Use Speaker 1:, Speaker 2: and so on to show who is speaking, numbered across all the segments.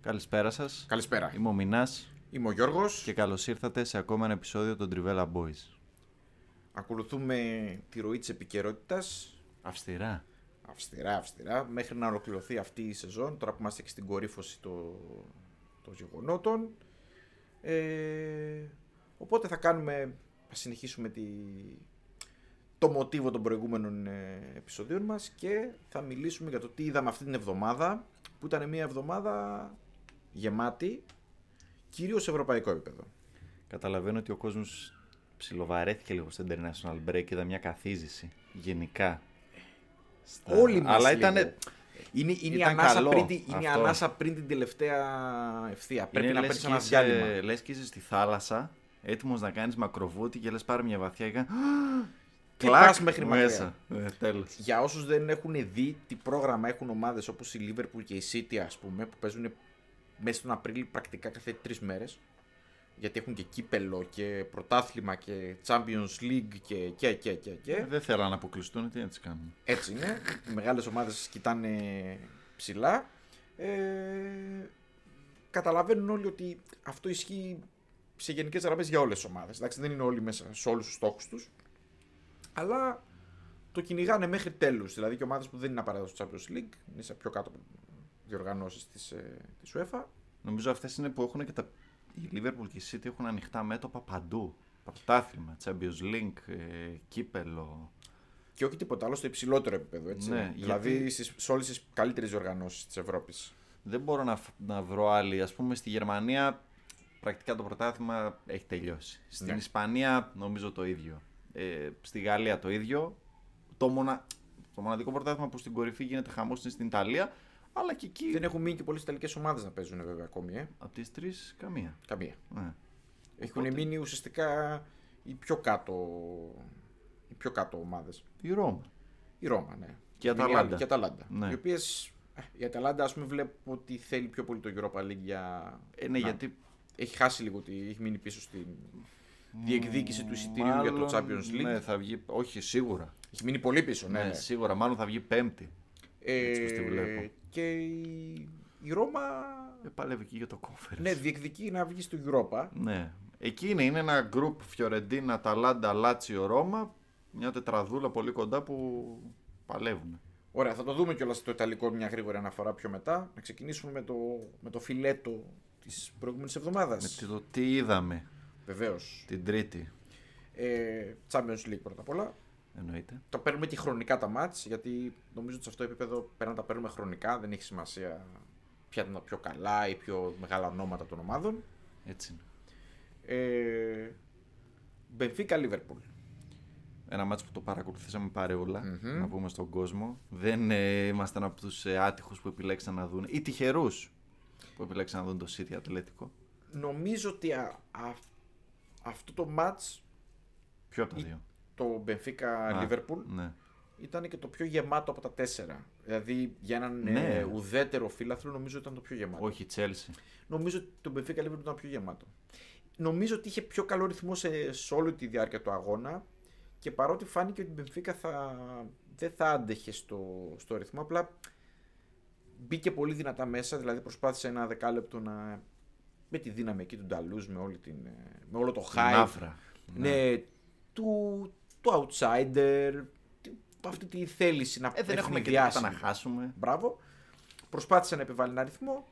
Speaker 1: Καλησπέρα σας.
Speaker 2: Καλησπέρα.
Speaker 1: Είμαι ο Μινάς
Speaker 2: Είμαι ο Γιώργος.
Speaker 1: και καλώς ήρθατε σε ακόμα ένα επεισόδιο των Trivella Boys.
Speaker 2: Ακολουθούμε τη ροή της επικαιρότητας.
Speaker 1: Αυστηρά.
Speaker 2: Αυστηρά, αυστηρά. Μέχρι να ολοκληρωθεί αυτή η σεζόν. Τώρα που είμαστε και στην κορύφωση των των γεγονότων. Ε, οπότε θα κάνουμε. Θα συνεχίσουμε τη, το μοτίβο των προηγούμενων ε, επεισοδίων μας και θα μιλήσουμε για το τι είδαμε αυτή την εβδομάδα που ήταν μια εβδομάδα γεμάτη κυρίως σε ευρωπαϊκό επίπεδο.
Speaker 1: Καταλαβαίνω ότι ο κόσμος ψιλοβαρέθηκε λίγο στο International Break, είδα μια καθίζηση γενικά. Στα-
Speaker 2: Όλοι μας
Speaker 1: Ε, Αλλά
Speaker 2: λίγο.
Speaker 1: ήταν
Speaker 2: Είναι, είναι, η,
Speaker 1: Ήταν
Speaker 2: ανάσα
Speaker 1: καλό
Speaker 2: πριν, τη- είναι η
Speaker 1: αυτό.
Speaker 2: ανάσα πριν την τελευταία ευθεία. Πρέπει να παίρνει ένα
Speaker 1: είσαι,
Speaker 2: διάλειμμα.
Speaker 1: λες και είσαι στη θάλασσα, έτοιμος να κάνεις μακροβούτι και λες πάρε μια βαθιά και κάνεις
Speaker 2: Και
Speaker 1: κλακ
Speaker 2: πας μέχρι
Speaker 1: μέσα.
Speaker 2: μακριά.
Speaker 1: Ε, τέλος.
Speaker 2: Για όσους δεν έχουν δει τι πρόγραμμα έχουν ομάδες όπως η Liverpool και η City, ας πούμε, που παίζουν μέσα στον Απρίλιο πρακτικά κάθε τρεις μέρες. Γιατί έχουν και κύπελο και πρωτάθλημα και Champions League και και και και. και.
Speaker 1: Δεν θέλανε να αποκλειστούν, τι να τις κάνουμε.
Speaker 2: Έτσι είναι. Οι μεγάλες ομάδες κοιτάνε ψηλά. Ε, καταλαβαίνουν όλοι ότι αυτό ισχύει σε γενικές γραμμές για όλες τις ομάδες. Εντάξει, δεν είναι όλοι μέσα σε όλους τους στόχους τους. Αλλά το κυνηγάνε μέχρι τέλους. Δηλαδή και ομάδες που δεν είναι απαραίτητο στο Champions League, είναι σε πιο κάτω διοργανώσεις της της UEFA.
Speaker 1: Νομίζω αυτές είναι που έχουν και τα. Η Liverpool και η City έχουν ανοιχτά μέτωπα παντού. Πρωτάθλημα, Champions League, ε, κύπελο.
Speaker 2: Και όχι τίποτα άλλο στο υψηλότερο επίπεδο. Έτσι.
Speaker 1: Ναι,
Speaker 2: δηλαδή
Speaker 1: γιατί-
Speaker 2: στις, σε όλες τις καλύτερες διοργανώσεις της Ευρώπης.
Speaker 1: Δεν μπορώ να, φ- να βρω άλλη. Ας πούμε στη Γερμανία πρακτικά το πρωτάθλημα έχει τελειώσει. Στην
Speaker 2: Ναι.
Speaker 1: Ισπανία νομίζω το ίδιο. Ε, στη Γαλλία το ίδιο. Το, μονα... το μοναδικό πρωτάθλημα που στην κορυφή γίνεται χαμός είναι στην Ιταλία. Αλλά και εκεί.
Speaker 2: Δεν έχουν μείνει και πολλές Ιταλικές ομάδες να παίζουν βέβαια ακόμη. Ε.
Speaker 1: Από τις τρεις, καμία.
Speaker 2: Καμία.
Speaker 1: Ναι.
Speaker 2: Έχουν μείνει ουσιαστικά οι πιο κάτω, οι πιο κάτω ομάδες.
Speaker 1: Η Ρώμα.
Speaker 2: Η Ρώμα, ναι.
Speaker 1: Και η
Speaker 2: Μείνει
Speaker 1: Αταλάντα.
Speaker 2: άλλη- Και η Αταλάντα.
Speaker 1: Ναι.
Speaker 2: Οι οποίες, ε, η Αταλάντα, ας πούμε, βλέπω ότι θέλει πιο πολύ το Europa League για...
Speaker 1: Ε, ναι,
Speaker 2: να-
Speaker 1: γιατί
Speaker 2: Έχει χάσει λίγο, ότι έχει μείνει πίσω στην διεκδίκηση του εισιτήριου για το
Speaker 1: μάλλον,
Speaker 2: Champions League.
Speaker 1: Ναι, θα βγει. Όχι, σίγουρα.
Speaker 2: Έχει μείνει πολύ πίσω, ναι.
Speaker 1: Ναι,
Speaker 2: ναι.
Speaker 1: σίγουρα. Μάλλον θα βγει πέμπτη.
Speaker 2: Ε,
Speaker 1: έτσι όπως τη βλέπω.
Speaker 2: και η, η Ρώμα,
Speaker 1: Ε, παλεύει και για το conference.
Speaker 2: ναι, διεκδικεί να βγει στο Europa.
Speaker 1: Ναι. Εκεί είναι, είναι ένα γκρουπ Φιωρεντίνα, Αταλάντα, Λάτσιο, Ρώμα. Μια τετραδούλα πολύ κοντά που παλεύουν.
Speaker 2: Ωραία, θα το δούμε κιόλας στο Ιταλικό μια γρήγορη αναφορά πιο μετά. Να ξεκινήσουμε με το, με το φιλέτο της προηγούμενης εβδομάδας.
Speaker 1: Με τι- το τι είδαμε
Speaker 2: Βεβαίως.
Speaker 1: την Τρίτη,
Speaker 2: Ε, Champions League πρώτα απ' όλα.
Speaker 1: εννοείται.
Speaker 2: Τα παίρνουμε και χρονικά τα μάτς, γιατί νομίζω ότι σε αυτό το επίπεδο πρέπει να τα παίρνουμε χρονικά. Δεν έχει σημασία ποια ήταν τα πιο καλά ή πιο μεγάλα ονόματα των ομάδων.
Speaker 1: Έτσι είναι.
Speaker 2: Ε, Μπενφίκα Λίβερπουλ.
Speaker 1: Ένα μάτς που το παρακολουθήσαμε παρεούλα, να πούμε στον κόσμο. Δεν ε, ήμασταν από τους ε, άτυχους που επιλέξαν να δουν, ή τυχερούς που επιλέξαν να δουν το City Ατλέτικο.
Speaker 2: Νομίζω ότι α- α- αυτό το μάτς,
Speaker 1: Ποιο από τα δύο.
Speaker 2: το Μπενφίκα
Speaker 1: Α,
Speaker 2: Λίβερπουλ,
Speaker 1: Ναι.
Speaker 2: ήταν και το πιο γεμάτο από τα τέσσερα. Δηλαδή για έναν
Speaker 1: Ναι.
Speaker 2: ε, ουδέτερο φίλαθρο νομίζω ήταν το πιο γεμάτο.
Speaker 1: Όχι, η Chelsea.
Speaker 2: Νομίζω ότι το Benfica Liverpool ήταν πιο γεμάτο. Νομίζω ότι είχε πιο καλό ρυθμό σε, σε όλη τη διάρκεια του αγώνα και παρότι φάνηκε ότι η Benfica θα, δεν θα άντεχε στο, στο ρυθμό, απλά μπήκε πολύ δυνατά μέσα, δηλαδή προσπάθησε ένα δεκάλεπτο να με τη δύναμη εκεί του Νταλούς, με, όλη την, ε, με όλο το
Speaker 1: Την
Speaker 2: hype
Speaker 1: Άφρα.
Speaker 2: ναι, του, του outsider, τη- αυτή τη θέληση να
Speaker 1: Ε, δεν έχουμε και
Speaker 2: ευνηδιάσει.
Speaker 1: τίποτα να χάσουμε.
Speaker 2: Μπράβο. Προσπάθησε να επιβάλλει ένα αριθμό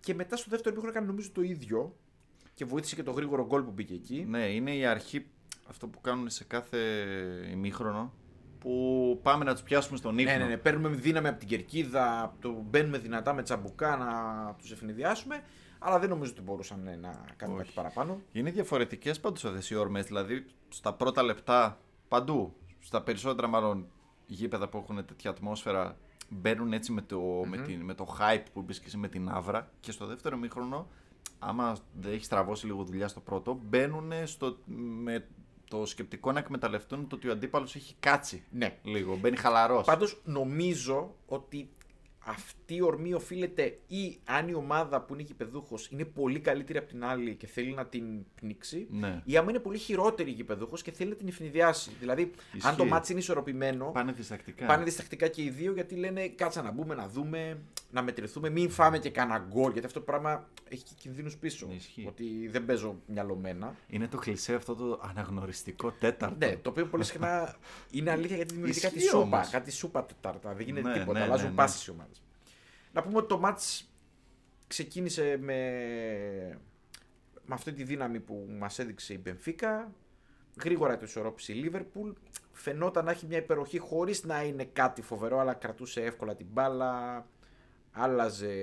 Speaker 2: και μετά στο δεύτερο μήχρονο έκανε νομίζω το ίδιο και βοήθησε και το γρήγορο γκολ που μπήκε εκεί.
Speaker 1: Ναι, είναι η αρχή αυτό που κάνουν σε κάθε ημίχρονο που πάμε να τους πιάσουμε στον ύπνο.
Speaker 2: Ναι, ναι, ναι. Παίρνουμε δύναμη από την κερκίδα, απ' το μπαίνουμε δυνατά με τσαμπουκά να τους ευνηδιάσουμε. Αλλά δεν νομίζω ότι μπορούσαν ε, να κάνουν κάτι παραπάνω.
Speaker 1: Είναι διαφορετικές πάντως αυτές οι όρμες, δηλαδή στα πρώτα λεπτά παντού, στα περισσότερα μάλλον γήπεδα που έχουν τέτοια ατμόσφαιρα μπαίνουν έτσι με το, με, την, με το hype που είπες και εσύ με την άβρα και στο δεύτερο μήχρονο, άμα δεν έχεις τραβώσει λίγο δουλειά στο πρώτο, μπαίνουν στο, με το σκεπτικό να εκμεταλλευτούν το ότι ο αντίπαλος έχει κάτσει
Speaker 2: Ναι.
Speaker 1: λίγο, μπαίνει χαλαρός.
Speaker 2: Πάντως νομίζω ότι αυτή η ορμή οφείλεται ή αν η ομάδα που είναι γηπεδούχος είναι πολύ καλύτερη από την άλλη και θέλει να την πνίξει
Speaker 1: Ναι.
Speaker 2: ή άμα είναι πολύ χειρότερη γηπεδούχος και θέλει να την ευνηδιάσει. Δηλαδή αν
Speaker 1: Ισχύει.
Speaker 2: το μάτς είναι ισορροπημένο
Speaker 1: Πάνε διστακτικά.
Speaker 2: πάνε διστακτικά και οι δύο γιατί λένε κάτσα να μπούμε, να δούμε, να μετρηθούμε, μην φάμε και κανένα γκολ γιατί αυτό το πράγμα έχει και κινδύνους πίσω.
Speaker 1: Ισχύει.
Speaker 2: Ότι δεν παίζω μυαλωμένα.
Speaker 1: Είναι το κλισέ αυτό το αναγνωριστικό τέταρτο.
Speaker 2: Ναι, το οποίο πολύ συχνά είναι αλήθεια γιατί δημιουργεί κάτι
Speaker 1: Ισχύει
Speaker 2: σούπα.
Speaker 1: όμως.
Speaker 2: Κάτι σούπα τετάρτα. Δεν γίνεται
Speaker 1: Ναι,
Speaker 2: τίποτα.
Speaker 1: ναι,
Speaker 2: αλλάζουν
Speaker 1: ναι, ναι.
Speaker 2: πάσει οι ομάδες. Να πούμε ότι το match ξεκίνησε με, με αυτή τη δύναμη που μας έδειξε η Μπενφίκα. Γρήγορα το ισορρόπησε η Λίβερπουλ. Φαινόταν να έχει μια υπεροχή χωρίς να είναι κάτι φοβερό, αλλά κρατούσε εύκολα την μπάλα. Άλλαζε,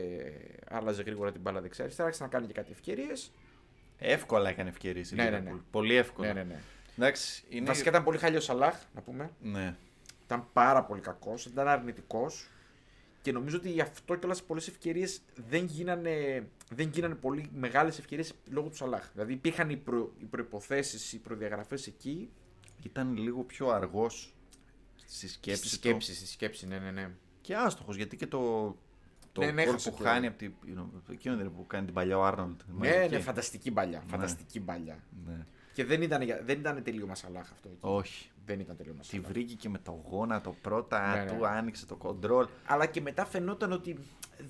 Speaker 2: άλλαζε γρήγορα την μπάλα δεξιά-αριστερά. Άρχισε να κάνει και κάτι ευκαιρίες.
Speaker 1: Εύκολα έκανε ευκαιρίες η
Speaker 2: Ναι, ναι,
Speaker 1: Liverpool.
Speaker 2: ναι.
Speaker 1: Πολύ εύκολα.
Speaker 2: Ναι, ναι, ναι.
Speaker 1: Εντάξει, είναι...
Speaker 2: Βασικά ήταν πολύ χάλιος ο Σαλάχ, να πούμε.
Speaker 1: Ναι.
Speaker 2: Ήταν πάρα πολύ κακός, ήταν αρνητικός. Και νομίζω ότι γι' αυτό κιόλας πολλές ευκαιρίες δεν γίνανε, δεν γίνανε πολύ μεγάλες ευκαιρίες λόγω του Σαλάχ. Δηλαδή υπήρχαν οι, προ, οι προποθέσει, οι προδιαγραφές εκεί.
Speaker 1: Ήταν λίγο πιο αργός στη σκέψη,
Speaker 2: Στη
Speaker 1: του.
Speaker 2: σκέψη, στη σκέψη, ναι, ναι, ναι.
Speaker 1: και άστοχος γιατί και το, το
Speaker 2: Ναι, ναι,
Speaker 1: γκολ
Speaker 2: έχασε
Speaker 1: που
Speaker 2: και-
Speaker 1: χάνει από την, εκείνο δεν είναι που κάνει την παλιά ο Άρνολτ.
Speaker 2: Ναι, ναι, φανταστική παλιά. Φανταστική παλιά.
Speaker 1: ναι.
Speaker 2: Και δεν ήταν, για- δεν ήταν τελείωμα Σαλάχ αυτό. εκεί.
Speaker 1: Όχι.
Speaker 2: Δεν ήταν τελείωμα
Speaker 1: Τη
Speaker 2: Σαλάχ.
Speaker 1: βρήκε και με το γόνατο πρώτα,
Speaker 2: Ναι, ναι.
Speaker 1: του άνοιξε το κοντρόλ.
Speaker 2: Αλλά και μετά φαινόταν ότι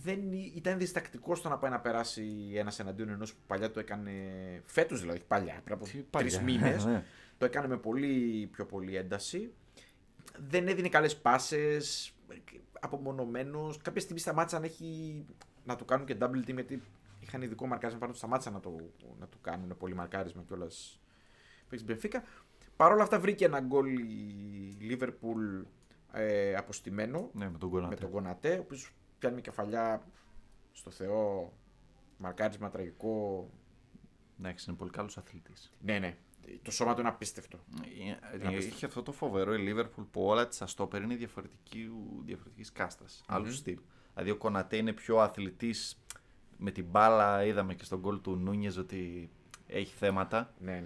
Speaker 2: δεν ή- ήταν διστακτικό στο να πάει να περάσει ένας εναντίον ενός που παλιά το έκανε. Φέτος δηλαδή, όχι παλιά, πριν από
Speaker 1: Τι παλιά,
Speaker 2: τρεις μήνες.
Speaker 1: ναι.
Speaker 2: το έκανε με πολύ πιο πολύ ένταση. Δεν έδινε καλές πάσες. Απομονωμένος. Κάποια στιγμή σταμάτησαν έχει... να του κάνουν και double team γιατί είχαν ειδικό μαρκάρισμα πάνω του. Σταμάτησαν να, το, να του κάνουν πολύ μαρκάρισμα κιόλας. Παίξει Μπενφίκα. Παρ' όλα αυτά βρήκε ένα γκολ η Λίβερπουλ ε, αποστημένο
Speaker 1: Ναι, με τον γκολ.
Speaker 2: με τον Γονατέ, ο οποίος πιάνει μια κεφαλιά στο Θεό. Μαρκάρισμα τραγικό.
Speaker 1: Εντάξει, είναι πολύ καλός αθλητής.
Speaker 2: Ναι, ναι. Το σώμα του είναι απίστευτο.
Speaker 1: Ε,
Speaker 2: απίστευτο.
Speaker 1: Είχε αυτό το φοβερό η Λίβερπουλ που όλα της αστόπερ είναι διαφορετική κάστας, Άλλου στυλ. Δηλαδή ο Κονατέ είναι πιο αθλητής με την μπάλα. Είδαμε και στον γκολ του Νούνιες ότι έχει θέματα.
Speaker 2: Ναι,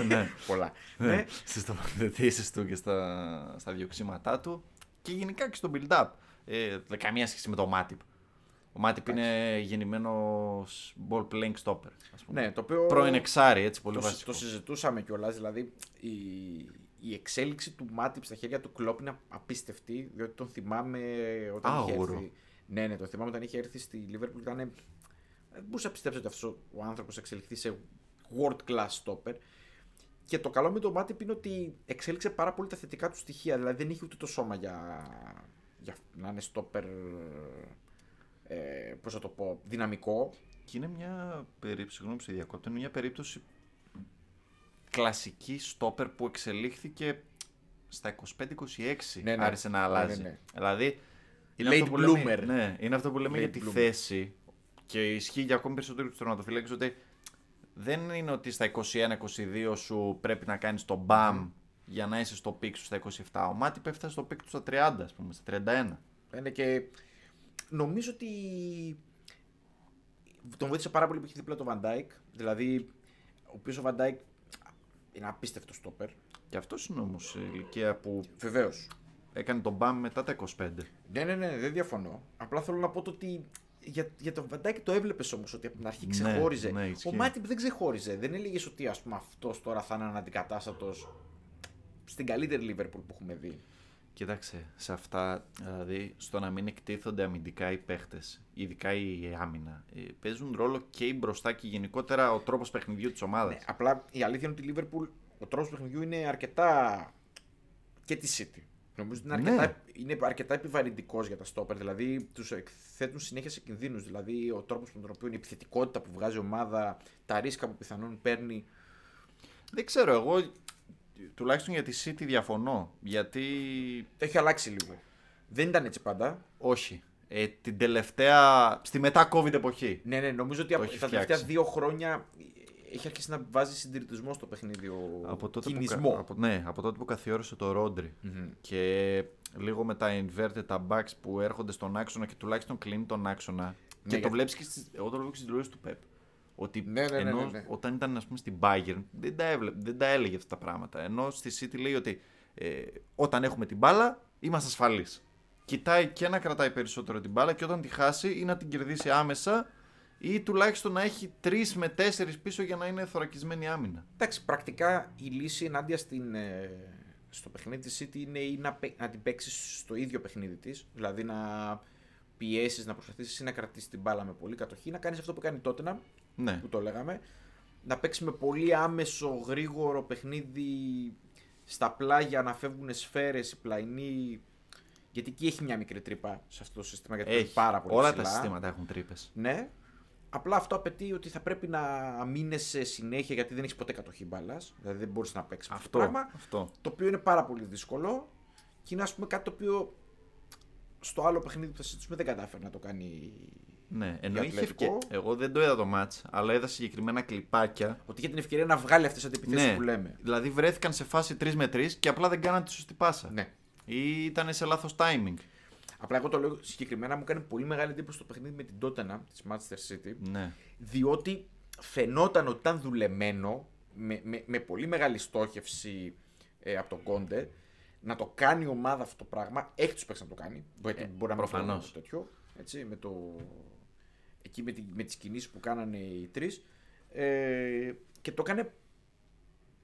Speaker 2: ναι.
Speaker 1: ναι.
Speaker 2: Πολλά.
Speaker 1: ναι.
Speaker 2: ναι.
Speaker 1: Στις τοποθετήσεις του και στα, στα διοξήματά του. Και γενικά και στο build-up. Ε, δε- καμία σχέση με το Μάτιπ. Ο Μάτιπ είναι γεννημένος ball playing stopper. Ας πούμε.
Speaker 2: ναι, το οποίο.
Speaker 1: Πρώην εξάρι, έτσι πολύ
Speaker 2: το, συ-
Speaker 1: βασικό.
Speaker 2: το συζητούσαμε κιόλας. Δηλαδή η, η εξέλιξη του Μάτιπ στα χέρια του Κλόπ είναι απίστευτη, διότι τον θυμάμαι όταν είχε
Speaker 1: Άγουρο.
Speaker 2: έρθει. Ναι, ναι, τον θυμάμαι όταν είχε έρθει στη Λίβερπουλ. Ήταν. ε, Δεν μπορούσα να πιστέψω ότι αυτός ο άνθρωπο εξελιχθεί σε world class stopper. Και το καλό με τον Μάτιπ είναι ότι εξέλιξε πάρα πολύ τα θετικά του στοιχεία. Δηλαδή δεν είχε ούτε το σώμα για, για να είναι stopper. Ε, πώς θα το πω, δυναμικό.
Speaker 1: Και είναι μια περίπτωση, συγγνώμη που σε διακόπτω, είναι μια περίπτωση κλασική στόπερ που εξελίχθηκε στα 25-26
Speaker 2: Ναι, ναι.
Speaker 1: άρχισε να
Speaker 2: Ναι, ναι,
Speaker 1: αλλάζει.
Speaker 2: ναι.
Speaker 1: Δηλαδή,
Speaker 2: Late
Speaker 1: αυτό που λέμε,
Speaker 2: bloomer.
Speaker 1: ναι, είναι αυτό που λέμε
Speaker 2: Late
Speaker 1: για τη
Speaker 2: bloomer.
Speaker 1: θέση και ισχύει για ακόμη περισσότερο τους τερματοφύλακες ότι δεν είναι ότι στα 21-22 σου πρέπει να κάνεις το μπαμ για να είσαι στο πικ σου στα 27. Ο Μάτι πέφτασε στο πικ του στα 30, ας πούμε, στα 31.
Speaker 2: Είναι και νομίζω ότι τον βοήθησε πάρα πολύ που είχε δίπλα το Van Dijk. Δηλαδή, ο οποίος ο Van Dijk είναι απίστευτος στόπερ.
Speaker 1: Και αυτός είναι όμως η ηλικία που
Speaker 2: Βεβαίως.
Speaker 1: έκανε τον μπαμ μετά τα 25.
Speaker 2: Ναι, ναι, ναι, δεν διαφωνώ. Απλά θέλω να πω το ότι για, για τον Van Dijk το έβλεπες όμως ότι από την αρχή
Speaker 1: Ναι,
Speaker 2: ξεχώριζε.
Speaker 1: ναι,
Speaker 2: ο
Speaker 1: ισχύει.
Speaker 2: Μάτιπ δεν ξεχώριζε. Δεν έλεγες ότι ας πούμε αυτός τώρα θα είναι αναντικατάστατος στην καλύτερη Λίβερπουλ που έχουμε δει.
Speaker 1: Κοίταξε, σε αυτά, δηλαδή στο να μην εκτίθονται αμυντικά οι παίχτες, ειδικά η άμυνα, ε, παίζουν ρόλο και οι μπροστά και γενικότερα ο τρόπος παιχνιδιού της ομάδας.
Speaker 2: Ναι, απλά η αλήθεια είναι ότι η Λίβερπουλ, ο τρόπος παιχνιδιού είναι αρκετά. και τη City. Νομίζω ότι είναι
Speaker 1: Ναι.
Speaker 2: αρκετά, είναι αρκετά επιβαρυντικός για τα στόπερ. Δηλαδή τους εκθέτουν συνέχεια σε κινδύνους. Δηλαδή ο τρόπος με τον οποίο η επιθετικότητα που βγάζει η ομάδα, τα ρίσκα που πιθανόν παίρνει.
Speaker 1: Δεν ξέρω, εγώ τουλάχιστον για τη City διαφωνώ. Γιατί
Speaker 2: Το έχει αλλάξει λίγο. Δεν ήταν έτσι πάντα.
Speaker 1: όχι. Ε, την τελευταία, στη μετά COVID εποχή.
Speaker 2: Ναι, ναι, νομίζω ότι από
Speaker 1: έχει
Speaker 2: τα τελευταία
Speaker 1: φτιάξει.
Speaker 2: δύο χρόνια έχει αρχίσει να βάζει συντηρητισμό στο παιχνίδι ο
Speaker 1: από τότε
Speaker 2: κινησμό.
Speaker 1: Που, κα- από, ναι, από τότε που καθιέρωσε το ροντρι και λίγο με τα inverted τα backs που έρχονται στον άξονα και τουλάχιστον κλείνει τον άξονα.
Speaker 2: Ναι,
Speaker 1: και
Speaker 2: για-
Speaker 1: το βλέπεις και στις, εγώ το βλέπω και στις δηλώσεις του Πεπ. Ότι
Speaker 2: Ναι, ναι, ναι, ναι,
Speaker 1: ενώ
Speaker 2: ναι.
Speaker 1: όταν ήταν ας πούμε, στην Bayern δεν τα, έβλε, δεν τα έλεγε αυτά τα πράγματα. Ενώ στη City λέει ότι ε, όταν έχουμε την μπάλα είμαστε ασφαλείς. Κοιτάει και να κρατάει περισσότερο την μπάλα και όταν τη χάσει ή να την κερδίσει άμεσα ή τουλάχιστον να έχει τρεις με τέσσερις πίσω για να είναι θωρακισμένη άμυνα.
Speaker 2: Εντάξει, πρακτικά η λύση ενάντια στην, ε, στο παιχνίδι της City είναι ή να, παί- να την παίξεις στο ίδιο παιχνίδι της, δηλαδή να πιέσεις, να προσπαθήσεις ή να κρατήσεις την μπάλα με πολύ κατοχή, να κάνεις αυτό που κάνει η Tottenham,
Speaker 1: Ναι.
Speaker 2: που το λέγαμε, να παίξεις με πολύ άμεσο, γρήγορο παιχνίδι στα πλάγια, να φεύγουν σφαίρες, οι πλαϊνοί, γιατί εκεί έχει μια μικρή τρύπα σε αυτό το σύστημα, γιατί έχει
Speaker 1: Έχει.
Speaker 2: πάρα πολύ
Speaker 1: Όλα
Speaker 2: ψηλά.
Speaker 1: τα συστήματα έχουν τρύπες.
Speaker 2: Ναι. Απλά αυτό απαιτεί ότι θα πρέπει να αμήνεσαι συνέχεια γιατί δεν έχεις ποτέ κατοχή μπάλας. Δηλαδή δεν μπορείς να παίξεις αυτό το
Speaker 1: Αυτό.
Speaker 2: πράγμα.
Speaker 1: αυτό.
Speaker 2: Το οποίο είναι πάρα πολύ δύσκολο και είναι ας πούμε κάτι το οποίο στο άλλο παιχνίδι που θα συζητήσουμε δεν κατάφερε να το κάνει.
Speaker 1: Ναι, ενώ
Speaker 2: Για
Speaker 1: είχε
Speaker 2: Ατλετικό.
Speaker 1: ευκαι... Εγώ δεν το είδα το μάτς, αλλά είδα συγκεκριμένα κλιπάκια.
Speaker 2: Ότι είχε την ευκαιρία να βγάλει αυτές τις αντιπιθέσεις
Speaker 1: Ναι,
Speaker 2: που λέμε.
Speaker 1: δηλαδή βρέθηκαν σε φάση 3 με 3 και απλά δεν κάναν τη σωστή πάσα.
Speaker 2: Ναι.
Speaker 1: Ή ήταν σε λάθος timing.
Speaker 2: Απλά εγώ το λέω συγκεκριμένα μου κάνει πολύ μεγάλη εντύπωση το παιχνίδι με την Tottenham της Manchester City.
Speaker 1: Ναι.
Speaker 2: διότι φαινόταν ότι ήταν δουλεμένο με, με, με πολύ μεγάλη στόχευση ε, από τον Κόντε να το κάνει η ομάδα αυτό το πράγμα. Έχει τους παίξει να το κάνει. Γιατί μπορεί να μην
Speaker 1: Ε, προφανώς.
Speaker 2: φαινόταν το τέτοιο. Έτσι, με το... Εκεί με, τη, με τις κινήσεις που κάνανε οι τρεις. Ε, και το έκανε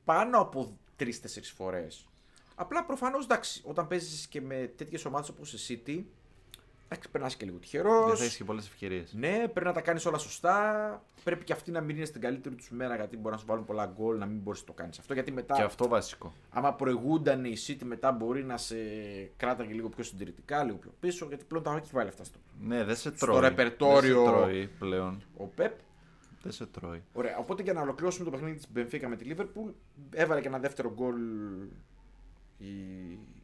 Speaker 2: πάνω από τρει-τέσσερι φορές. Απλά προφανώς εντάξει, όταν παίζεις και με τέτοιες ομάδες όπως η City, εντάξει, περνάς και λίγο τυχερός.
Speaker 1: Δεν θα έχεις και πολλές ευκαιρίες.
Speaker 2: Ναι, πρέπει να τα κάνεις όλα σωστά. Πρέπει και αυτοί να μην είναι στην καλύτερη τους μέρα γιατί μπορεί να σου βάλουν πολλά γκολ, να μην μπορείς να το κάνεις αυτό. Γιατί μετά,
Speaker 1: Και αυτό βασικό.
Speaker 2: άμα προηγούνταν οι City, μετά μπορεί να σε κράταγε λίγο πιο συντηρητικά, λίγο πιο πίσω. Γιατί πλέον τα έχει βάλει αυτά στο,
Speaker 1: Ναι, δεν σε
Speaker 2: Στο
Speaker 1: τρώει.
Speaker 2: ρεπερτόριο.
Speaker 1: Δεν σε τρώει πλέον.
Speaker 2: ο Πεπ.
Speaker 1: Δεν σε τρώει.
Speaker 2: Ωραία. Οπότε για να ολοκληρώσουμε το παιχνίδι της Μπενφίκα με τη Λίβερπουλ, έβαλε και ένα δεύτερο γκολ η,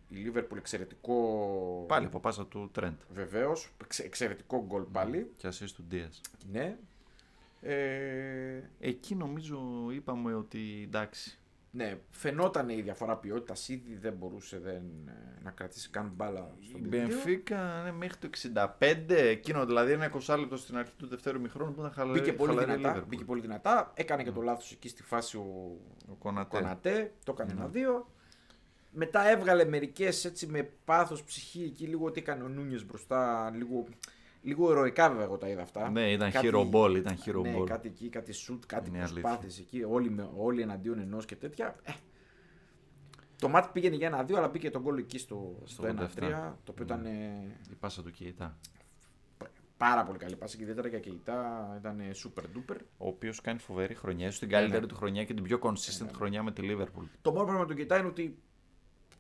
Speaker 2: η Λίβερπουλ. Εξαιρετικό.
Speaker 1: Πάλι από πάσα του Τρέντ.
Speaker 2: Βεβαίω. Εξαιρετικό γκολ πάλι.
Speaker 1: Και assist του Ντίας.
Speaker 2: Ναι. Ε,
Speaker 1: Εκεί νομίζω είπαμε ότι εντάξει.
Speaker 2: Ναι, φαινόταν η διαφορά ποιότητας ήδη, δεν μπορούσε δεν, ε, να κρατήσει καν μπάλα στον
Speaker 1: Η
Speaker 2: διαιτητή.
Speaker 1: Μπενφίκα ναι, μέχρι το 65, εκείνο δηλαδή ένα 20 λεπτό στην αρχή του δεύτερου μηχρόνου που ήταν χαλα...
Speaker 2: Μπήκε πολύ,
Speaker 1: ε, χαλαρή
Speaker 2: δυνατά,
Speaker 1: Liverpool.
Speaker 2: μπήκε πολύ δυνατά, έκανε και το λάθος εκεί στη φάση ο
Speaker 1: Ο Κονατέ.
Speaker 2: Κονατέ, το έκανε
Speaker 1: Ναι.
Speaker 2: ένα-δύο. Μετά έβγαλε μερικές έτσι με πάθος ψυχή εκεί, λίγο ότι έκανε ο Νούνιε μπροστά, λίγο, λίγο ηρωικά βέβαια εγώ τα είδα αυτά.
Speaker 1: Ναι, ήταν hero ball, ήταν hero
Speaker 2: ναι,
Speaker 1: ball.
Speaker 2: κάτι εκεί, κάτι shoot, κάτι
Speaker 1: Είναι αλήθεια.
Speaker 2: προσπάθειες εκεί, όλοι, με- όλοι εναντίον ενός και τέτοια. Ε, το μάτι πήγαινε για ένα-δύο, αλλά πήγε τον γκολ εκεί στο, στο 1-3,
Speaker 1: 87.
Speaker 2: το οποίο ήταν ε,
Speaker 1: Η πάσα του Κεϊτά.
Speaker 2: πάρα πολύ καλή πάση και ιδιαίτερα για κεϊτά ήταν ε, super duper.
Speaker 1: Ο οποίος κάνει φοβερή χρονιά, ίσω την καλύτερη
Speaker 2: ναι.
Speaker 1: του χρονιά και την πιο consistent χρονιά με τη Liverpool.
Speaker 2: Το μόνο πράγμα με τον κεϊτά είναι ότι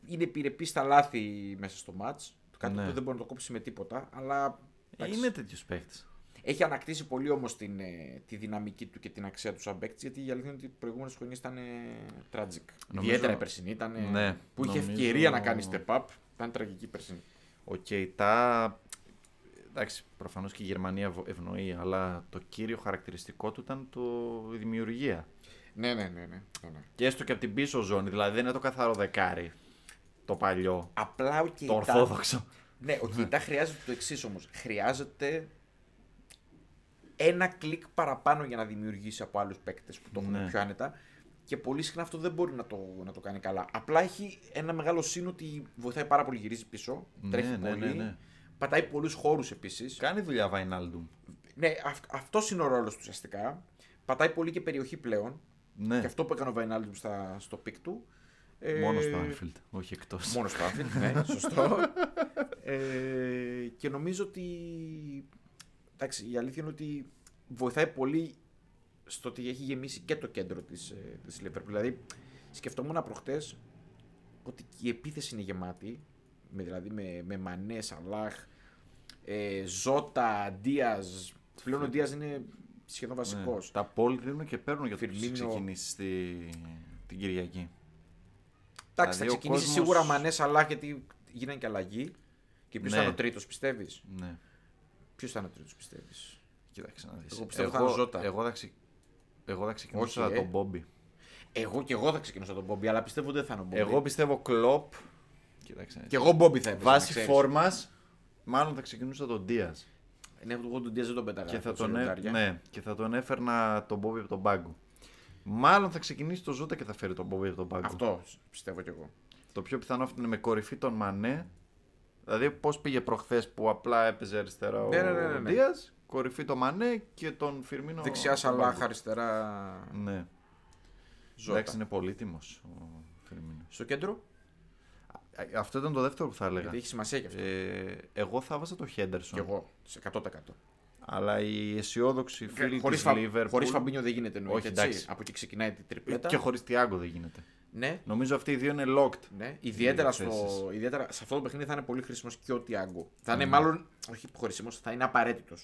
Speaker 2: είναι επιρρεπής στα λάθη μέσα στο match. Κάτι
Speaker 1: Ναι.
Speaker 2: που δεν μπορεί να το κόψει με τίποτα, αλλά εντάξει,
Speaker 1: Είναι τέτοιος παίχτη.
Speaker 2: έχει ανακτήσει πολύ όμως τη δυναμική του και την αξία του σαν παίκτης. Γιατί η αλήθεια είναι ότι οι προηγούμενες χρονιές ήταν ε, tragic.
Speaker 1: Νομίζω-
Speaker 2: Ιδιαίτερα η περσινή ήταν. ε,
Speaker 1: Ναι,
Speaker 2: που είχε
Speaker 1: νομίζω-
Speaker 2: ευκαιρία να κάνει step up. Ήταν τραγική η περσινή.
Speaker 1: Ο Κεϊτά. Εντάξει, προφανώς και η Γερμανία βο- ευνοεί, αλλά το κύριο χαρακτηριστικό του ήταν το... η δημιουργία.
Speaker 2: Ναι, ναι, ναι. ναι, ναι, ναι.
Speaker 1: Και έστω και από την πίσω ζώνη, δηλαδή δεν είναι το καθαρό δεκάρι. Το παλιό.
Speaker 2: Απλά ο
Speaker 1: Το
Speaker 2: Κεϊτά
Speaker 1: ορθόδοξο.
Speaker 2: Ναι, ο Κινητά χρειάζεται το εξής όμως. Χρειάζεται ένα κλικ παραπάνω για να δημιουργήσει από άλλους παίκτες που το έχουν
Speaker 1: Ναι.
Speaker 2: πιο άνετα. Και πολύ συχνά αυτό δεν μπορεί να το, να το κάνει καλά. Απλά έχει ένα μεγάλο σύν ότι βοηθάει πάρα πολύ, γυρίζει πίσω,
Speaker 1: Ναι,
Speaker 2: τρέχει
Speaker 1: ναι,
Speaker 2: πολύ,
Speaker 1: ναι, ναι.
Speaker 2: πατάει πολλούς χώρους επίσης.
Speaker 1: Κάνει δουλειά Βαϊνάλντουμ.
Speaker 2: Ναι, αυτός είναι ο ρόλος του ουσιαστικά. Πατάει πολύ και περιοχή πλέον.
Speaker 1: Ναι,
Speaker 2: Και αυτό που έκανε ο Βαϊνάλντουμ στα- στο πικ του. Ε,
Speaker 1: μόνο στο Anfield, όχι εκτός.
Speaker 2: Μόνο στο Anfield, ναι, σωστό. ε, και νομίζω ότι. Εντάξει, η αλήθεια είναι ότι βοηθάει πολύ στο ότι έχει γεμίσει και το κέντρο της της Liverpool. Δηλαδή, σκεφτόμουν προχτές ότι η επίθεση είναι γεμάτη. Με, δηλαδή με, με Μανέ, Αλάχ, ε, Ζώτα, Ντίας. Πλέον ο Ντίας είναι σχεδόν βασικό.
Speaker 1: Ναι, Τα πόλη δίνουν και παίρνουν για τους
Speaker 2: Φιρμίνο.
Speaker 1: ξεκινήσει στη... την Κυριακή.
Speaker 2: Εντάξει, θα
Speaker 1: Δηλαδή, ο
Speaker 2: ξεκινήσει
Speaker 1: κόσμος-
Speaker 2: σίγουρα Μανές, Αλάχ γιατί γίνανε και αλλαγή. Και ποιος
Speaker 1: Ναι.
Speaker 2: ήταν ο τρίτος, πιστεύεις.
Speaker 1: Ναι.
Speaker 2: Ποιος ήταν ο τρίτος, πιστεύεις.
Speaker 1: Κοίταξε να δεις.
Speaker 2: Εγώ πιστεύω θα είναι Ζώτα.
Speaker 1: Εγώ θα, ξε- Εγώ θα ξεκινούσα
Speaker 2: Όχι, ε.
Speaker 1: τον Μπόμπι.
Speaker 2: Εγώ και εγώ θα ξεκινήσω τον Μπόμπι, αλλά πιστεύω δεν θα είναι ο Μπόμπι.
Speaker 1: Εγώ πιστεύω κλοπ. Κοίταξε.
Speaker 2: και εγώ Μπόμπι θα έπαιζα. να
Speaker 1: Βάσει
Speaker 2: ξέρεις.
Speaker 1: φόρμας, μάλλον θα ξεκινούσα τον Δίας.
Speaker 2: Ναι, εγώ τον Diaz δεν τον ε- πέταγα.
Speaker 1: Και, θα
Speaker 2: από
Speaker 1: τον
Speaker 2: τα
Speaker 1: έ-
Speaker 2: σιρτάρια.
Speaker 1: ναι, και θα τον έφερνα τον Μπόμπι από τον πάγκο. Μάλλον θα ξεκινήσει το Ζούτα και θα φέρει τον Μπόμπι από τον πάγκο.
Speaker 2: Αυτό πιστεύω κι εγώ.
Speaker 1: Το πιο πιθανό αυτό είναι με κορυφή τον Μανέ. Δηλαδή, πώς πήγε προχθές που απλά έπαιζε αριστερά ο
Speaker 2: Ναι, ναι, ναι, ναι, ναι.
Speaker 1: Δίας, κορυφή τον Μανέ και τον Φιρμίνο.
Speaker 2: Δεξιά
Speaker 1: στον
Speaker 2: Σαλάχ,
Speaker 1: πάγκο.
Speaker 2: αριστερά
Speaker 1: Ναι.
Speaker 2: Ζώτα.
Speaker 1: Εντάξει, είναι πολύτιμος ο Φιρμίνος.
Speaker 2: Στο κέντρο,
Speaker 1: Αυτό ήταν το δεύτερο που θα έλεγα.
Speaker 2: γιατί έχει σημασία κι αυτό.
Speaker 1: Ε, εγώ θα βάζα το Χέντερσον.
Speaker 2: Κι εγώ, σε 100%.
Speaker 1: Αλλά οι αισιόδοξοι φίλοι
Speaker 2: Χωρίς
Speaker 1: της
Speaker 2: Φα-
Speaker 1: Λίβερπουλ.
Speaker 2: χωρίς Φαμπίνιο δεν γίνεται εννοείται.
Speaker 1: Όχι,
Speaker 2: έτσι.
Speaker 1: εντάξει.
Speaker 2: Από εκεί ξεκινάει την τριπλέτα.
Speaker 1: Και χωρίς Τιάγκο δεν γίνεται.
Speaker 2: Ναι,
Speaker 1: Νομίζω αυτοί οι δύο είναι locked.
Speaker 2: ναι. Ιδιαίτερα, στο,
Speaker 1: θέσεις.
Speaker 2: ιδιαίτερα σε αυτό το παιχνίδι θα είναι πολύ χρήσιμος και ο Τιάγκο. Θα είναι μάλλον, όχι χωρισμό, θα είναι απαραίτητος.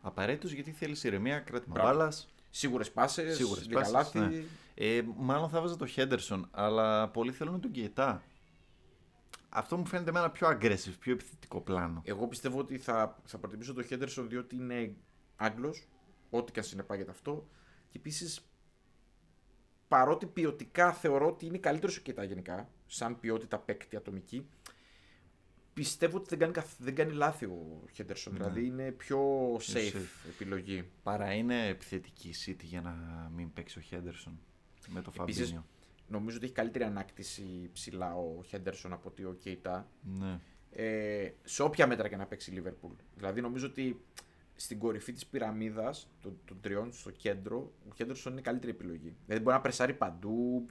Speaker 1: Απαραίτητο γιατί θέλεις ηρεμία, κράτημα
Speaker 2: Μπράβο.
Speaker 1: μπάλας.
Speaker 2: Σίγουρες πάσες,
Speaker 1: Σίγουρες
Speaker 2: λίγα λάθη.
Speaker 1: Ε, μάλλον θα βάζα το Χέντερσον, αλλά πολλοί θέλουν τον Κιετά. Αυτό μου φαίνεται με ένα πιο aggressive, πιο επιθετικό πλάνο. Ε,
Speaker 2: Εγώ πιστεύω ότι θα, θα προτιμήσω τον Χέντερσον διότι είναι Άγγλος, ό,τι και αν συνεπάγεται αυτό. Και επίσης, παρότι ποιοτικά θεωρώ ότι είναι καλύτερος ο Κέτα γενικά, σαν ποιότητα παίκτη ατομική, πιστεύω ότι δεν κάνει, καθ- δεν κάνει λάθη ο Χέντερσον. Δηλαδή είναι πιο safe
Speaker 1: Ναι. safe.
Speaker 2: επιλογή.
Speaker 1: Παρά είναι επιθετική η City για να μην παίξει ο Χέντερσον με το
Speaker 2: Επίσης,
Speaker 1: Φαμπίνιο.
Speaker 2: Νομίζω ότι έχει καλύτερη ανάκτηση ψηλά ο Χέντερσον από ότι ο Κέιτα.
Speaker 1: Ναι.
Speaker 2: ε, σε όποια μέτρα και να παίξει η Λίβερπουλ. Δηλαδή νομίζω ότι στην κορυφή της πυραμίδας των, των τριών, στο κέντρο, ο Χέντερσον είναι η καλύτερη επιλογή. Δηλαδή μπορεί να πρεσάρει παντού,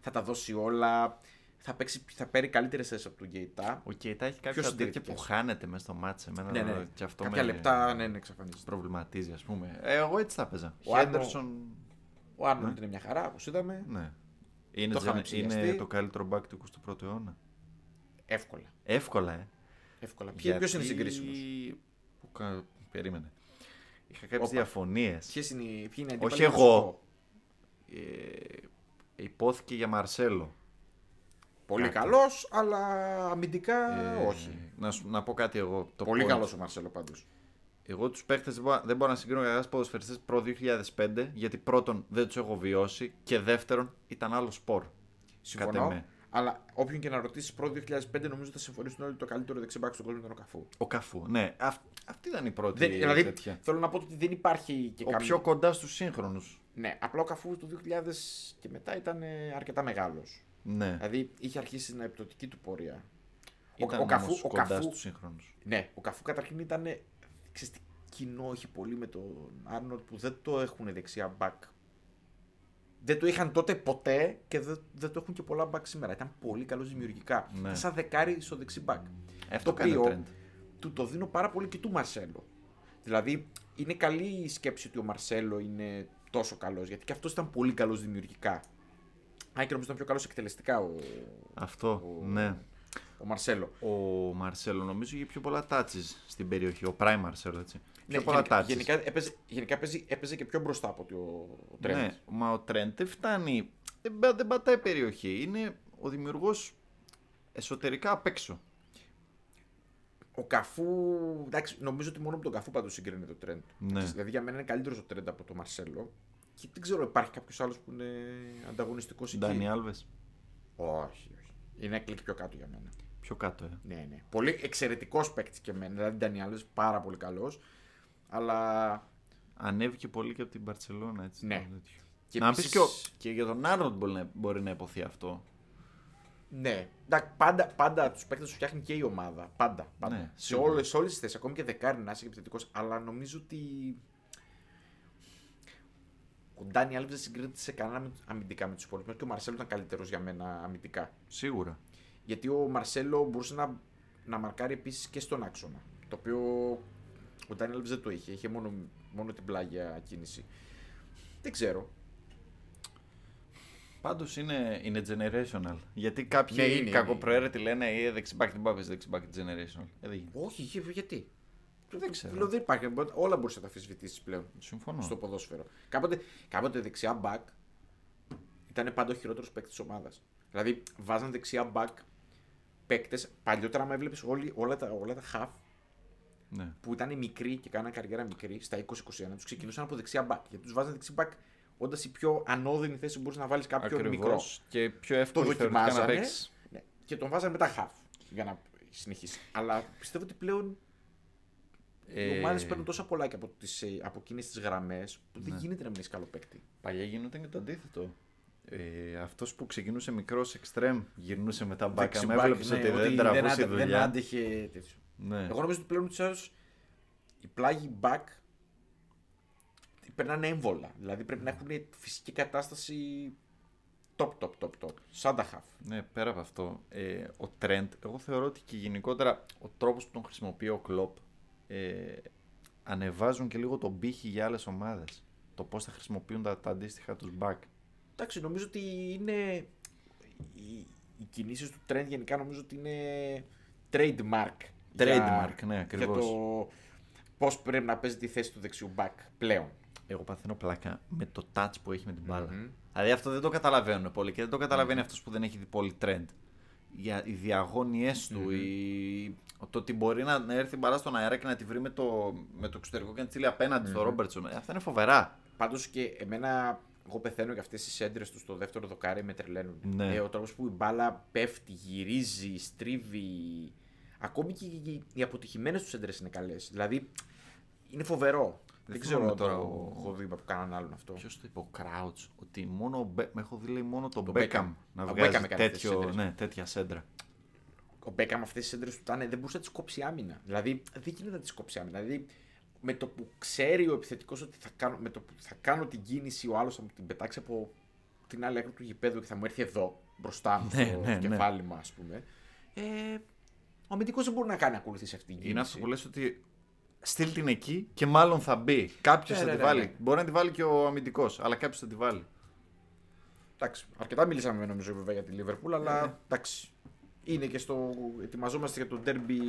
Speaker 2: θα τα δώσει όλα, θα, παίξει, θα παίρνει καλύτερες θέσεις από τον Γκέιτα.
Speaker 1: Ο Κιετά έχει κάποια τέτοια
Speaker 2: συντηρητικός.
Speaker 1: που χάνεται μέσα στο μάτσε. Εμένα
Speaker 2: Ναι, ναι.
Speaker 1: ε, και αυτό
Speaker 2: Κάποια
Speaker 1: με
Speaker 2: λεπτά, ναι, ναι, εξαφανίζεται.
Speaker 1: προβληματίζει, ας πούμε. Ε, εγώ έτσι θα έπαιζα.
Speaker 2: Ο
Speaker 1: Χέντερσον.
Speaker 2: Ο Άρνοντ είναι μια χαρά, όπως είδαμε.
Speaker 1: Ναι. Είναι
Speaker 2: Το
Speaker 1: το,
Speaker 2: είχαμε
Speaker 1: είναι
Speaker 2: ψηλιαστεί.
Speaker 1: το καλύτερο back του 21ου αιώνα.
Speaker 2: Εύκολα.
Speaker 1: Εύκολα, ε.
Speaker 2: Εύκολα. Ποιοι-
Speaker 1: Γιατί-
Speaker 2: Ποιος είναι συγκρίσιμος.
Speaker 1: Που κα- Περίμενε. Είχα κάποιες
Speaker 2: Όπα.
Speaker 1: διαφωνίες.
Speaker 2: Ποιοι είναι, οι- ποιοι είναι οι
Speaker 1: Όχι
Speaker 2: αντίπαλοι
Speaker 1: εγώ.
Speaker 2: του Μοσχό.
Speaker 1: υπόθηκε για Μαρσέλο.
Speaker 2: Πολύ
Speaker 1: Κάτι.
Speaker 2: καλός, αλλά αμυντικά
Speaker 1: Ε,
Speaker 2: όχι.
Speaker 1: Να, σου, να πω κάτι εγώ. Το
Speaker 2: Πολύ
Speaker 1: point.
Speaker 2: καλός ο Μαρσέλο πάντως.
Speaker 1: Εγώ τους παίχτες δεν, μπορώ- δεν μπορώ να συγκρίνω κανένα ποδοσφαιριστέ προ 2005, γιατί πρώτον δεν τους έχω βιώσει και δεύτερον ήταν άλλο σπορ. Κατ'
Speaker 2: Συμφωνώ.
Speaker 1: εμέ.
Speaker 2: Αλλά όποιον και να ρωτήσεις προ 2005, νομίζω θα συμφωνήσουν όλοι ότι το καλύτερο δεξιμπάκι στον κόσμο ήταν ο Καφού.
Speaker 1: Ο Καφού. Ναι, Αυ- αυτή ήταν η πρώτη.
Speaker 2: Δεν, δηλαδή,
Speaker 1: τέτοια.
Speaker 2: θέλω να πω ότι δεν υπάρχει και
Speaker 1: Ο
Speaker 2: κάποιο.
Speaker 1: πιο κοντά στους σύγχρονους.
Speaker 2: Ναι, απλά ο Καφού το 2000 και μετά ήταν ε, αρκετά μεγάλος.
Speaker 1: Ναι.
Speaker 2: Δηλαδή είχε αρχίσει την επιτοτική του πορεία.
Speaker 1: Ήταν
Speaker 2: ο, ο Καφού.
Speaker 1: όμως
Speaker 2: Ο
Speaker 1: κοντά
Speaker 2: Καφού
Speaker 1: στους σύγχρονους.
Speaker 2: ναι, ο Καφού καταρχήν ήταν. ε, Ξέρεις, τι κοινό έχει πολύ με τον Άρνολτ που δεν το έχουν δεξιά μπακ. Δεν το είχαν τότε ποτέ και δεν, δεν το έχουν και πολλά μπακ σήμερα. Ήταν πολύ καλός δημιουργικά.
Speaker 1: Ναι.
Speaker 2: Ήταν σαν δεκάρι στο δεξί μπακ.
Speaker 1: Αυτό
Speaker 2: το
Speaker 1: κάνει
Speaker 2: οποίο
Speaker 1: trend.
Speaker 2: του το δίνω πάρα πολύ και του Μαρσέλο. Δηλαδή, είναι καλή η σκέψη ότι ο Μαρσέλο είναι τόσο καλός, γιατί και αυτός ήταν πολύ καλός δημιουργικά. Αν και νομίζω ήταν πιο καλός εκτελεστικά ο,
Speaker 1: Αυτό, ναι.
Speaker 2: ο Μαρσέλο.
Speaker 1: Ο Μαρσέλο νομίζω είχε πιο πολλά τάτσις στην περιοχή. Ο Prime Μαρσέλο, έτσι. Πιο
Speaker 2: Ναι,
Speaker 1: πολλά
Speaker 2: γενικά,
Speaker 1: τάτσις.
Speaker 2: γενικά, έπαιζε, γενικά παίζει- έπαιζε και πιο μπροστά από ότι ο, ο Τρέντ.
Speaker 1: ναι, μα ο Trent δεν φτάνει. Δεν, πα- δεν πατάει περιοχή. Είναι ο δημιουργός εσωτερικά απ' έξω.
Speaker 2: Ο Καφού. Εντάξει, νομίζω ότι μόνο με τον Καφού πάντως συγκρίνεται ο Τρέντ.
Speaker 1: Ναι.
Speaker 2: Δηλαδή για μένα είναι καλύτερος ο Τρέντ από τον Μαρσέλο. Και δεν ξέρω, υπάρχει κάποιος άλλος που είναι ανταγωνιστικός εκεί.
Speaker 1: Ντάνι Άλβες.
Speaker 2: Όχι, όχι. Είναι κλικ πιο κάτω για μένα.
Speaker 1: Πιο κάτω, ε.
Speaker 2: Ναι, ναι. Πολύ εξαιρετικός παίκτης και εμένα. Δηλαδή, Ντανιάλε πάρα πολύ καλός. Αλλά.
Speaker 1: Ανέβηκε πολύ και από την Παρσελώνα, έτσι.
Speaker 2: Ναι.
Speaker 1: το τέτοιο.
Speaker 2: Και
Speaker 1: να
Speaker 2: επίσης-
Speaker 1: πεις και, ο- και για τον Άρνοντ μπορεί, να- μπορεί να υποθεί αυτό.
Speaker 2: Ναι. Εντάξει, πάντα, πάντα τους παίκτες τους φτιάχνει και η ομάδα. Πάντα. πάντα.
Speaker 1: Ναι,
Speaker 2: σε
Speaker 1: σίγουρα.
Speaker 2: όλες τις τις θέσεις. Ακόμη και δεκάρι να είσαι επιθετικός. Αλλά νομίζω ότι. Ο Ντάνι Άλβες δεν συγκρίνεται σε κανένα αμυ- αμυντικά με τους υπόλοιπους. Και ο Μαρσέλο ήταν καλύτερος για μένα αμυντικά.
Speaker 1: Σίγουρα.
Speaker 2: Γιατί ο Μαρσέλο μπορούσε να, να μαρκάρει επίσης και στον άξονα. Το οποίο ο Ντάνιελ δεν το είχε. Είχε μόνο, μόνο την πλάγια κίνηση. Δεν ξέρω.
Speaker 1: Πάντως είναι, είναι generational. Γιατί κάποιοι
Speaker 2: Ναι, είναι, είναι.
Speaker 1: κακοπροαίρετοι λένε ε, δεξιμπάκι την πάπε, δεξιμπάκι generational. Ε, δεν γίνεται.
Speaker 2: Όχι, είχε- γιατί.
Speaker 1: Δεν ξέρω.
Speaker 2: Λέω, δεν υπάρχει. Μπορεί- Όλα μπορούσε να τα αφισβητήσεις πλέον
Speaker 1: Συμφωνώ.
Speaker 2: στο ποδόσφαιρο. Κάποτε, κάποτε δεξιά μπακ ήταν πάντα ο χειρότερος παίκτης της ομάδας. Δηλαδή βάζαν δεξιά μπακ παίκτες. Παλιότερα, άμα έβλεπες όλα τα, όλα τα half
Speaker 1: Ναι.
Speaker 2: που ήταν μικροί και κάναν καριέρα μικρή, στα 20-21, τους ξεκινούσαν από δεξιά μπακ. Γιατί τους βάζανε δεξί μπακ όντας η πιο ανώδυνη θέση που μπορούσε να βάλεις κάποιον
Speaker 1: Ακριβώς.
Speaker 2: μικρό.
Speaker 1: Και πιο
Speaker 2: Το
Speaker 1: εύκολο θεωρητικά να
Speaker 2: δοκιμάζανε
Speaker 1: παίξεις.
Speaker 2: ναι, και τον βάζανε μετά half για να συνεχίσει. Αλλά πιστεύω ότι πλέον
Speaker 1: Ε,
Speaker 2: οι ομάδες παίρνουν τόσα πολλά και από, τις, ε, από εκείνες τις γραμμές που
Speaker 1: Ναι.
Speaker 2: δεν γίνεται να μην είσαι καλό παίκτη.
Speaker 1: Παλιά γινόταν και το αντίθετο. Ε, Αυτός που ξεκινούσε μικρός εξτρέμ γυρνούσε μετά μπάκα.
Speaker 2: Δεξιμπάκ,
Speaker 1: Να έβλεπε
Speaker 2: ναι,
Speaker 1: ότι δεν
Speaker 2: άντε-
Speaker 1: τραβούσε η
Speaker 2: δεν
Speaker 1: δουλειά.
Speaker 2: άντεχε τέτοιο.
Speaker 1: Ναι.
Speaker 2: Εγώ νομίζω ότι πλέον ούτως ή άλλως οι πλάγοι back περνάνε έμβολα. Δηλαδή πρέπει να έχουν φυσική κατάσταση top, top, top, top. Σαν τα half.
Speaker 1: Ναι, πέρα από αυτό, ε, ο Trent, εγώ θεωρώ ότι και γενικότερα ο τρόπος που τον χρησιμοποιεί ο Κλόπ ε, ανεβάζουν και λίγο τον πύχη για άλλες ομάδες. Το πώς θα χρησιμοποιούν τα, τα αντίστοιχα τους back.
Speaker 2: Εντάξει, νομίζω ότι είναι. Οι, οι κινήσεις του trend γενικά νομίζω ότι είναι trademark.
Speaker 1: Trademark, ναι,
Speaker 2: Για
Speaker 1: ακριβώς.
Speaker 2: το πώς πρέπει να παίζει τη θέση του δεξιού back πλέον.
Speaker 1: Εγώ παθαίνω πλάκα με το touch που έχει με την μπαλα Δηλαδή αυτό δεν το καταλαβαίνουν πολύ και δεν το καταλαβαίνει αυτός που δεν έχει δει πολύ trend. Για, οι διαγωνιές του, οι- το ότι μπορεί να, να έρθει η μπαλά στον αέρα και να τη βρει με το, με το εξωτερικό και να τη στείλει απέναντι στο Ρόμπερτσον. Ε, Αυτά είναι φοβερά.
Speaker 2: Πάντως και εμένα, εγώ πεθαίνω για αυτές τις έντρες τους στο δεύτερο δοκάρι με τρελαίνουν.
Speaker 1: Ναι.
Speaker 2: Ε, ο τρόπος που η μπάλα πέφτει, γυρίζει, στρίβει. Ακόμη και οι- οι αποτυχημένες τους έντρες είναι καλές. Δηλαδή είναι φοβερό. Δεν, ξέρω
Speaker 1: θυμάμαι
Speaker 2: αν τώρα.
Speaker 1: τώρα
Speaker 2: Το...
Speaker 1: ο-
Speaker 2: Έχω δει από κανέναν άλλον αυτό.
Speaker 1: Ποιος το είπε, ο Κράουτ, ότι μόνο ο Μπέ- με έχω δει λέει, μόνο τον
Speaker 2: Τον Μπέκαμ.
Speaker 1: Μπέκαμ
Speaker 2: Α,
Speaker 1: να
Speaker 2: ο
Speaker 1: βγάζει
Speaker 2: Μπέκαμ έκανε
Speaker 1: τέτοιο-
Speaker 2: τέτοιες σέντρες.
Speaker 1: ναι, τέτοια σέντρα.
Speaker 2: Ο Μπέκαμ αυτές τις έντρες του ήταν, δεν μπορούσε να τις κόψει άμυνα. Δηλαδή δεν γίνεται να τις κόψει άμυνα. Δηλαδή με το που ξέρει ο επιθετικός ότι θα κάνω, με το που θα κάνω την κίνηση, ο άλλος θα μου την πετάξει από την άλλη άκρη του γηπέδου και θα μου έρθει εδώ μπροστά μου,
Speaker 1: Ναι,
Speaker 2: στο
Speaker 1: ναι, ναι.
Speaker 2: κεφάλι μου, ας πούμε. Ε, ο αμυντικός δεν μπορεί να κάνει να ακολουθήσει αυτή την κίνηση.
Speaker 1: Είναι αυτό που λες ότι στείλ την εκεί και μάλλον θα μπει. Κάποιος
Speaker 2: Ναι,
Speaker 1: θα
Speaker 2: ναι,
Speaker 1: τη
Speaker 2: ναι,
Speaker 1: βάλει.
Speaker 2: ναι.
Speaker 1: Μπορεί να τη βάλει και ο αμυντικός, αλλά κάποιος θα τη βάλει.
Speaker 2: Εντάξει, αρκετά μιλήσαμε νομίζω βέβαια για τη Λίβερπουλ,
Speaker 1: Ναι,
Speaker 2: αλλά εντάξει. Είναι και στο. Ετοιμαζόμαστε για το ντέρμπι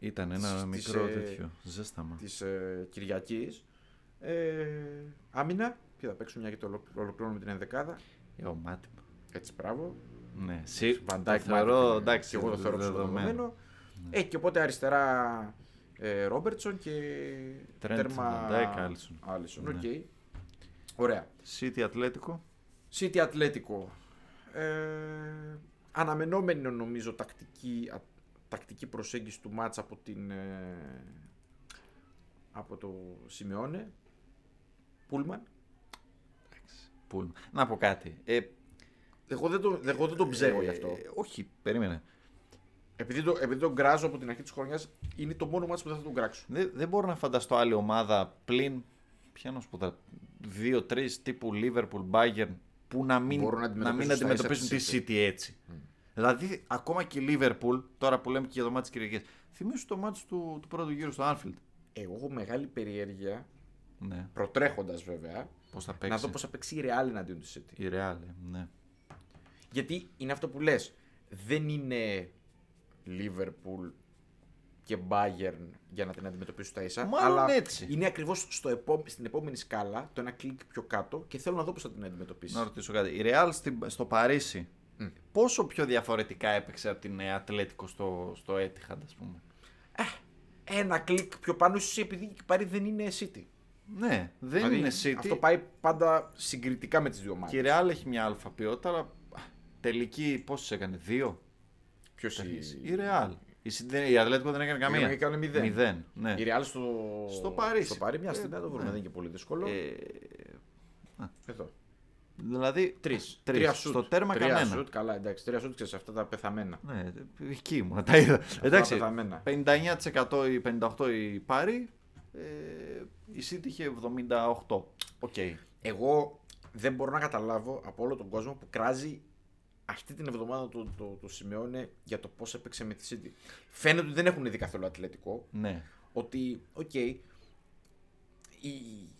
Speaker 1: Ήταν ένα
Speaker 2: Στις,
Speaker 1: μικρό
Speaker 2: ε,
Speaker 1: τέτοιο ζέσταμα.
Speaker 2: της ε, Κυριακής. Ε, άμυνα. Ποιοι θα παίξουν μια και το ολο- ολοκληρώνουμε την ενδεκάδα.
Speaker 1: Ε, ο Μάτι.
Speaker 2: Έτσι, μπράβο.
Speaker 1: Ναι, σι,
Speaker 2: Van
Speaker 1: το
Speaker 2: Dijk,
Speaker 1: θεωρώ,
Speaker 2: Matic,
Speaker 1: εντάξει,
Speaker 2: και εγώ το θεωρώ
Speaker 1: δεδομένο. Ναι.
Speaker 2: δεδομένο. Ε, και οπότε αριστερά ε, Ρόμπερτσον και
Speaker 1: Trent,
Speaker 2: τέρμα
Speaker 1: Van Dijk, Alisson.
Speaker 2: Άλισον.
Speaker 1: Ναι.
Speaker 2: Ωραία.
Speaker 1: City Ατλέτικο.
Speaker 2: City Ατλέτικο. Ε, αναμενόμενη νομίζω τακτική, α- τακτική προσέγγιση του μάτς από την ε, από το Σιμεώνε. Πούλμαν.
Speaker 1: Πούλμα. Να πω κάτι. Ε,
Speaker 2: Εγώ δεν τον, εγώ δεν τον ψέγω γι' αυτό.
Speaker 1: ε, όχι, περίμενε.
Speaker 2: Επειδή, το, επειδή τον κράζω από την αρχή της χρονιάς, είναι το μόνο μάτς που δεν θα τον κράξω.
Speaker 1: Δεν, δεν μπορώ να φανταστώ άλλη ομάδα πλην. Ποια να σου πω τα δύο-τρει τύπου Liverpool, Bayern που να μην,
Speaker 2: Μπορούν να
Speaker 1: να
Speaker 2: αντιμετωπίσουν
Speaker 1: μην
Speaker 2: στα
Speaker 1: αντιμετωπίσουν
Speaker 2: ίσα
Speaker 1: τη
Speaker 2: της
Speaker 1: City έτσι. Δηλαδή, ακόμα και η Liverpool, τώρα που λέμε και για το μάτι της Κυριακής, θυμίσου το μάτι του, του πρώτου γύρου στο Anfield.
Speaker 2: Εγώ έχω μεγάλη περιέργεια,
Speaker 1: Ναι,
Speaker 2: προτρέχοντας βέβαια,
Speaker 1: πώς θα
Speaker 2: να
Speaker 1: παίξει.
Speaker 2: δω πώς θα παίξει η Real εναντίον τη City.
Speaker 1: Η Real, ναι.
Speaker 2: Γιατί είναι αυτό που λες. Δεν είναι Liverpool και Bayern για να την αντιμετωπίσουν τα ίσα.
Speaker 1: Μάλλον
Speaker 2: αλλά
Speaker 1: έτσι.
Speaker 2: Είναι ακριβώς επό... στην επόμενη σκάλα, το ένα κλικ πιο κάτω και θέλω να δω πώς θα την αντιμετωπίσει.
Speaker 1: Να ρωτήσω κάτι. Η Real στην- στο Παρίσι, πόσο πιο διαφορετικά έπαιξε από την ε, Ατλέτικο στο, στο Etihad, ας πούμε.
Speaker 2: Ένα κλικ πιο πάνω, ίσως επειδή η Παρή δεν είναι City.
Speaker 1: Ναι, δεν
Speaker 2: Δηλαδή,
Speaker 1: είναι City.
Speaker 2: Αυτό πάει πάντα συγκριτικά με τις δύο
Speaker 1: Και η
Speaker 2: ομάδε.
Speaker 1: Real έχει μια αλφα ποιότητα, αλλά α, τελική πόσες έκανε, δύο.
Speaker 2: Ποιος η...
Speaker 1: Η Real. Η, συν- δεν- η Ατλέτικο δεν έκανε καμία.
Speaker 2: έκανε μηδέν.
Speaker 1: ναι.
Speaker 2: Η Real στο,
Speaker 1: Στο Παρίσι.
Speaker 2: Στο Παρί, μια
Speaker 1: Ε,
Speaker 2: στιγμή να το βρούμε,
Speaker 1: ναι.
Speaker 2: δεν είναι και πολύ δύσκολο.
Speaker 1: Ε,
Speaker 2: Εδώ.
Speaker 1: δηλαδή,
Speaker 2: Τρεις.
Speaker 1: τρεις.
Speaker 2: Τρία σουτ.
Speaker 1: Στο τέρμα
Speaker 2: Τρία
Speaker 1: κανένα.
Speaker 2: σουτ, καλά, εντάξει. Τρία σουτ ξέρεις αυτά τα πεθαμένα.
Speaker 1: Ναι, εκεί ήμουν, τα είδα. Εντάξει,
Speaker 2: πεταμένα.
Speaker 1: 59% ή 58% η Πάρη, ε, η City είχε 78%. Οκ.
Speaker 2: Εγώ δεν μπορώ να καταλάβω από όλο τον κόσμο που κράζει αυτή την εβδομάδα το, το, το Σιμεώνε για το πώς έπαιξε με τη City. Φαίνεται ότι δεν έχουν δει καθόλου Ατλέτικο.
Speaker 1: Ναι.
Speaker 2: Ότι, οκ, η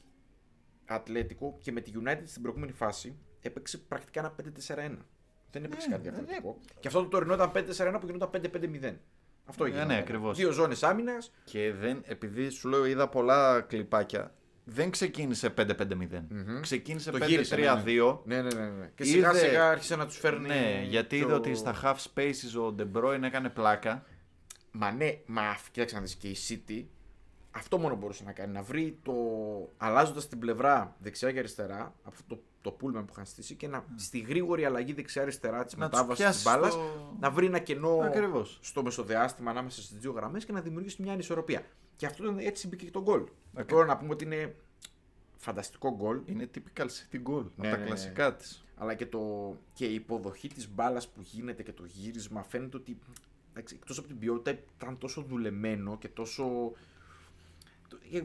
Speaker 2: Ατλέτικο και με τη United στην προηγούμενη φάση έπαιξε πρακτικά ένα 5-4-1. Δεν έπαιξε
Speaker 1: Ναι,
Speaker 2: κάτι διαφορετικό. Και αυτό το τωρινό ήταν 5-4-1 που γινόταν 5-5-0. Αυτό
Speaker 1: Ναι,
Speaker 2: έγινε.
Speaker 1: ναι, ακριβώς.
Speaker 2: Δύο ζώνες άμυνας,
Speaker 1: Και δεν, επειδή σου λέω, είδα πολλά κλιπάκια. Δεν ξεκίνησε 5-5-0. Ξεκίνησε
Speaker 2: Το
Speaker 1: 5-3-2.
Speaker 2: γύρισε, ναι, ναι. Ναι, ναι, ναι. ναι. Και
Speaker 1: Είδε-
Speaker 2: σιγά σιγά άρχισε να τους φέρνει.
Speaker 1: Ναι, γιατί
Speaker 2: πιο-
Speaker 1: είδα ότι στα half spaces ο De Bruyne έκανε πλάκα.
Speaker 2: Μα ναι, μα αυ- κοίταξε να δεις και η City Αυτό μόνο μπορούσε να κάνει. Να βρει το. αλλάζοντας την πλευρά δεξιά και αριστερά, από το, το πούλμα που είχαν στήσει και να, στη γρήγορη αλλαγή δεξιά-αριστερά τη
Speaker 1: Ναι. Να τους
Speaker 2: μετάβασης της
Speaker 1: πιάσει
Speaker 2: μπάλας,
Speaker 1: το-
Speaker 2: να βρει ένα κενό
Speaker 1: Ακριβώς.
Speaker 2: στο μεσοδιάστημα ανάμεσα στις δύο γραμμές και να δημιουργήσει μια ανισορροπία. Και αυτό ήταν- έτσι μπήκε και το γκολ.
Speaker 1: Ακριβώς.
Speaker 2: Τώρα να πούμε ότι είναι φανταστικό γκολ,
Speaker 1: Είναι typical city goal. από
Speaker 2: Ναι,
Speaker 1: τα
Speaker 2: ναι, ναι.
Speaker 1: κλασικά της.
Speaker 2: αλλά και, το, και η υποδοχή της μπάλας που γίνεται και το γύρισμα φαίνεται ότι εντάξει, εκτός από την ποιότητα ήταν τόσο δουλεμένο και τόσο. το- και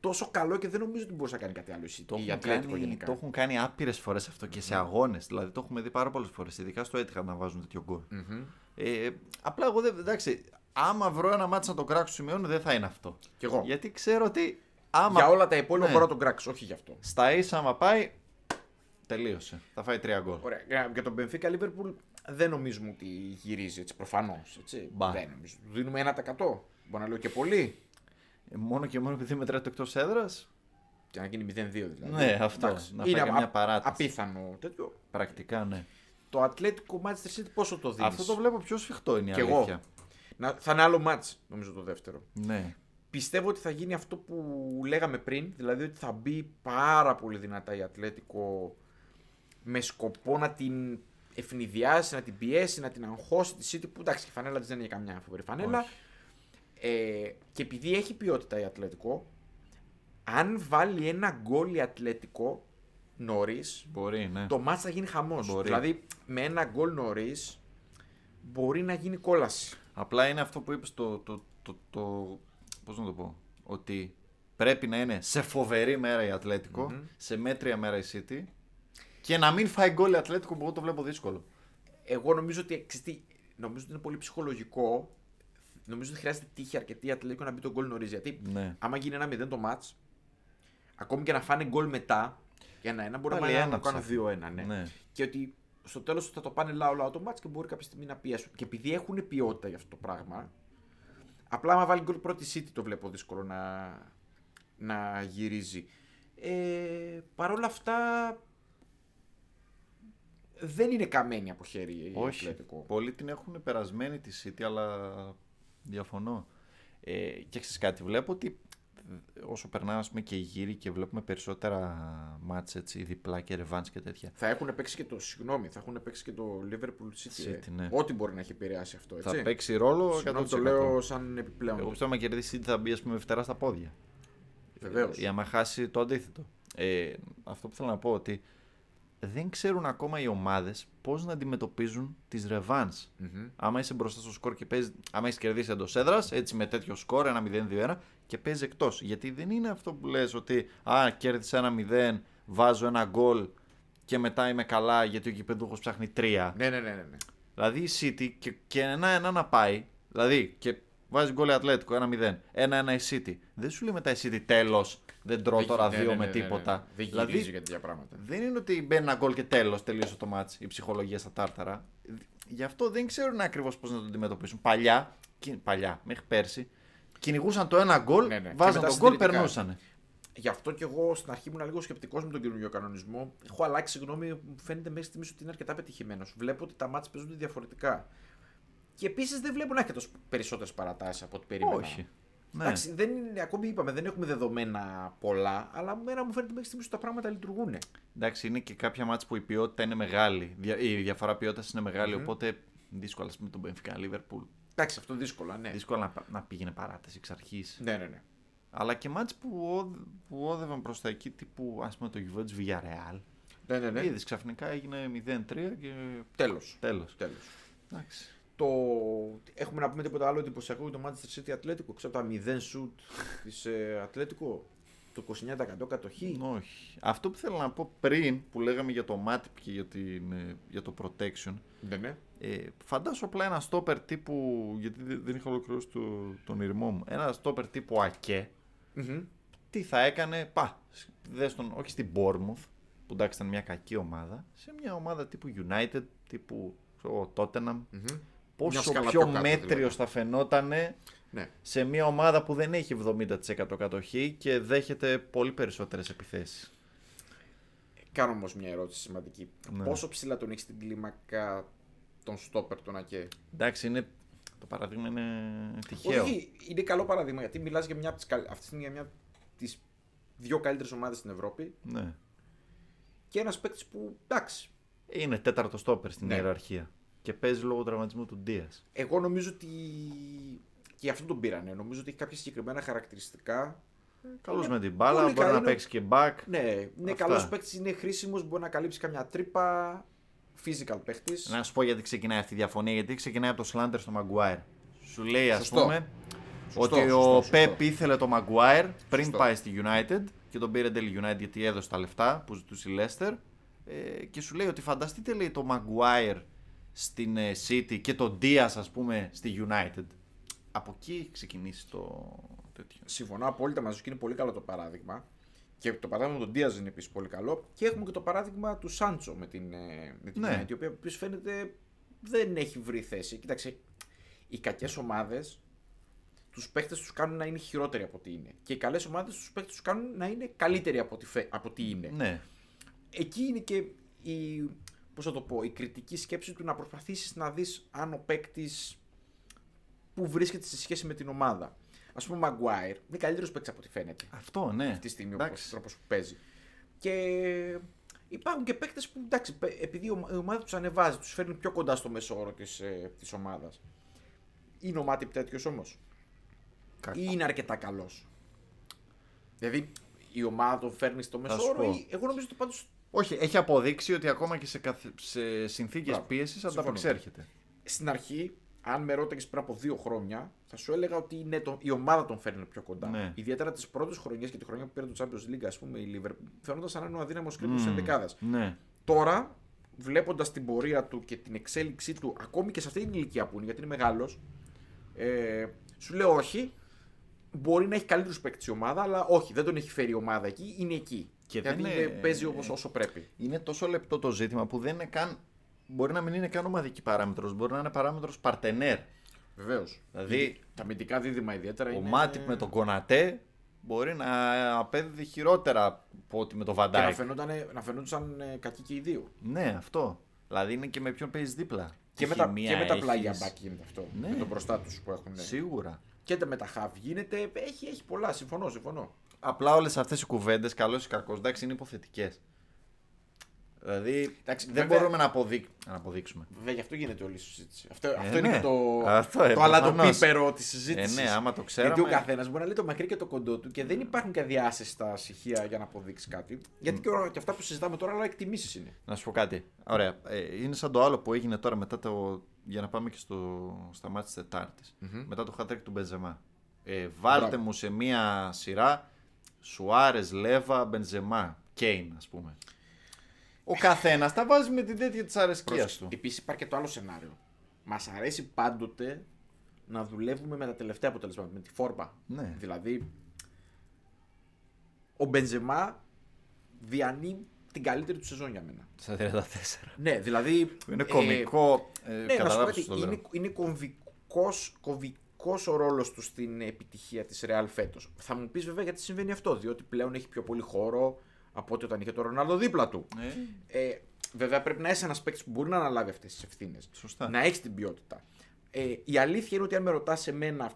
Speaker 2: τόσο καλό και δεν νομίζω ότι μπορούσε να κάνει κάτι άλλο. εσύ,
Speaker 1: Το
Speaker 2: η
Speaker 1: έχουν,
Speaker 2: Ατλέτικο
Speaker 1: κάνει,
Speaker 2: γενικά.
Speaker 1: το έχουν κάνει άπειρες φορές αυτό και σε αγώνες. Δηλαδή το έχουμε δει πάρα πολλές φορές. Ειδικά στο έτυχα να βάζουν τέτοιο γκολ.
Speaker 2: Μμμ.
Speaker 1: Ε, απλά εγώ δεν. Εντάξει, άμα βρω ένα μάτσο να το κράξω σημειώνω δεν θα είναι αυτό.
Speaker 2: Κι εγώ.
Speaker 1: Γιατί ξέρω ότι άμα
Speaker 2: Για όλα τα υπόλοιπα
Speaker 1: Ναι.
Speaker 2: μπορώ να τον κράξω, όχι γι' αυτό.
Speaker 1: στα ίσα άμα πάει. Τελείωσε. Θα φάει τρία γκολ.
Speaker 2: Ωραία. Για- Για τον Μπενφίκα Λίβερπουλ δεν νομίζουμε ότι γυρίζει έτσι προφανώς.
Speaker 1: Μπα.
Speaker 2: Δεν νομίζω. Του Δίνουμε 1%. Μπορεί να λέω και πολύ.
Speaker 1: Ε, μόνο και μόνο επειδή μετράει το εκτός έδρας.
Speaker 2: Και να γίνει 0-2 δηλαδή.
Speaker 1: Ναι, αυτό.
Speaker 2: Εντάξει.
Speaker 1: Να φάει καμιά παράταση.
Speaker 2: Απίθανο τέτοιο.
Speaker 1: Πρακτικά ναι.
Speaker 2: Το Ατλέτικο Manchester City πόσο το δίνεις.
Speaker 1: Αυτό το βλέπω πιο σφιχτό είναι η
Speaker 2: Κι εγώ.
Speaker 1: αλήθεια.
Speaker 2: Να, θα είναι άλλο μάτ, νομίζω το δεύτερο.
Speaker 1: Ναι.
Speaker 2: Πιστεύω ότι θα γίνει αυτό που λέγαμε πριν, δηλαδή ότι θα μπει πάρα πολύ δυνατά η Ατλέτικο με σκοπό να την ευνηδιάσει, να την πιέσει, να την αγχώσει τη City που εντάξει η φανέλα της δεν είναι για καμιά φοβερή φανέλα.
Speaker 1: Όχι.
Speaker 2: Ε, και επειδή έχει ποιότητα η Ατλέτικο, αν βάλει ένα γκολ η Ατλέτικο νωρίς,
Speaker 1: Μπορεί, ναι.
Speaker 2: το μάτς θα γίνει χαμός.
Speaker 1: Μπορεί.
Speaker 2: Δηλαδή με ένα γκολ νωρίς μπορεί να γίνει κόλαση.
Speaker 1: Απλά είναι αυτό που είπες το, το, το, το- πώς να το πω, ότι πρέπει να είναι σε φοβερή μέρα η ατλετικο σε μέτρια μέρα η City και να μην φάει γκολ η Ατλέτικο που εγώ το βλέπω δύσκολο.
Speaker 2: εγώ νομίζω ότι, ξέρεις τι, νομίζω ότι είναι πολύ ψυχολογικό. Νομίζω ότι χρειάζεται τύχη αρκετή η Ατλέτικο να μπει τον γκολ νωρίς. Γιατί
Speaker 1: Ναι.
Speaker 2: άμα γίνει ένα 0 το match, ακόμη και να φάνε γκολ μετά, για ένα ένα μπορεί να
Speaker 1: Πάλι
Speaker 2: πάνε
Speaker 1: ένα
Speaker 2: να το κάνουν
Speaker 1: ψάχνει.
Speaker 2: 2-1. Ναι.
Speaker 1: Ναι.
Speaker 2: Και ότι στο τέλος θα το πάνε λαό λαό το match και μπορεί κάποια στιγμή να πιέσουν. Και επειδή έχουν ποιότητα για αυτό το πράγμα, απλά άμα βάλει γκολ πρώτη City το βλέπω δύσκολο να, να γυρίζει. Ε, Παρ' όλα αυτά, δεν είναι καμένη από χέρι η
Speaker 1: Όχι,
Speaker 2: Ατλέτικο.
Speaker 1: πολλοί την έχουν περασμένη τη City αλλά διαφωνώ. Ε, και ξέρεις κάτι, βλέπω ότι όσο περνάμε ας πούμε, και γύρι και βλέπουμε περισσότερα μάτς έτσι, διπλά και ρεβάνς και τέτοια.
Speaker 2: Θα έχουν παίξει και το. Συγγνώμη, θα έχουν παίξει και το Liverpool City. ε.
Speaker 1: City, ναι.
Speaker 2: Ό,τι μπορεί να έχει επηρεάσει αυτό. Έτσι.
Speaker 1: Θα παίξει ρόλο
Speaker 2: Συγγνώμη,
Speaker 1: 100%.
Speaker 2: το λέω σαν επιπλέον.
Speaker 1: Εγώ πιστεύω να κερδίσει η City θα μπει ας πούμε φτερά στα πόδια.
Speaker 2: Βεβαίως.
Speaker 1: Για να χάσει το αντίθετο. Ε, αυτό που θέλω να πω ότι δεν ξέρουν ακόμα οι ομάδες πώς να αντιμετωπίζουν τις ρεβάν.
Speaker 2: Μμμ.
Speaker 1: Άμα είσαι μπροστά στο σκορ και παίζει. Άμα έχεις κερδίσει εντός έδρας, έτσι με τέτοιο σκορ, ένα 0-2-1 και παίζει εκτός. Γιατί δεν είναι αυτό που λες ότι Α, κέρδισα ένα 0, βάζω ένα γκολ και μετά είμαι καλά γιατί ο κυπεντούχο ψάχνει τρία.
Speaker 2: Ναι, ναι, ναι, ναι. ναι.
Speaker 1: Δηλαδή η City και, και ένα-ένα να πάει. Δηλαδή και βάζει γκολ η Ατλέτικο 1-0. Ένα-ένα η City. Δεν σου λέει μετά η City τέλος. Δεν τρώω τώρα
Speaker 2: Ναι,
Speaker 1: δύο
Speaker 2: ναι, ναι,
Speaker 1: με
Speaker 2: ναι, ναι.
Speaker 1: τίποτα.
Speaker 2: Δεν γυρίζει
Speaker 1: δηλαδή
Speaker 2: για τέτοια πράγματα.
Speaker 1: δεν είναι ότι μπαίνει ένα γκολ και τέλος τελείωσε το μάτς Η ψυχολογία στα τάρταρα. Γι' αυτό δεν ξέρουν ακριβώς πώς να το αντιμετωπίσουν. Παλιά, κι- παλιά μέχρι πέρσι, κυνηγούσαν το ένα γκολ,
Speaker 2: Ναι, ναι. Και
Speaker 1: βάζαν
Speaker 2: μετά
Speaker 1: τον γκολ,
Speaker 2: συντηρητικά.
Speaker 1: περνούσαν.
Speaker 2: Γι' αυτό και εγώ στην αρχή ήμουν λίγο σκεπτικός με τον καινούριο κανονισμό. Έχω αλλάξει γνώμη, μου φαίνεται μέχρι στιγμής ότι είναι αρκετά πετυχημένος. Βλέπω ότι τα μάτια παίζονται διαφορετικά. Και επίσης δεν βλέπω να έχετε περισσότερες παρατάσεις από ό,τι περίμενα.
Speaker 1: Όχι. Ναι.
Speaker 2: Εντάξει, δεν είναι, ακόμη είπαμε, δεν έχουμε δεδομένα πολλά, αλλά μέρα μου φαίνεται μέχρι στιγμής ότι τα πράγματα λειτουργούν.
Speaker 1: Εντάξει, είναι και κάποια μάτς που η ποιότητα είναι μεγάλη. Δια- Η διαφορά ποιότητας είναι μεγάλη, οπότε δύσκολα, ας πούμε, τον Benfica Liverpool.
Speaker 2: Εντάξει, αυτό δύσκολα, ναι.
Speaker 1: Δύσκολα να, πα- να πήγαινε παράταση εξ αρχής.
Speaker 2: Ναι, ναι, ναι.
Speaker 1: Αλλά και μάτς που, όδ- που όδευαν προς τα εκεί, τύπου ας πούμε το Juventus Villarreal.
Speaker 2: ναι, ναι, ναι.
Speaker 1: Είδες ξαφνικά έγινε 0-3 και
Speaker 2: Τέλος.
Speaker 1: τέλος.
Speaker 2: Τέλος.
Speaker 1: Εντάξει.
Speaker 2: Το... Έχουμε να πούμε τίποτα άλλο εντυπωσιακό για το Manchester City Ατλέτικο. Ξέρω τα 0 σουτ της Ατλέτικο. Το 29% κατοχή.
Speaker 1: Όχι. Αυτό που θέλω να πω πριν που λέγαμε για το Matip και για, την, ε, για το protection.
Speaker 2: Ναι, ναι.
Speaker 1: Ε, φαντάσου απλά ένα στόπερ τύπου. Γιατί δε- δεν είχα ολοκληρώσει το, τον ήρμό μου. Ένα στόπερ τύπου ΑΚΕ.
Speaker 2: Μμμ.
Speaker 1: τι θα έκανε, πα, δες τον, όχι στην Bournemouth, που εντάξει ήταν μια κακή ομάδα, σε μια ομάδα τύπου United, τύπου ξέρω, εγώ, Tottenham, πόσο
Speaker 2: σκάλα
Speaker 1: πιο
Speaker 2: πιο κάτω,
Speaker 1: μέτριος
Speaker 2: δηλαδή.
Speaker 1: θα φαινόταν
Speaker 2: Ναι.
Speaker 1: σε μια ομάδα που δεν έχει 70% κατοχή και δέχεται πολύ περισσότερες επιθέσεις.
Speaker 2: Κάνω όμως μια ερώτηση σημαντική.
Speaker 1: Ναι.
Speaker 2: Πόσο ψηλά τον έχεις στην κλίμακα τον στόπερ τον Ακέ.
Speaker 1: Εντάξει, είναι Το παράδειγμα είναι τυχαίο.
Speaker 2: Όχι, είναι καλό παράδειγμα γιατί μιλάς για μια από τις καλ- αυτή τη στιγμή για μια από τις δύο καλύτερες ομάδες στην Ευρώπη
Speaker 1: Ναι.
Speaker 2: και ένας παίκτης που εντάξει.
Speaker 1: Είναι τέταρτος στόπερ στην
Speaker 2: Ναι.
Speaker 1: ιεραρχία. Και παίζει λόγω τραυματισμού του Ντίας.
Speaker 2: Εγώ νομίζω ότι. και γι' αυτό τον πήρανε. Νομίζω ότι έχει κάποια συγκεκριμένα χαρακτηριστικά.
Speaker 1: Καλό
Speaker 2: Ε, Είναι
Speaker 1: με την μπάλα,
Speaker 2: πολύ
Speaker 1: μπορεί να
Speaker 2: καλό.
Speaker 1: παίξει και back.
Speaker 2: Ναι, είναι
Speaker 1: Αυτά.
Speaker 2: καλός παίκτης, είναι χρήσιμος, μπορεί να καλύψει καμιά τρύπα. Physical παίκτης.
Speaker 1: Να σου πω γιατί ξεκινάει αυτή η διαφωνία. Γιατί ξεκινάει από το Σλάντερ στο Maguire. Σου λέει, ας
Speaker 2: Σωστό.
Speaker 1: πούμε,
Speaker 2: Σωστό,
Speaker 1: ότι
Speaker 2: σωστό,
Speaker 1: ο
Speaker 2: σωστό.
Speaker 1: Πεπ ήθελε το Maguire πριν
Speaker 2: Σωστό.
Speaker 1: πάει στη United και τον πήρε τέλει United γιατί έδωσε τα λεφτά που ζητούσε η Leicester. Ε, και σου λέει ότι φανταστείτε, λέει, το Maguire στην ε, City και τον Diaz, ας πούμε, στη United. Από εκεί έχει ξεκινήσει το τέτοιο.
Speaker 2: Συμφωνώ απόλυτα μαζί σου και είναι πολύ καλό το παράδειγμα. Και το παράδειγμα του Ντία είναι επίσης πολύ καλό. Και έχουμε και το παράδειγμα του Σάντσο με την, ε, με την
Speaker 1: Ναι.
Speaker 2: United, η οποία επίσης φαίνεται δεν έχει βρει θέση. Κοίταξε, οι κακές ομάδες τους παίχτες τους κάνουν να είναι χειρότεροι από ό,τι είναι. Και οι καλές ομάδες τους παίχτες τους κάνουν να είναι καλύτεροι από ό,τι, φε- από ό,τι είναι.
Speaker 1: Ναι.
Speaker 2: Εκεί είναι και η, πώς θα το πω, η κριτική σκέψη του να προσπαθήσεις να δεις αν ο παίκτης που βρίσκεται σε σχέση με την ομάδα. Ας πούμε, ο Maguire είναι καλύτερος παίκτης από ό,τι φαίνεται
Speaker 1: Αυτό, ναι.
Speaker 2: αυτή τη στιγμή
Speaker 1: Εντάξει.
Speaker 2: ο τρόπος που παίζει. Και υπάρχουν και παίκτες που εντάξει, παι- επειδή η ομα- η ομάδα τους ανεβάζει, τους φέρνει πιο κοντά στο μέσο όρο της, ε, της ομάδας. Είναι ο Μάτιπ τέτοιος όμως
Speaker 1: Κακό.
Speaker 2: ή είναι αρκετά καλός. Δηλαδή η ομάδα τον φέρνει στο μέσο
Speaker 1: σου
Speaker 2: όρο.
Speaker 1: πω.
Speaker 2: ή- Εγώ νομίζω ότι πάντως
Speaker 1: Όχι, έχει αποδείξει ότι ακόμα και σε, καθ- σε συνθήκες
Speaker 2: Μπράβο.
Speaker 1: πίεσης
Speaker 2: Συμφωνώ.
Speaker 1: ανταπεξέρχεται.
Speaker 2: στην αρχή, αν με ρώταγες πριν από δύο χρόνια, θα σου έλεγα ότι είναι το, η ομάδα τον φέρνει πιο κοντά.
Speaker 1: Ναι.lla Mm. Ναι. Δηλαδή-
Speaker 2: ε,
Speaker 1: Ναι,
Speaker 2: ε,
Speaker 1: Δηλαδή,
Speaker 2: ναι. ε.
Speaker 1: Δηλαδή, Ε, ναι, Ε, Ε,
Speaker 2: Δηλαδή, Ναι, δηλαδή, ε,
Speaker 1: Ε, Ε,
Speaker 2: Ε, Ε,
Speaker 1: Ε,
Speaker 2: Ναι,
Speaker 1: δηλαδή,
Speaker 2: Δηλαδή,
Speaker 1: Ναι.
Speaker 2: Δηλαδή,
Speaker 1: Ναι, Ναι.
Speaker 2: Ε, Δηλαδή, Ναι,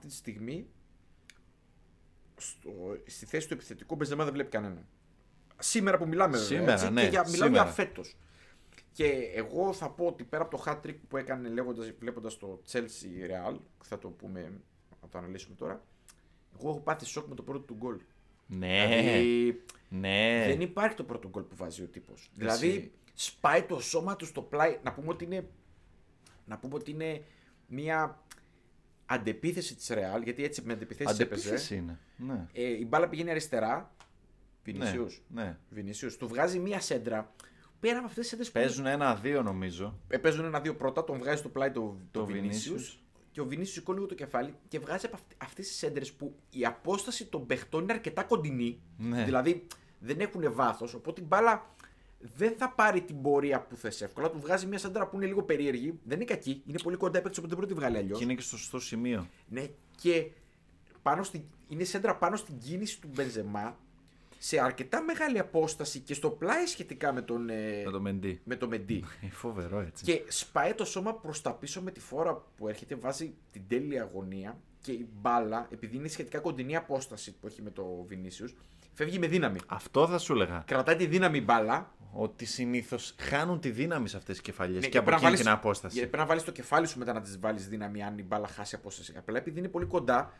Speaker 2: σε αρκετά μεγάλη απόσταση και στο πλάι σχετικά με τον, ε,
Speaker 1: Με το Μεντί.
Speaker 2: με τον Μεντί.
Speaker 1: Φοβερό έτσι.
Speaker 2: και σπαεί το σώμα προς τα πίσω με τη φόρα που έρχεται, βάζει την τέλεια αγωνία και η μπάλα, επειδή είναι σχετικά κοντινή απόσταση που έχει με το Βινίσιους, φεύγει με δύναμη.
Speaker 1: Αυτό θα σου έλεγα.
Speaker 2: Κρατάει τη δύναμη η μπάλα.
Speaker 1: Ότι συνήθως χάνουν τη δύναμη σε αυτές τις κεφαλιές
Speaker 2: Ναι,
Speaker 1: και από
Speaker 2: πρέπει να
Speaker 1: εκείνη
Speaker 2: βάλεις-
Speaker 1: την απόσταση.
Speaker 2: γιατί Πρέπει να βάλεις το κεφάλι σου μετά να της βάλεις δύναμη, αν η μπάλα χάσει απόσταση. Απλά επειδή είναι πολύ κοντά,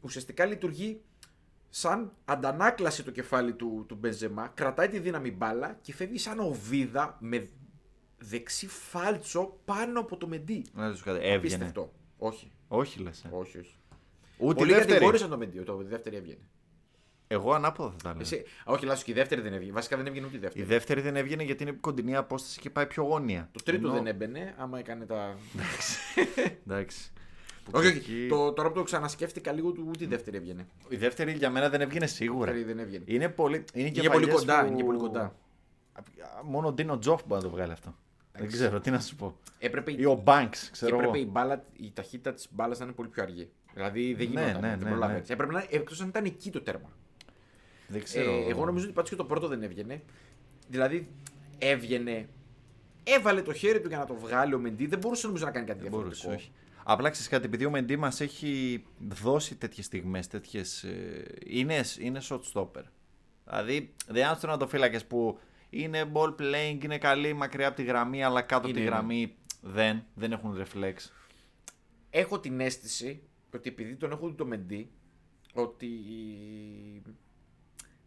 Speaker 2: ουσιαστικά λειτουργεί σαν αντανάκλαση το κεφάλι του, του Μπενζεμά, κρατάει τη δύναμη η μπάλα και φεύγει σαν οβίδα με δεξί φάλτσο πάνω από το μεντί.
Speaker 1: Να σου κάτι. Έβγαινε.
Speaker 2: Απίστευτο. Όχι,
Speaker 1: Όχι λες.
Speaker 2: όχι, όχι.
Speaker 1: Ούτε η
Speaker 2: Πολλοί
Speaker 1: δεύτερη.
Speaker 2: κατηγόρησαν το μεντί, το η δεύτερη έβγαινε.
Speaker 1: Εγώ ανάποδα θα τα λέω.
Speaker 2: Εσύ, α, όχι, λάθο και η δεύτερη δεν έβγαινε. Βασικά δεν έβγαινε ούτε η
Speaker 1: Η
Speaker 2: δεύτερη.
Speaker 1: δεύτερη δεν έβγαινε γιατί είναι κοντινή απόσταση και πάει πιο γόνια.
Speaker 2: Το τρίτο
Speaker 1: Ενώ-
Speaker 2: δεν έμπαινε, άμα έκανε τα.
Speaker 1: Εντάξει. Που
Speaker 2: όχι,
Speaker 1: και εκεί-
Speaker 2: όχι. Το, τώρα που το ξανασκέφτηκα λίγο, του ούτε η δεύτερη έβγαινε.
Speaker 1: Η δεύτερη για μένα δεν έβγαινε
Speaker 2: Η
Speaker 1: σίγουρα.
Speaker 2: δεύτερη δεν έβγαινε.
Speaker 1: Είναι πολύ, είναι
Speaker 2: Είναι πολύ
Speaker 1: κεφαλιές
Speaker 2: κοντά,
Speaker 1: που-
Speaker 2: είναι και πολύ κοντά.
Speaker 1: Α, Μόνο ο Ντίνο Τζοφ μπορεί να το βγάλει αυτό. Δεν ξέρω τι να σου πω.
Speaker 2: Έπρεπε,
Speaker 1: Ή ο Μπάνξ,
Speaker 2: Ε, και
Speaker 1: ξέρω
Speaker 2: έπρεπε η,
Speaker 1: εγώ.
Speaker 2: μπάλα, η ταχύτητα της μπάλας να είναι πολύ πιο αργή. Δηλαδή δεν
Speaker 1: Ναι,
Speaker 2: γινόταν.
Speaker 1: ναι,
Speaker 2: δεν
Speaker 1: ναι,
Speaker 2: προλάβαινε.
Speaker 1: ναι.
Speaker 2: Έπρεπε να εκτός αν ήταν εκεί το τέρμα.
Speaker 1: Δεν ξέρω.
Speaker 2: Ε, εγώ νομίζω ότι πάντως και το πρώτο δεν έβγαινε. Δηλαδή έβγαινε. Έβαλε το χέρι του για να το βγάλει ο Μεντί. Δεν μπορούσε νομίζω να κάνει κάτι
Speaker 1: Δεν μπορούσε,
Speaker 2: διαφορετικό.
Speaker 1: όχι. Απλά ξέρεις κάτι, επειδή ο Μεντί μας έχει δώσει τέτοιες στιγμές, τέτοιες. Είναι, ε, είναι shot stopper. Δηλαδή δεν είναι αστρονοματοφύλακε που είναι ball playing, είναι καλή μακριά από τη γραμμή, αλλά κάτω από τη
Speaker 2: Είναι, είναι.
Speaker 1: γραμμή δεν, δεν έχουν reflex.
Speaker 2: Έχω την αίσθηση ότι επειδή τον έχω δει το Μεντί, ότι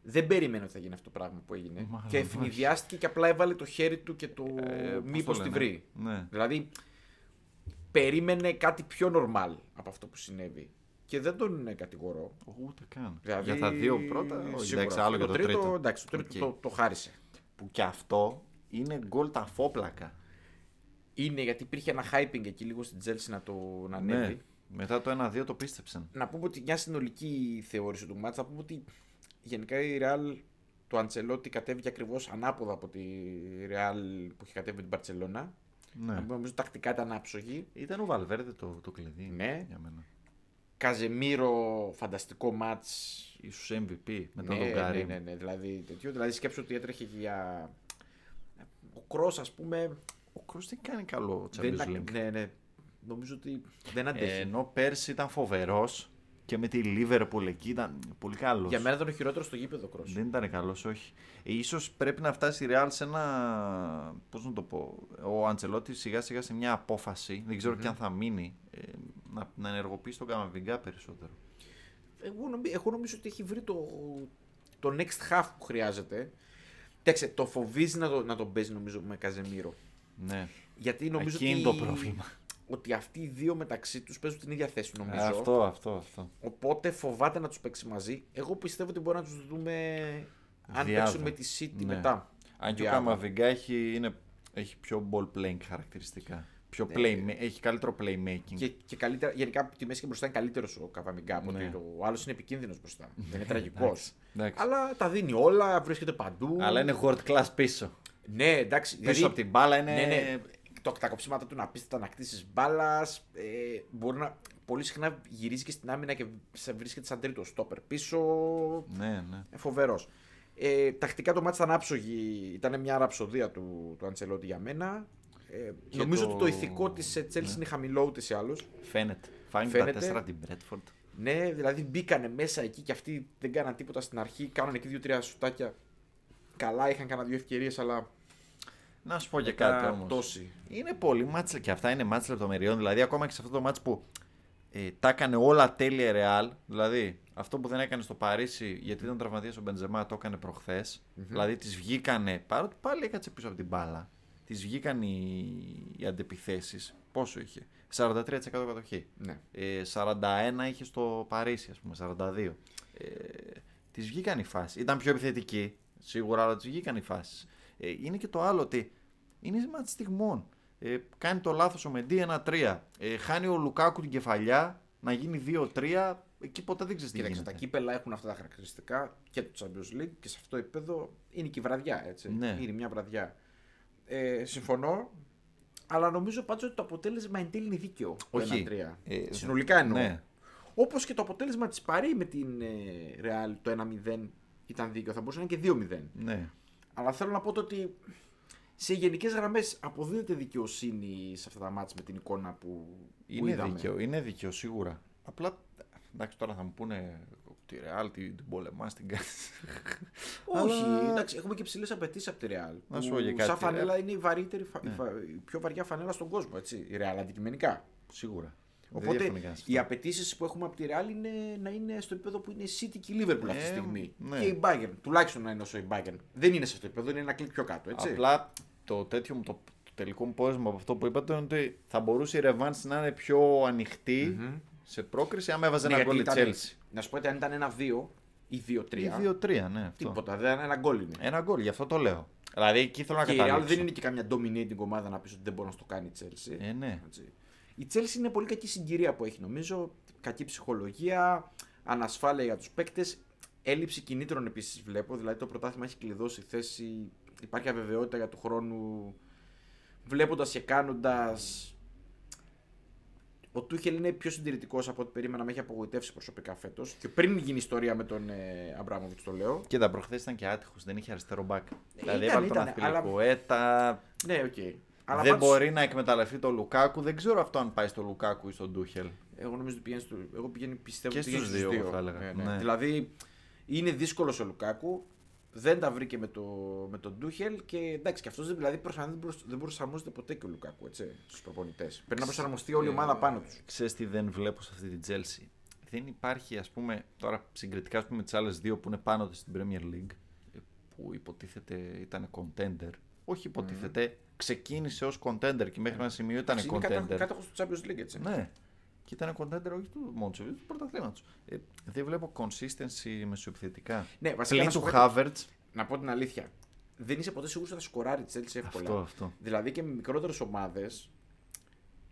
Speaker 2: δεν περίμενε ότι θα γίνει αυτό το πράγμα που έγινε.
Speaker 1: Μάλλον
Speaker 2: και
Speaker 1: όχι.
Speaker 2: ευνηδιάστηκε και απλά έβαλε το χέρι του και το
Speaker 1: Ε, πώς
Speaker 2: μήπω
Speaker 1: το
Speaker 2: τη
Speaker 1: λένε.
Speaker 2: βρει.
Speaker 1: Ναι.
Speaker 2: Δηλαδή, περίμενε κάτι πιο normal από αυτό που συνέβη. Και δεν τον κατηγορώ.
Speaker 1: Ούτε καν.
Speaker 2: Δηλαδή,
Speaker 1: Για τα δύο πρώτα, όχι,
Speaker 2: σίγουρα.
Speaker 1: εντάξει, άλλο
Speaker 2: και
Speaker 1: για το, τρίτο.
Speaker 2: Εντάξει, το τρίτο
Speaker 1: Οκ.
Speaker 2: το, το χάρισε.
Speaker 1: Που και αυτό είναι γκολ τα φόπλακα.
Speaker 2: Είναι γιατί υπήρχε ένα hyping εκεί λίγο στην Τζέλση να το να
Speaker 1: Ναι.
Speaker 2: ανέβει.
Speaker 1: Μετά το 1-2 το πίστεψαν.
Speaker 2: Να πούμε ότι μια συνολική θεώρηση του μάτσα, να πούμε ότι γενικά η Real του Αντσελότη κατέβηκε ακριβώς ανάποδα από τη Real που είχε κατέβει με την Παρσελώνα.
Speaker 1: Ναι.
Speaker 2: Νομίζω τακτικά ήταν άψογη.
Speaker 1: Ήταν ο Βαλβέρδε το, το κλειδί
Speaker 2: Ναι.
Speaker 1: για μένα.
Speaker 2: Καζεμίρο, φανταστικό μάτς
Speaker 1: Ίσως MVP μετά τον Καρύμ.
Speaker 2: Ναι, ναι, ναι. Δηλαδή, τέτοιο, δηλαδή σκέψου ότι έτρεχε για. Ο Κρός, ας πούμε.
Speaker 1: Ο Κρούς δεν κάνει καλό
Speaker 2: Δεν
Speaker 1: Champions League.
Speaker 2: ναι, ναι. Νομίζω ότι δεν
Speaker 1: Ε,
Speaker 2: αντέχει.
Speaker 1: ενώ πέρσι ήταν φοβερός και με τη Liverpool εκεί ήταν πολύ καλός.
Speaker 2: για μένα ήταν ο χειρότερος στο γήπεδο Κρό.
Speaker 1: Δεν ήταν καλός, όχι. Ε, ίσως πρέπει να φτάσει η Real σε ένα... Πώς να το πω... Ο Αντσελότη σιγά σιγά σε μια απόφαση, δεν ξερω και αν θα μείνει, ε, να, να ενεργοποιήσει τον Καμαβιγκά περισσότερο.
Speaker 2: Εγώ, νομι- εγώ νομίζω ότι έχει βρει το, το next half που χρειάζεται. Κοιτάξτε, το φοβίζει να, το, να τον παίζει νομίζω με Καζεμίρο.
Speaker 1: Ναι.
Speaker 2: Γιατί νομίζω
Speaker 1: Εκεί είναι
Speaker 2: ότι,
Speaker 1: το πρόβλημα.
Speaker 2: ότι αυτοί οι δύο μεταξύ τους παίζουν την ίδια θέση νομίζω.
Speaker 1: Ε, Αυτό, αυτό, αυτό.
Speaker 2: Οπότε φοβάται να τους παίξει μαζί. Εγώ πιστεύω ότι μπορεί να τους δούμε αν
Speaker 1: Διάδο.
Speaker 2: παίξουν με τη City
Speaker 1: Ναι.
Speaker 2: μετά.
Speaker 1: Αν και ο
Speaker 2: Διάδο.
Speaker 1: Καμαβιγκά έχει, είναι, έχει πιο ball playing χαρακτηριστικά. Πιο play, έχει καλύτερο playmaking.
Speaker 2: Ναι. Και, και καλύτερα, γενικά από τη μέση και μπροστά είναι καλύτερος ο Καβαμιγκά. από
Speaker 1: Ναι.
Speaker 2: ότι ο- ο άλλος είναι επικίνδυνος μπροστά. Δεν είναι τραγικός.
Speaker 1: εντάξει.
Speaker 2: Αλλά τα δίνει όλα, βρίσκεται παντού.
Speaker 1: Αλλά είναι world class πίσω.
Speaker 2: Ναι, εντάξει.
Speaker 1: Πίσω από την μπάλα είναι.
Speaker 2: Ναι, ναι. Το, τα κοψίματα του να πείστε να κτίσει μπάλας. Ε, μπορεί να. Πολύ συχνά γυρίζει και στην άμυνα και σε βρίσκεται σαν τρίτο στόπερ πίσω.
Speaker 1: ναι, ναι.
Speaker 2: Ε, Φοβερός. Ε, τακτικά το μάτς ήταν άψογη, ήταν μια ραψοδία του, του Αντσελότη για μένα. Ε,
Speaker 1: Και
Speaker 2: νομίζω
Speaker 1: το-
Speaker 2: ότι το ηθικό της ε, Chelsea είναι χαμηλό ούτως ή άλλως.
Speaker 1: Φαίνεται. Φάνηκε τα
Speaker 2: Φαίνεται.
Speaker 1: τέσσερα την Bradford.
Speaker 2: Ναι, δηλαδή μπήκανε μέσα εκεί και αυτοί δεν κάναν τίποτα στην αρχή. Κάνανε εκεί δύο-τρία σουτάκια. Καλά, είχαν κάνα δύο ευκαιρίες, αλλά.
Speaker 1: Να σου πω και
Speaker 2: Μετά
Speaker 1: κάτι όμως.
Speaker 2: πτώση.
Speaker 1: Είναι πολύ μάτσα και αυτά είναι μάτσα λεπτομεριών. Δηλαδή, ακόμα και σε αυτό το μάτσα που ε, τα έκανε όλα τέλεια ρεάλ. Δηλαδή, αυτό που δεν έκανε στο Παρίσι γιατί ήταν τραυματίας ο Μπεντζεμά το έκανε προχθές. Δηλαδή, τη βγήκανε. Παρότι πάλι έκατσε πίσω από την μπάλα. Τη βγήκαν οι, οι αντεπιθέσεις. Πόσο είχε, 43% κατοχή.
Speaker 2: Ναι.
Speaker 1: Ε, 41 είχε στο Παρίσι, ας πούμε, 42. Ε, τη βγήκαν οι φάσεις. Ήταν πιο επιθετική, σίγουρα, αλλά τη βγήκαν οι φάσεις. Ε, είναι και το άλλο ότι είναι μάτι στιγμών. Ε, κάνει το λάθος ο Μεντί 1-3. Ε, χάνει ο Λουκάκου την κεφαλιά να γίνει 2-3. Εκεί ποτέ δεν ξέρεις τι
Speaker 2: Κοίταξε,
Speaker 1: γίνεται.
Speaker 2: τα κύπελα έχουν αυτά τα χαρακτηριστικά και του Champions League και σε αυτό το επίπεδο είναι και η βραδιά, έτσι.
Speaker 1: Ναι.
Speaker 2: Είναι μια βραδιά. Ε, συμφωνώ, αλλά νομίζω πάντως ότι το αποτέλεσμα εν τέλει είναι δίκαιο. το
Speaker 1: Όχι.
Speaker 2: 1-3.
Speaker 1: Ε,
Speaker 2: Συνολικά εννοώ.
Speaker 1: ναι.
Speaker 2: Όπως και το αποτέλεσμα της Παρή με την ε, Real το 1-0 ήταν δίκαιο. Θα μπορούσε να είναι και 2-0.
Speaker 1: Ναι.
Speaker 2: Αλλά θέλω να πω το ότι σε γενικές γραμμές αποδίδεται δικαιοσύνη σε αυτά τα μάτια με την εικόνα που, που
Speaker 1: Είναι
Speaker 2: είδαμε.
Speaker 1: δίκαιο, είναι δίκαιο σίγουρα. Απλά, εντάξει, τώρα θα μου πούνε τη Ρεάλ, την, την πολεμάς, την κάνει.
Speaker 2: Όχι,
Speaker 1: Αλλά-
Speaker 2: εντάξει, έχουμε και ψηλές απαιτήσεις από τη Ρεάλ.
Speaker 1: Να σου
Speaker 2: που
Speaker 1: πω και κάτι, Ναι.
Speaker 2: Σαν
Speaker 1: ρε.
Speaker 2: φανέλα είναι η, βαρύτερη, φα- η φα- η πιο βαριά φανέλα στον κόσμο, έτσι. Η Ρεάλ αντικειμενικά.
Speaker 1: Σίγουρα. Δεν
Speaker 2: Οπότε
Speaker 1: διαφωνεί κανένας σε
Speaker 2: οι
Speaker 1: αυτό.
Speaker 2: απαιτήσεις που έχουμε από τη Ρεάλ είναι να είναι στο επίπεδο που είναι η City και η Liverpool αυτή τη
Speaker 1: Ε,
Speaker 2: στιγμή.
Speaker 1: ναι.
Speaker 2: Και η Bayern. Τουλάχιστον να είναι όσο η Bayern. Δεν είναι σε αυτό το επίπεδο, είναι ένα κλικ πιο κάτω. Έτσι.
Speaker 1: Απλά το τέτοιο μου, το, το τελικό μου πόρισμα από αυτό που είπατε είναι ότι θα μπορούσε η Ρεβάνς να είναι πιο ανοιχτη σε πρόκριση άμα έβαζε
Speaker 2: Ναι,
Speaker 1: ένα
Speaker 2: γιατί
Speaker 1: γκολ η
Speaker 2: ήταν-
Speaker 1: Chelsea.
Speaker 2: Να σου πω ότι αν ήταν ένα-δύο ή
Speaker 1: Ή
Speaker 2: δύο-τρία.
Speaker 1: 2-3, ναι. Αυτό.
Speaker 2: Τίποτα, δεν ένα γκολ είναι.
Speaker 1: Ένα γκολ, γι' αυτό το λέω. Δηλαδή εκεί θέλω να
Speaker 2: και η Real
Speaker 1: καταλήξω.
Speaker 2: δεν είναι και καμιά dominating ομάδα να πεις ότι δεν μπορεί να στο κάνει η Chelsea.
Speaker 1: Ε, ναι.
Speaker 2: Έτσι. Η Chelsea είναι πολύ κακή συγκυρία που έχει νομίζω. Κακή ψυχολογία, ανασφάλεια για τους παίκτες. Έλλειψη κινήτρων επίσης βλέπω. Δηλαδή το πρωτάθλημα έχει κλειδώσει θέση. Υπάρχει αβεβαιότητα για του χρόνου. Βλέποντας και κάνοντας. Ο Τούχελ είναι πιο συντηρητικός από ό,τι περίμενα. Με έχει απογοητεύσει προσωπικά φέτος. Και πριν γίνει η ιστορία με τον ε, Αμπράμοβιτ, το λέω.
Speaker 1: Κοίτα, προχθές ήταν και άτυχος, δεν είχε αριστερό μπακ. δηλαδή
Speaker 2: Ε, ήταν,
Speaker 1: έβαλε τον
Speaker 2: ήταν,
Speaker 1: Αθηλικουέτα.
Speaker 2: Ναι, οκ. Αλλά
Speaker 1: Δεν
Speaker 2: πάντως-
Speaker 1: μπορεί να εκμεταλλευτεί τον Λουκάκου. Δεν ξέρω αυτό αν πάει στον Λουκάκου ή στον Ντούχελ.
Speaker 2: Εγώ νομίζω ότι πηγαίνει στο. Εγώ πηγαίνει, πιστεύω
Speaker 1: Και
Speaker 2: ότι πηγαίνει
Speaker 1: στους
Speaker 2: στους
Speaker 1: δύο, θα έλεγα.
Speaker 2: Ναι, ναι.
Speaker 1: Ναι.
Speaker 2: Δηλαδή είναι δύσκολος ο Λουκάκου. Δεν τα βρήκε με, το, με τον Ντούχελ και εντάξει, και αυτός δηλαδή προφανώς δεν, προσ- δεν προσαρμόζεται ποτέ και ο Λουκάκου στους προπονητές. Πρέπει να προσαρμοστεί όλη η ομάδα πάνω τους.
Speaker 1: Ξέρεις τι δεν βλέπω σε αυτή την Chelsea. Δεν υπάρχει, ας πούμε, τώρα συγκριτικά ας πούμε, με τις άλλες δύο που είναι πάνω της στην Premier League, ε, που υποτίθεται ήταν contender. Όχι υποτίθεται, ξεκίνησε ως contender και
Speaker 2: Ναι.
Speaker 1: μέχρι ένα σημείο ήταν
Speaker 2: Είναι
Speaker 1: contender.
Speaker 2: κάτοχο του Champions League, έτσι.
Speaker 1: Ναι. Και ήταν contender όχι του Μόντσοβιτ, του πρωταθλήματος. Ε, δεν βλέπω consistency μεσοεπιθετικά.
Speaker 2: Ναι, βασικά
Speaker 1: Πλην
Speaker 2: να σου
Speaker 1: του
Speaker 2: πω κάτι.
Speaker 1: Havertz.
Speaker 2: Να πω την αλήθεια. Δεν είσαι ποτέ σίγουρος ότι θα σκοράρει η Chelsea εύκολα.
Speaker 1: Αυτό, αυτό.
Speaker 2: Δηλαδή και με μικρότερες ομάδες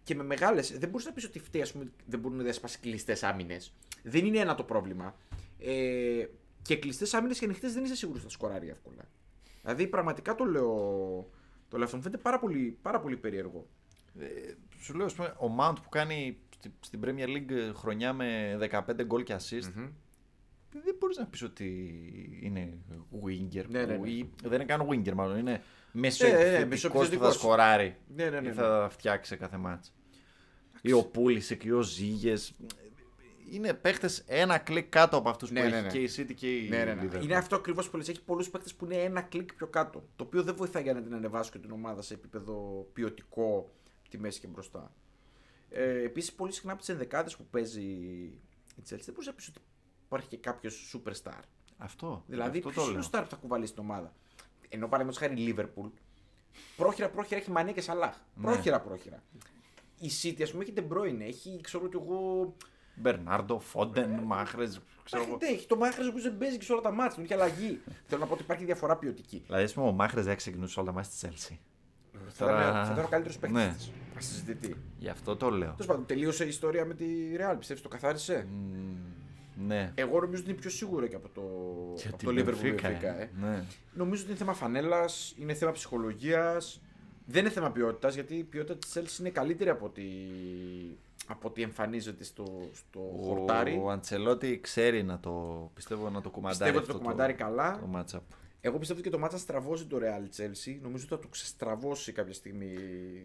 Speaker 2: και με μεγάλες. Δεν μπορείς να πεις ότι φταίει, ας πούμε, δεν μπορούν να διασπάσει κλειστές άμυνες. Δεν είναι ένα το πρόβλημα. Ε, και κλειστές άμυνες και ανοιχτές δεν είσαι σίγουρος ότι θα σκοράρει εύκολα. Δηλαδή πραγματικά το λέω. Το λέω αυτό μου φαίνεται πάρα πολύ, πάρα πολύ περίεργο.
Speaker 1: Σου λέω, ας πούμε, ο Mount που κάνει στη- στην Premier League ε, χρονιά με 15 γκολ και assist. Δεν μπορείς να πεις ότι είναι winger.
Speaker 2: Ναι, ναι,
Speaker 1: που-
Speaker 2: ναι.
Speaker 1: ή- δεν είναι καν winger, μάλλον. Είναι μεσοεπιθετικός που θα
Speaker 2: μεσοεπιθετικός.
Speaker 1: σκοράρει.
Speaker 2: Ναι, ναι, ναι,
Speaker 1: Ή
Speaker 2: ναι.
Speaker 1: θα φτιάξει σε κάθε μάτς. Ή ο Πούλησεκ ή ο Ζήγε. Είναι παίχτες ένα κλικ κάτω από αυτούς
Speaker 2: Ναι,
Speaker 1: που
Speaker 2: ναι,
Speaker 1: έχει
Speaker 2: ναι.
Speaker 1: και η City και η
Speaker 2: Ναι, ναι, ναι.
Speaker 1: Liverpool.
Speaker 2: Είναι αυτό ακριβώς που λες. Έχει πολλούς παίκτε που είναι ένα κλικ πιο κάτω. Το οποίο δεν βοηθάει για να την ανεβάσει και την ομάδα σε επίπεδο ποιοτικό τη μέση και μπροστά. Ε, Επίσης, πολύ συχνά από τις ενδεκάδες που παίζει η Chelsea δεν μπορείς να πεις ότι υπάρχει και κάποιος superstar.
Speaker 1: Αυτό.
Speaker 2: Δηλαδή,
Speaker 1: αυτό
Speaker 2: ποιο
Speaker 1: το
Speaker 2: είναι ο
Speaker 1: λέω.
Speaker 2: star που θα κουβαλεί στην ομάδα. Ενώ παραδείγματος χάρη η Liverpool, πρόχειρα-πρόχειρα έχει Μανέ και Σαλάχ.
Speaker 1: Ναι.
Speaker 2: Πρόχειρα-πρόχειρα. Η City, ας πούμε, έχει την Bruyne, έχει, ξέρω κι εγώ,
Speaker 1: Μπερνάρντο, Φόντεν,
Speaker 2: Ναι.
Speaker 1: Μάχρες. Ξέρω εγώ.
Speaker 2: Μάχρε, έχει το Μάχρες που δεν παίζει και σε όλα τα μάτια, τον έχει αλλαγή. Θέλω να πω ότι υπάρχει διαφορά ποιοτική.
Speaker 1: Δηλαδή, ας πούμε, ο Μάχρες δεν ξεκινούσε όλα μα στη Chelsea.
Speaker 2: Θα ήταν- θα ήταν ο καλύτερος παίκτης.
Speaker 1: Ε, Ναι.
Speaker 2: Να συζητηθεί.
Speaker 1: Γι' αυτό το λέω.
Speaker 2: Τέλος πάντων, τελείωσε η ιστορία με τη Real. Πιστεύεις το καθάρισε.
Speaker 1: Ναι.
Speaker 2: Εγώ νομίζω ότι είναι πιο σίγουρο και από το,
Speaker 1: Και
Speaker 2: από
Speaker 1: την
Speaker 2: το Liverpool
Speaker 1: Benfica,
Speaker 2: Benfica,
Speaker 1: ε.
Speaker 2: ε.
Speaker 1: Ναι.
Speaker 2: Νομίζω ότι είναι θέμα φανέλας, είναι θέμα ψυχολογίας. Δεν είναι θέμα ποιότητας, γιατί η ποιότητα της Chelsea είναι καλύτερη από ότι, από ότι εμφανίζεται στο, στο χορτάρι.
Speaker 1: Ο Αντσελότη ξέρει να το. Πιστεύω να το κουμαντάρει.
Speaker 2: Πιστεύω ότι το
Speaker 1: αυτό
Speaker 2: κουμαντάρει καλά.
Speaker 1: Το matchup.
Speaker 2: Εγώ πιστεύω ότι και το μάτσα στραβώσει το Real Chelsea. Νομίζω ότι θα το ξεστραβώσει κάποια στιγμή.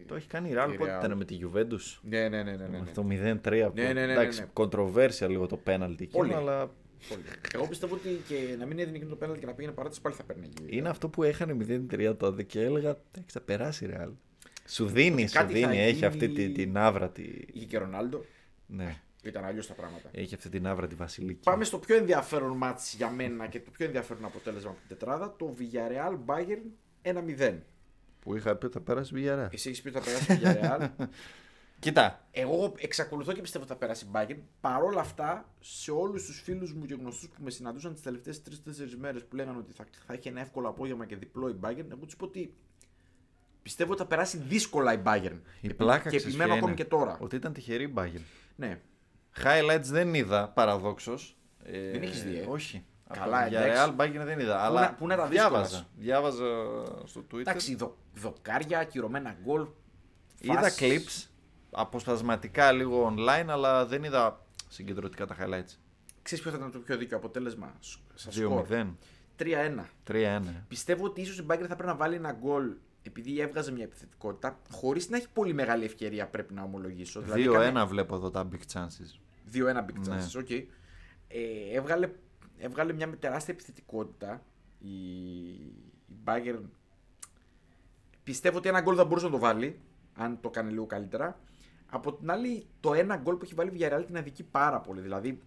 Speaker 1: Το έχει κάνει η
Speaker 2: Η
Speaker 1: Real πότε
Speaker 2: Real.
Speaker 1: ήταν με τη Juventus.
Speaker 2: Ναι, ναι, ναι, ναι. ναι, ναι.
Speaker 1: Με το 0-3. που-
Speaker 2: Ναι, ναι, ναι, ναι,
Speaker 1: Εντάξει,
Speaker 2: ναι.
Speaker 1: controversial λίγο το πέναλτι
Speaker 2: Πολύ.
Speaker 1: εκείνο, αλλά
Speaker 2: Πολύ. Εγώ πιστεύω ότι και να μην έδινε εκείνο το πέναλτι και να πήγαινε παράτηση πάλι θα παίρνει.
Speaker 1: είναι αυτό που έχανε 0-3 τότε και έλεγα εντάξει, θα περάσει η Real. Σου δίνει, σου
Speaker 2: κάτι θα
Speaker 1: δίνει, έχει
Speaker 2: γίνει.
Speaker 1: αυτή τη- την άβρα τη.
Speaker 2: Είχε και Ρονάλντο.
Speaker 1: Ναι,
Speaker 2: Ήταν αλλιώς τα πράγματα.
Speaker 1: έχει αυτή την άβρα τη Βασιλική.
Speaker 2: Πάμε στο πιο ενδιαφέρον μάτς για μένα και το πιο ενδιαφέρον αποτέλεσμα από την τετράδα. Το Villarreal Bayern 1-0.
Speaker 1: Που είχα πει ότι θα περάσει η Villarreal.
Speaker 2: Εσύ έχεις πει ότι θα περάσει η Villarreal.
Speaker 1: Κοίτα,
Speaker 2: Εγώ εξακολουθώ και πιστεύω ότι θα περάσει η Bayern. Παρ' όλα αυτά, σε όλους τους φίλους μου και γνωστούς που με συναντούσαν τις τελευταίες 3-4 μέρες που λέγανε ότι θα, θα έχει ένα εύκολο απόγευμα και διπλό η Bayern, εγώ τους πω ότι πιστεύω ότι θα περάσει δύσκολα η Bayern.
Speaker 1: η πλάκα
Speaker 2: και
Speaker 1: ξέρεις
Speaker 2: επιμένω
Speaker 1: ποια
Speaker 2: ακόμη
Speaker 1: είναι.
Speaker 2: και τώρα.
Speaker 1: Ότι ήταν τυχερή η Bayern.
Speaker 2: Ναι.
Speaker 1: Highlights δεν είδα, παραδόξως. Ε,
Speaker 2: Δεν έχεις δει, ε.
Speaker 1: Όχι.
Speaker 2: Καλά,
Speaker 1: Από- Για
Speaker 2: εντάξει.
Speaker 1: Real Bayern δεν είδα. αλλά
Speaker 2: να- πού να τα δεις κιόλας.
Speaker 1: διάβαζα. Διάβαζα στο Twitter.
Speaker 2: Εντάξει, δο, δοκάρια, ακυρωμένα γκολ.
Speaker 1: είδα
Speaker 2: φάσεις.
Speaker 1: clips αποσπασματικά λίγο online, αλλά δεν είδα συγκεντρωτικά τα highlights.
Speaker 2: Ξέρεις ποιο θα ήταν το πιο δίκαιο αποτέλεσμα σ- στα σκορ.
Speaker 1: 2-0.
Speaker 2: 3-1.
Speaker 1: 3-1.
Speaker 2: Πιστεύω ότι ίσως η Μπάγκερ θα πρέπει να βάλει ένα γκολ επειδή έβγαζε μια επιθετικότητα, χωρίς να έχει πολύ μεγάλη ευκαιρία, πρέπει να ομολογήσω. Δηλαδή,
Speaker 1: 2-1
Speaker 2: έκανε
Speaker 1: βλέπω εδώ τα big chances.
Speaker 2: 2-1 big
Speaker 1: Ναι.
Speaker 2: chances, οκ. Ε, έβγαλε, έβγαλε μια τεράστια επιθετικότητα η, η Bayern. Πιστεύω ότι ένα γκολ θα μπορούσε να το βάλει, αν το κάνει λίγο καλύτερα. Από την άλλη, το ένα γκολ που έχει βάλει η Villarreal την αδικεί πάρα πολύ. Δηλαδή,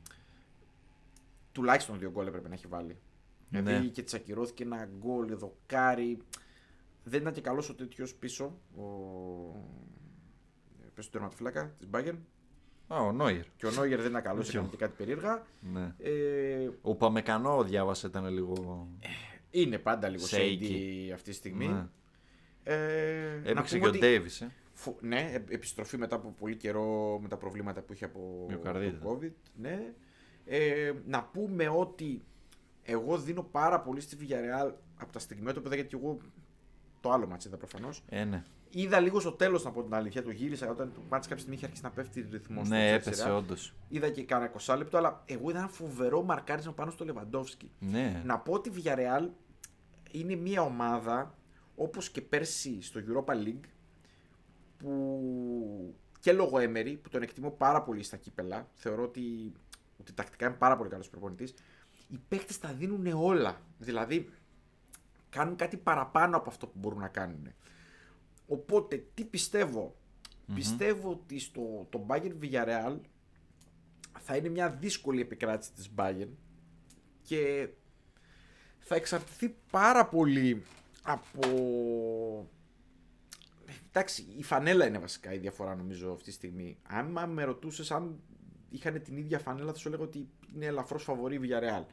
Speaker 2: τουλάχιστον δύο γκολ έπρεπε να έχει βάλει.
Speaker 1: Ναι.
Speaker 2: Δηλαδή και της ακυρώθηκε ένα γκολ, δοκάρι. Δεν ήταν και καλός ο τέτοιος πίσω. Ο... Πες του τερματοφύλακα της Bayern.
Speaker 1: Α, ο Νόιερ.
Speaker 2: Και ο Νόγερ δεν ήταν καλός,
Speaker 1: Ποιο?
Speaker 2: έκανε και κάτι περίεργα.
Speaker 1: Ναι.
Speaker 2: Ε,
Speaker 1: Ο Παμεκανό διάβασε ήταν λίγο.
Speaker 2: είναι πάντα λίγο
Speaker 1: Shaky.
Speaker 2: shady αυτή τη στιγμή.
Speaker 1: Ναι.
Speaker 2: Ε, να
Speaker 1: Έπαιξε
Speaker 2: πούμε
Speaker 1: και ο
Speaker 2: ότι-
Speaker 1: Ντέιβις, ε.
Speaker 2: Φο- Ναι, ε- επιστροφή μετά από πολύ καιρό με τα προβλήματα που είχε από
Speaker 1: Μυοκαρδίτιδα.
Speaker 2: το COVID. Ναι. Ε, να πούμε ότι εγώ δίνω πάρα πολύ στη Villarreal από τα στιγμιότυπα γιατί εγώ το άλλο μάτς είδα προφανώς.
Speaker 1: Ε, ναι.
Speaker 2: Είδα λίγο στο τέλος να πω την αλήθεια, το γύρισα όταν το μάτς κάποια στιγμή είχε αρχίσει να πέφτει ρυθμός. στο
Speaker 1: Ναι,
Speaker 2: 4.
Speaker 1: έπεσε όντως.
Speaker 2: Είδα και κάνα 20 λεπτό, αλλά εγώ είδα ένα φοβερό μαρκάρισμα πάνω στο Λεβαντόφσκι.
Speaker 1: Ναι.
Speaker 2: Να πω ότι η Villarreal είναι μια ομάδα όπως και πέρσι στο Europa League που και λόγω Έμερη που τον εκτιμώ πάρα πολύ στα κύπελα θεωρώ ότι, ότι τακτικά είναι πάρα πολύ καλός προπονητής οι παίκτες τα δίνουν όλα δηλαδή κάνουν κάτι παραπάνω από αυτό που μπορούν να κάνουν οπότε τι πιστεύω πιστεύω ότι στο το Bayern Villarreal θα είναι μια δύσκολη επικράτηση της Bayern και θα εξαρτηθεί πάρα πολύ από... Εντάξει, η φανέλα είναι βασικά η διαφορά νομίζω αυτή τη στιγμή. Άμα με ρωτούσες αν είχαν την ίδια φανέλα θα σου έλεγα ότι είναι ελαφρώς φαβορή η Villarreal.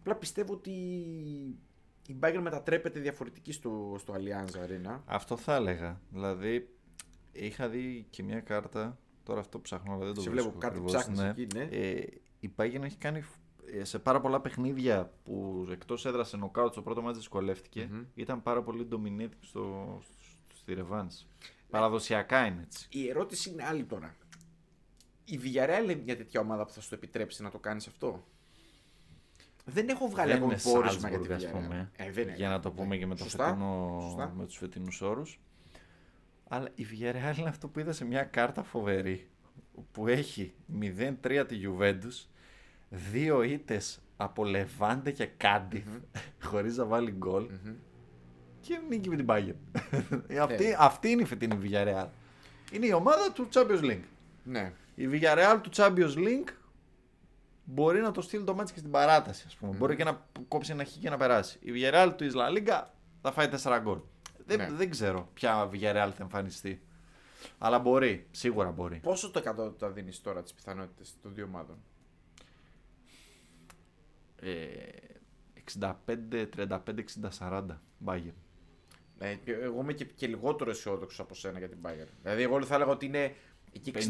Speaker 2: Απλά πιστεύω ότι η Bayern μετατρέπεται διαφορετική στο, στο Allianz Arena.
Speaker 1: Αυτό θα έλεγα. Δηλαδή, είχα δει και μια κάρτα. Τώρα αυτό ψάχνω, αλλά δεν το
Speaker 2: Σε
Speaker 1: βρίσκω.
Speaker 2: βλέπω, κάτι
Speaker 1: ακριβώς,
Speaker 2: ψάχνεις εκεί, ναι.
Speaker 1: Ε, η Bayern έχει κάνει ε, σε πάρα πολλά παιχνίδια που εκτός έδρα σε νοκάουτ στο πρώτο μάτς δυσκολεύτηκε, Ήταν πάρα πολύ dominating στο, στη Revenge. Παραδοσιακά είναι έτσι.
Speaker 2: Η ερώτηση είναι άλλη τώρα. Η Villarreal είναι μια τέτοια ομάδα που θα σου το επιτρέψει να το κάνεις αυτό. Δεν έχω βγάλει
Speaker 1: Δεν
Speaker 2: ακόμη
Speaker 1: είναι
Speaker 2: πόρισμα για τη
Speaker 1: Salzburg, ας
Speaker 2: Villarreal.
Speaker 1: πούμε,
Speaker 2: Ε, δεν είναι.
Speaker 1: για να το πούμε και με, το
Speaker 2: Σωστά,
Speaker 1: φετινό,
Speaker 2: σωστά.
Speaker 1: με τους φετινούς όρους. Αλλά η Villarreal είναι αυτό που είδα σε μια κάρτα φοβερή που έχει 0-3 τη Juventus, δύο ήτες από Λεβάντε και Κάντιθ χωρίς να βάλει γκολ και νίκη με την Bayern. αυτή,
Speaker 2: Ναι.
Speaker 1: αυτή είναι η φετινή Villarreal. Είναι η ομάδα του Champions League.
Speaker 2: Ναι.
Speaker 1: Η Villarreal του Champions League μπορεί να το στείλει το μάτι και στην παράταση, ας
Speaker 2: Ναι.
Speaker 1: πούμε. Μπορεί και να κόψει ένα χ και να περάσει. Η Villarreal του Ισλα Λίγκα θα φάει 4 γκολ. Δεν,
Speaker 2: Ναι.
Speaker 1: δεν ξέρω ποια Villarreal θα εμφανιστεί. Αλλά μπορεί, σίγουρα μπορεί.
Speaker 2: Πόσο το εκατότητα δίνεις τώρα τις πιθανότητες των δύο ομάδων.
Speaker 1: Ε, 65-35-60-40 Bayern.
Speaker 2: Ε, και εγώ είμαι και, και λιγότερο αισιόδοξος από σένα για την Bayern. Δηλαδή, εγώ θα έλεγα ότι είναι εκεί 60-40-55-45.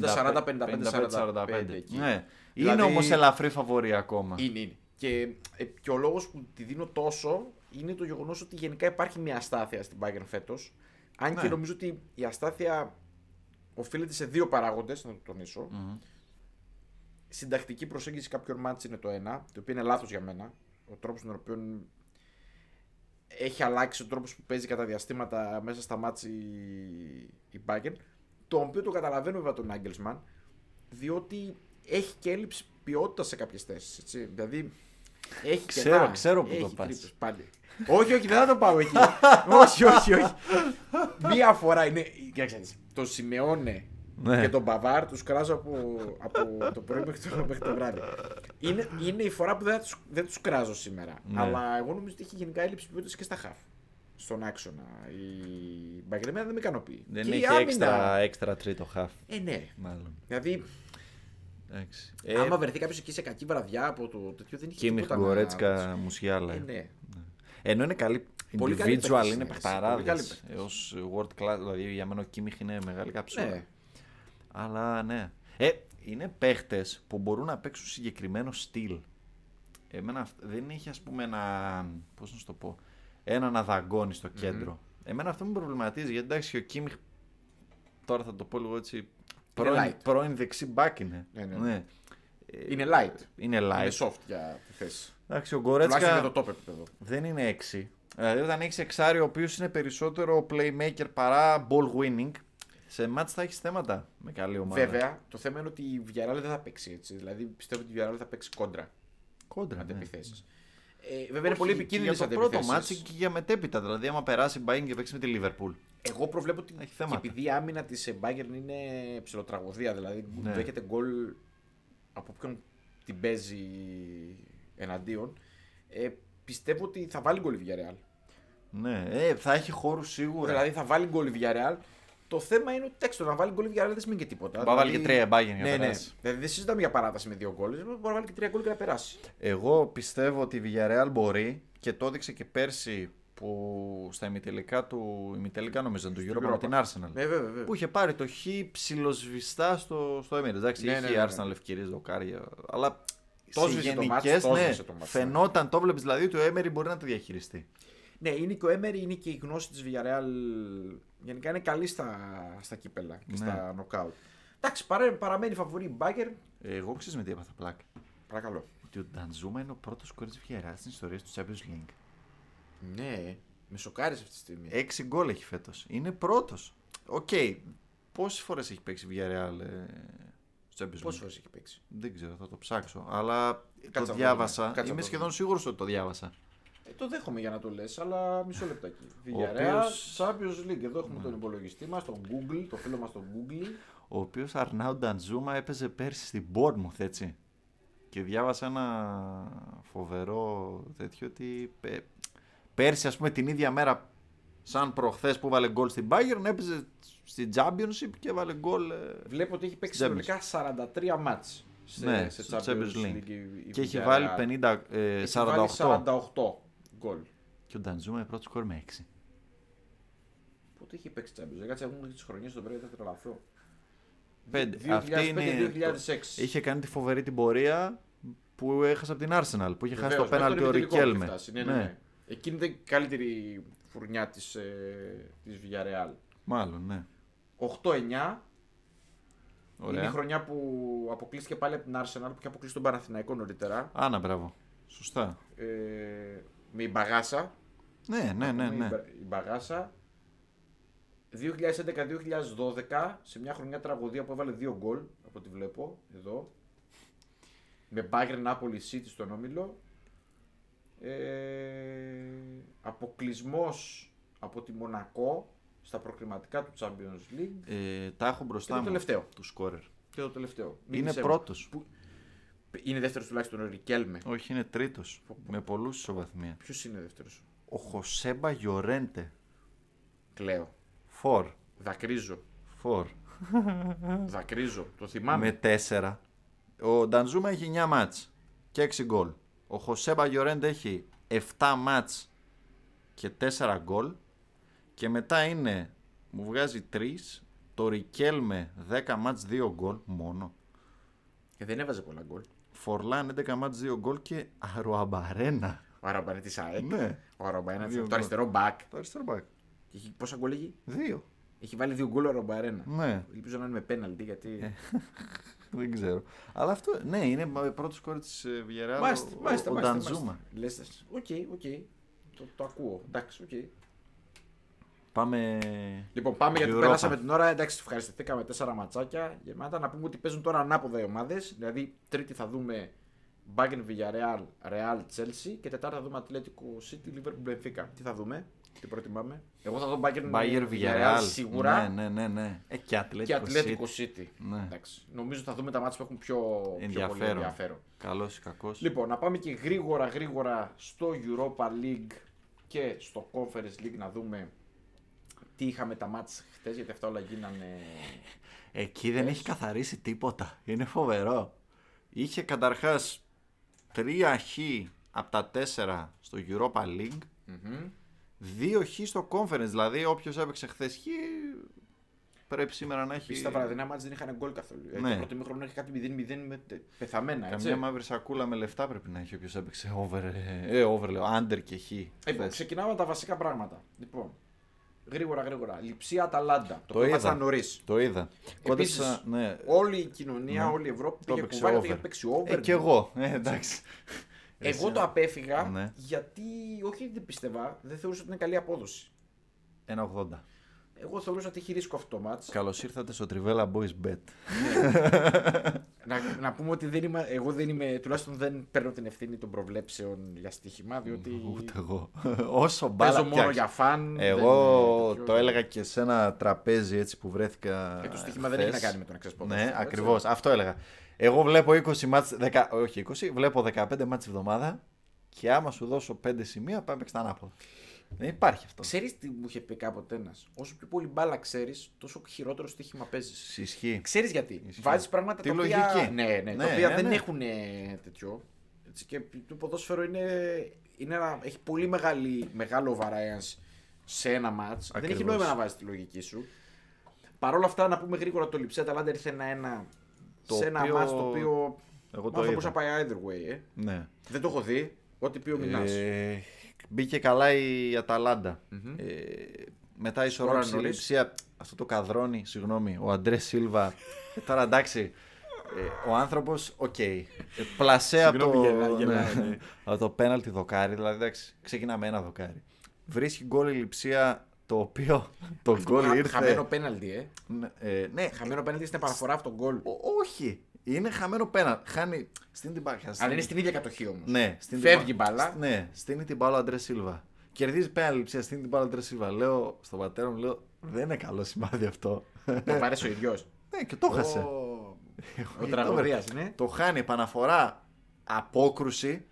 Speaker 2: εκεί.
Speaker 1: Ναι.
Speaker 2: Δηλαδή-
Speaker 1: Είναι όμως ελαφρύ φαβορή ακόμα.
Speaker 2: Είναι, είναι. Και, ε, και ο λόγος που τη δίνω τόσο είναι το γεγονός ότι γενικά υπάρχει μια αστάθεια στην Bayern φέτος. Αν και
Speaker 1: Ναι.
Speaker 2: νομίζω ότι η αστάθεια οφείλεται σε δύο παράγοντες, να το τονισω Συντακτική προσέγγιση κάποιων μάτς είναι το ένα, το οποίο είναι λάθος για μένα. Ο τρόπος τον οποίο έχει αλλάξει ο τρόπος που παίζει κατά διαστήματα μέσα στα μάτς η, η Bayern. Το οποίο το καταλαβαίνω βέβαια τον Άγκελσμαν, διότι έχει και έλλειψη ποιότητας σε κάποιες θέσεις. Δηλαδή έχει
Speaker 1: Ξέρω,
Speaker 2: κενά,
Speaker 1: ξέρω που
Speaker 2: έχει
Speaker 1: το πας.
Speaker 2: τρύπες πάλι. όχι, όχι, δεν θα το πάω εκεί. όχι, όχι, όχι. Μία φορά είναι. Κοίταξε, το Σιμεώνε
Speaker 1: Ναι.
Speaker 2: και τον Μπαβάρ τους κράζω από, από το πρωί μέχρι το, μέχρι το βράδυ. Είναι, είναι η φορά που δεν, τους, δεν τους κράζω σήμερα.
Speaker 1: Ναι.
Speaker 2: Αλλά εγώ νομίζω ότι έχει γενικά έλλειψη ποιότητας και στα χαφ. Στον άξονα. Η Μπαγκρεμένα δεν με ικανοποιεί.
Speaker 1: Δεν
Speaker 2: Και η
Speaker 1: έχει
Speaker 2: άμυνα-
Speaker 1: έξτρα, έξτρα τρίτο χαφ.
Speaker 2: Ε, ναι.
Speaker 1: Μάλλον.
Speaker 2: Δηλαδή,
Speaker 1: Εντάξει.
Speaker 2: άμα βρεθεί κάποιος εκεί σε κακή βραδιά από το τέτοιο, δεν είχε
Speaker 1: Ε, Κίμιχ,
Speaker 2: τίποτα να-
Speaker 1: Γκορέτσκα, Μουσιάλα.
Speaker 2: Ε, ναι.
Speaker 1: Ενώ είναι καλή.
Speaker 2: Πολύ καλή
Speaker 1: individual
Speaker 2: παίκτης είναι,
Speaker 1: είναι
Speaker 2: έτσι. Πολύ καλή
Speaker 1: παιχταράδες.
Speaker 2: παίκτης.
Speaker 1: Ως world class, δηλαδή για μένα ο Κίμιχ είναι μεγάλη καψούρα.
Speaker 2: Ναι.
Speaker 1: Αλλά ναι. Ε, είναι παίχτες που μπορούν να παίξουν συγκεκριμένο στυλ. Εμένα αυ- δεν έχει ας πούμε ένα, πώς να σου το πω, έναν αδαγκόνι στο κεντρο Εμένα αυτό με προβληματίζει γιατί εντάξει ο Κίμιχ, τώρα θα το πω λίγο έτσι, πρώην,
Speaker 2: light.
Speaker 1: πρώην δεξί μπακ είναι.
Speaker 2: Ναι, ναι. Ε, Είναι light.
Speaker 1: Είναι light.
Speaker 2: Είναι soft για τη θέση.
Speaker 1: Εντάξει, ο
Speaker 2: Τουλάχιστον για
Speaker 1: Γκορέτσκα
Speaker 2: το top επίπεδο.
Speaker 1: δεν είναι 6. Δηλαδή, όταν έχεις εξάρι ο οποίος είναι περισσότερο playmaker παρά ball winning, σε μάτς θα έχεις θέματα με καλή ομάδα.
Speaker 2: Βέβαια, το θέμα είναι ότι η Villarreal δεν θα παίξει έτσι. Δηλαδή πιστεύω ότι η Villarreal θα παίξει κόντρα
Speaker 1: Κόντρα. ναι.
Speaker 2: αντεπιθέσει. Ε, βέβαια είναι
Speaker 1: Όχι,
Speaker 2: πολύ
Speaker 1: και
Speaker 2: επικίνδυνες
Speaker 1: Για το πρώτο μάτσι και για μετέπειτα. Δηλαδή, άμα περάσει η Bayern και παίξει με τη Liverpool.
Speaker 2: Εγώ προβλέπω ότι
Speaker 1: Έχει
Speaker 2: και
Speaker 1: θέματα.
Speaker 2: επειδή η άμυνα της Bayern είναι ψηλοτραγωδία, δηλαδή
Speaker 1: Ναι.
Speaker 2: δέχεται γκολ από ποιον την παίζει εναντίον, ε, πιστεύω ότι θα βάλει γκολ η Villarreal.
Speaker 1: Ναι, ε, θα έχει χώρους σίγουρα.
Speaker 2: Δηλαδή θα βάλει γκολ η Villarreal. Το θέμα είναι ότι εντάξει, το να βάλει γκολ η Villarreal δεν σημαίνει και τίποτα.
Speaker 1: Μπορεί να βάλει
Speaker 2: Δηλαδή-
Speaker 1: και τρία η Bayern για να
Speaker 2: Ναι, ναι.
Speaker 1: περάσει.
Speaker 2: Δηλαδή δεν συζητάμε για παράταση με δύο γκολ. Μπορεί να βάλει και τρία γκολ και να περάσει.
Speaker 1: Εγώ πιστεύω ότι η Villarreal μπορεί και το έδειξε και πέρσι που στα ημιτελικά του. ημιτελικά νομίζω του Europa με
Speaker 2: Europa.
Speaker 1: την Arsenal.
Speaker 2: Ναι, βέβαια, βέβαια.
Speaker 1: Που είχε πάρει το χ ψιλοσβηστά στο, στο Emirates. Εντάξει,
Speaker 2: Ναι,
Speaker 1: είχε
Speaker 2: ναι,
Speaker 1: η
Speaker 2: ναι, ναι.
Speaker 1: Arsenal ευκαιρίε δοκάρια. Αλλά
Speaker 2: Το
Speaker 1: σε
Speaker 2: σβήσε το μάτς,
Speaker 1: γενικές,
Speaker 2: το
Speaker 1: ναι,
Speaker 2: σβήσε το μάτς, ναι.
Speaker 1: φαινόταν, το βλέπεις δηλαδή ότι ο Έμερι μπορεί να το διαχειριστεί.
Speaker 2: Ναι, είναι και ο Έμερι, είναι και η γνώση της Villarreal. Γενικά είναι καλή στα, στα κύπελα και
Speaker 1: Ναι.
Speaker 2: στα νοκάουτ. Εντάξει, παρέ- παραμένει φαβορή η Μπάγκερ.
Speaker 1: Εγώ ξέρεις με τι έπαθα πλάκα.
Speaker 2: Παρακαλώ.
Speaker 1: Ότι ο Ντανζούμα είναι ο πρώτος κόρη Villarreal στην ιστορία του Champions League.
Speaker 2: Ναι, με σοκάρισε αυτή τη στιγμή.
Speaker 1: Έξι γκολ έχει φέτος. Είναι πρώτος. Οκ. Πόσες φορές έχει παίξει η Villarreal ε, στο Champions League.
Speaker 2: Πόσες φορές έχει παίξει.
Speaker 1: Δεν ξέρω, θα το ψάξω. Αλλά
Speaker 2: να
Speaker 1: το
Speaker 2: δούμε.
Speaker 1: διάβασα.
Speaker 2: Κάτσε να
Speaker 1: Είμαι
Speaker 2: το
Speaker 1: σχεδόν
Speaker 2: δούμε.
Speaker 1: σίγουρος ότι το διάβασα.
Speaker 2: Ε, το δέχομαι για να το λες, αλλά μισό λεπτάκι. Villarreal,
Speaker 1: οποίος- Ναι.
Speaker 2: Champions League. Εδώ έχουμε τον υπολογιστή μας, τον Google, το φίλο μας τον Google.
Speaker 1: Ο οποίος Αρνάου Νταντζούμα έπαιζε πέρσι στην Bournemouth, έτσι. Και διάβασα ένα φοβερό τέτοιο ότι πε- πέρσι, ας πούμε, την ίδια μέρα, σαν προχθές που βάλε γκολ στην Bayern, έπαιζε στην Championship και βάλε γκολ. ε,
Speaker 2: Βλέπω ότι έχει παίξει
Speaker 1: Champions.
Speaker 2: συνολικά 43 μάτς σε,
Speaker 1: ναι,
Speaker 2: σε
Speaker 1: στο Champions League.
Speaker 2: η- η
Speaker 1: και έχει
Speaker 2: Villarreal.
Speaker 1: βάλει 50, ε,
Speaker 2: Έχει
Speaker 1: 48.
Speaker 2: βάλει 48 γκολ.
Speaker 1: Και ο Νταντζούμα είναι πρώτο σκορ με 6.
Speaker 2: Πότε είχε παίξει Champions League, κάτσε έχουν τις χρονιές στον πρέπει θα τρελαθώ.
Speaker 1: 5.
Speaker 2: 2005, 2006.
Speaker 1: Είχε κάνει τη φοβερή την πορεία που έχασε από την Arsenal. Που είχε χάσει το πέναλτι ο Ρικέλμε.
Speaker 2: Ναι, ναι, ναι. Εκείνη ήταν η καλύτερη φουρνιά της, ε, της Villarreal.
Speaker 1: Μάλλον, ναι.
Speaker 2: 8-9 είναι η
Speaker 1: Ωραία.
Speaker 2: χρονιά που αποκλείστηκε πάλι από την Arsenal που και αποκλείσει τον Παναθηναϊκό νωρίτερα.
Speaker 1: Άνα, μπράβο. Σωστά.
Speaker 2: Ε, με η Μπαγάσα.
Speaker 1: Ναι, ναι, ναι.
Speaker 2: με
Speaker 1: ναι.
Speaker 2: Η, Μπα- η Μπαγάσα. 2011-2012 σε μια χρονιά τραγωδία που έβαλε δύο γκολ από ό,τι βλέπω εδώ. Με Μπάγκρεν Νάπολη City στον όμιλο. Ε, Αποκλεισμός από τη Μονακό στα προκριματικά του Champions League.
Speaker 1: Ε, τα έχω μπροστά
Speaker 2: Και το
Speaker 1: μου.
Speaker 2: τελευταίο.
Speaker 1: Του σκόρερ.
Speaker 2: Και το τελευταίο. Μην
Speaker 1: Είναι
Speaker 2: πιστεύω.
Speaker 1: πρώτος.
Speaker 2: Που- Είναι δεύτερος τουλάχιστον ο Ρικέλμε.
Speaker 1: Όχι, είναι τρίτος. Με πολλούς ισοβαθμία.
Speaker 2: Ποιος είναι δεύτερος.
Speaker 1: Ο Χωσέμπα Γιορέντε.
Speaker 2: Κλαίω.
Speaker 1: Φορ.
Speaker 2: Δακρύζω.
Speaker 1: Φορ.
Speaker 2: Δακρύζω. Το θυμάμαι.
Speaker 1: Με 4. Ο Ντανζούμα έχει 9 μάτς και 6 γκολ. Ο Χωσέμπα Γιορέντ έχει 7 μάτς και 4 γκολ. Και μετά είναι, μου βγάζει 3, το Ρικέλμε 10 μάτς 2 γκολ μόνο.
Speaker 2: Και δεν έβαζε πολλά γκολ.
Speaker 1: Φορλάν 11 μάτς 2 γκολ και Αροαμπαρένα.
Speaker 2: Ο Αραμπά είναι της ΑΕΚ.
Speaker 1: Ναι.
Speaker 2: Ο Αραμπά είναι
Speaker 1: Δύο
Speaker 2: το
Speaker 1: γκολ.
Speaker 2: αριστερό μπακ.
Speaker 1: Το αριστερό μπακ.
Speaker 2: Έχει, πόσα γκολ έχει.
Speaker 1: 2.
Speaker 2: Έχει βάλει δύο γκολ ο Αραμπά Αρένα.
Speaker 1: Ναι, Ε,
Speaker 2: Ελπίζω να είναι με πέναλτι γιατί.
Speaker 1: δεν ξέρω. Αλλά αυτό, ναι, είναι πρώτος κόρη της ε, Villarreal,
Speaker 2: Μάλιστα,
Speaker 1: ο-
Speaker 2: μάλιστα.
Speaker 1: ο
Speaker 2: μάλιστα,
Speaker 1: Ντανζούμα.
Speaker 2: μάλιστα. Λες, λες. οκ, οκ. Το, το ακούω. Εντάξει, οκ.
Speaker 1: Πάμε.
Speaker 2: Λοιπόν, πάμε γιατί
Speaker 1: Europa.
Speaker 2: περάσαμε την ώρα. Εντάξει, ευχαριστηθήκαμε τέσσερα ματσάκια γεμάτα. Να πούμε ότι παίζουν τώρα ανάποδα οι ομάδες. Δηλαδή, Τρίτη θα δούμε Bayern Villarreal, Real Chelsea και Τετάρτη θα δούμε Atletico City, Liverpool Benfica. Τι θα δούμε, τι προτιμάμε. Εγώ θα δω Bayern,
Speaker 1: Bayer
Speaker 2: Ε, Villarreal
Speaker 1: Villarreal.
Speaker 2: σιγουρά.
Speaker 1: Ναι, ναι, ναι. ναι. Ε, και Atletico
Speaker 2: και
Speaker 1: City.
Speaker 2: Atletico City.
Speaker 1: Ναι.
Speaker 2: Εντάξει. Νομίζω θα δούμε τα μάτια που έχουν πιο πιο πολύ
Speaker 1: Ενδιαφέρον.
Speaker 2: ενδιαφέρον.
Speaker 1: Καλός ή κακός.
Speaker 2: Λοιπόν, να πάμε και γρήγορα γρήγορα στο Europa League και στο Conference League να δούμε τι είχαμε τα μάτς χτες, γιατί αυτά όλα γίνανε...
Speaker 1: Εκεί δεν έχει καθαρίσει τίποτα. Είναι φοβερό. Είχε καταρχάς τρία χ από τα τέσσερα στο Europa League. Δύο χ στο Conference. Δηλαδή, όποιος έπαιξε χθες χ, πρέπει σήμερα να έχει.
Speaker 2: Επίσης τα βραδινά μάτς δεν είχαν γκολ καθόλου. Ναι.
Speaker 1: Ναι.
Speaker 2: Το πρώτο μήχρονο είχε κάτι 0-0 με τε- πεθαμένα, έτσι.
Speaker 1: Καμιά μαύρη σακούλα με λεφτά πρέπει να έχει όποιος έπαιξε over, ε, ε, over λέω, under και χ.
Speaker 2: Λοιπόν,
Speaker 1: χθες.
Speaker 2: ξεκινάμε τα βασικά πράγματα. Λοιπόν, Γρήγορα, γρήγορα. Λειψία Αταλάντα. Το,
Speaker 1: Το
Speaker 2: το
Speaker 1: είδα.
Speaker 2: είδα νωρίς.
Speaker 1: Το είδα.
Speaker 2: Επίσης,
Speaker 1: Κόντεψα, ναι.
Speaker 2: Όλη η κοινωνία,
Speaker 1: Ναι.
Speaker 2: όλη η Ευρώπη
Speaker 1: Το
Speaker 2: πήγε
Speaker 1: έπαιξε
Speaker 2: κουβάρι,
Speaker 1: over.
Speaker 2: πήγε παίξει over.
Speaker 1: Ε, κι εγώ. Ε, εντάξει.
Speaker 2: Εγώ
Speaker 1: Εσύ,
Speaker 2: το απέφυγα
Speaker 1: Ναι.
Speaker 2: γιατί όχι ότι δεν πίστευα, δεν θεωρούσα ότι είναι καλή απόδοση.
Speaker 1: 1,80.
Speaker 2: Εγώ θεωρούσα ότι έχει ρίσκο αυτό το μάτς.
Speaker 1: Καλώς ήρθατε στο Trivella Boys
Speaker 2: Ε,
Speaker 1: Bet.
Speaker 2: να, να πούμε ότι δεν είμαι, εγώ δεν είμαι, τουλάχιστον δεν παίρνω την ευθύνη των προβλέψεων για στοίχημα, διότι
Speaker 1: Ούτε εγώ. Όσο μπάλα
Speaker 2: παίζω μόνο
Speaker 1: πιάσεις.
Speaker 2: για φαν.
Speaker 1: Εγώ
Speaker 2: δεν
Speaker 1: το
Speaker 2: είναι τέτοιο.
Speaker 1: έλεγα και σε ένα τραπέζι έτσι που βρέθηκα.
Speaker 2: Ε, το στοίχημα δεν έχει να κάνει με το να ξέρεις ποδόσφαιρο,
Speaker 1: Ναι,
Speaker 2: έτσι. ε.
Speaker 1: ακριβώς. Αυτό έλεγα. Εγώ βλέπω 20 μάτς, 10, όχι 20, βλέπω 15 μάτς τη εβδομάδα και άμα σου δώσω 5 σημεία πάμε ξανά από. Δεν υπάρχει αυτό.
Speaker 2: Ξέρεις τι μου είχε πει κάποτε ένας, όσο πιο πολύ μπάλα ξέρεις, τόσο χειρότερο στοίχημα παίζεις.
Speaker 1: Ισχύει.
Speaker 2: Ξέρεις γιατί.
Speaker 1: Ισχύει.
Speaker 2: Βάζεις πράγματα
Speaker 1: Τη
Speaker 2: τα οποία,
Speaker 1: λογική.
Speaker 2: ναι, ναι,
Speaker 1: Ναι,
Speaker 2: τα οποία
Speaker 1: ναι,
Speaker 2: δεν
Speaker 1: ναι.
Speaker 2: έχουν ε, τέτοιο. Έτσι, και το ποδόσφαιρο είναι, είναι ένα, έχει πολύ μεγάλη, μεγάλο variance σε ένα match. Δεν έχει
Speaker 1: Ακριβώς.
Speaker 2: νόημα να βάζεις τη λογική σου. Παρ' όλα αυτά, να πούμε γρήγορα το Λιψέ Αταλάντα ήρθε ένα-ένα
Speaker 1: Το
Speaker 2: σε ένα
Speaker 1: οποίο-
Speaker 2: match το οποίο.
Speaker 1: Εγώ το
Speaker 2: μάλλον θα
Speaker 1: είδα.
Speaker 2: μπορούσε να πάει either way. Ε.
Speaker 1: Ναι.
Speaker 2: Δεν το έχω δει. Ό,τι πει ο Μινά.
Speaker 1: Ε, μπήκε καλά η αταλαντα Ε, μετά ισορρόπησε η
Speaker 2: νωρίς.
Speaker 1: λειψία. Αυτό το καδρώνει, συγγνώμη, ο Αντρέ Σίλβα. Ε, τώρα εντάξει. Ε, ο άνθρωπος, οκ. Ε, πλασέ από το,
Speaker 2: Συγγνώμη, γελά- γελάει,
Speaker 1: ναι,
Speaker 2: ναι.
Speaker 1: από το πέναλτι δοκάρι. Δηλαδή, εντάξει, ξεκινάμε ένα δοκάρι. Βρίσκει γκολ η λειψία το οποίο το γκολ ήρθε.
Speaker 2: Χαμένο πέναλτι, ε.
Speaker 1: Ναι, ε, ναι,
Speaker 2: Χαμένο πέναλτι στην επαναφορά αυτόν τον γκολ.
Speaker 1: ο- όχι. Είναι χαμένο πέναλτι. Χάνει στην την πα-
Speaker 2: Αλλά είναι στην ίδια κατοχή όμως.
Speaker 1: Ναι, στην
Speaker 2: Φεύγει η μπάλα.
Speaker 1: Ναι, στείνει την μπάλα ο Αντρές Σίλβα. Κερδίζει πέναλτι ψία, στείνει την μπάλα ο Αντρές Σίλβα. Λέω στον πατέρα μου, λέω, δεν είναι καλό σημάδι αυτό.
Speaker 2: Το βάρε ο ίδιος.
Speaker 1: ναι, και το χάσε.
Speaker 2: Ο
Speaker 1: Ε,
Speaker 2: τραγωδίας,
Speaker 1: το-
Speaker 2: ναι.
Speaker 1: Το χάνει επαναφορά, απόκρουση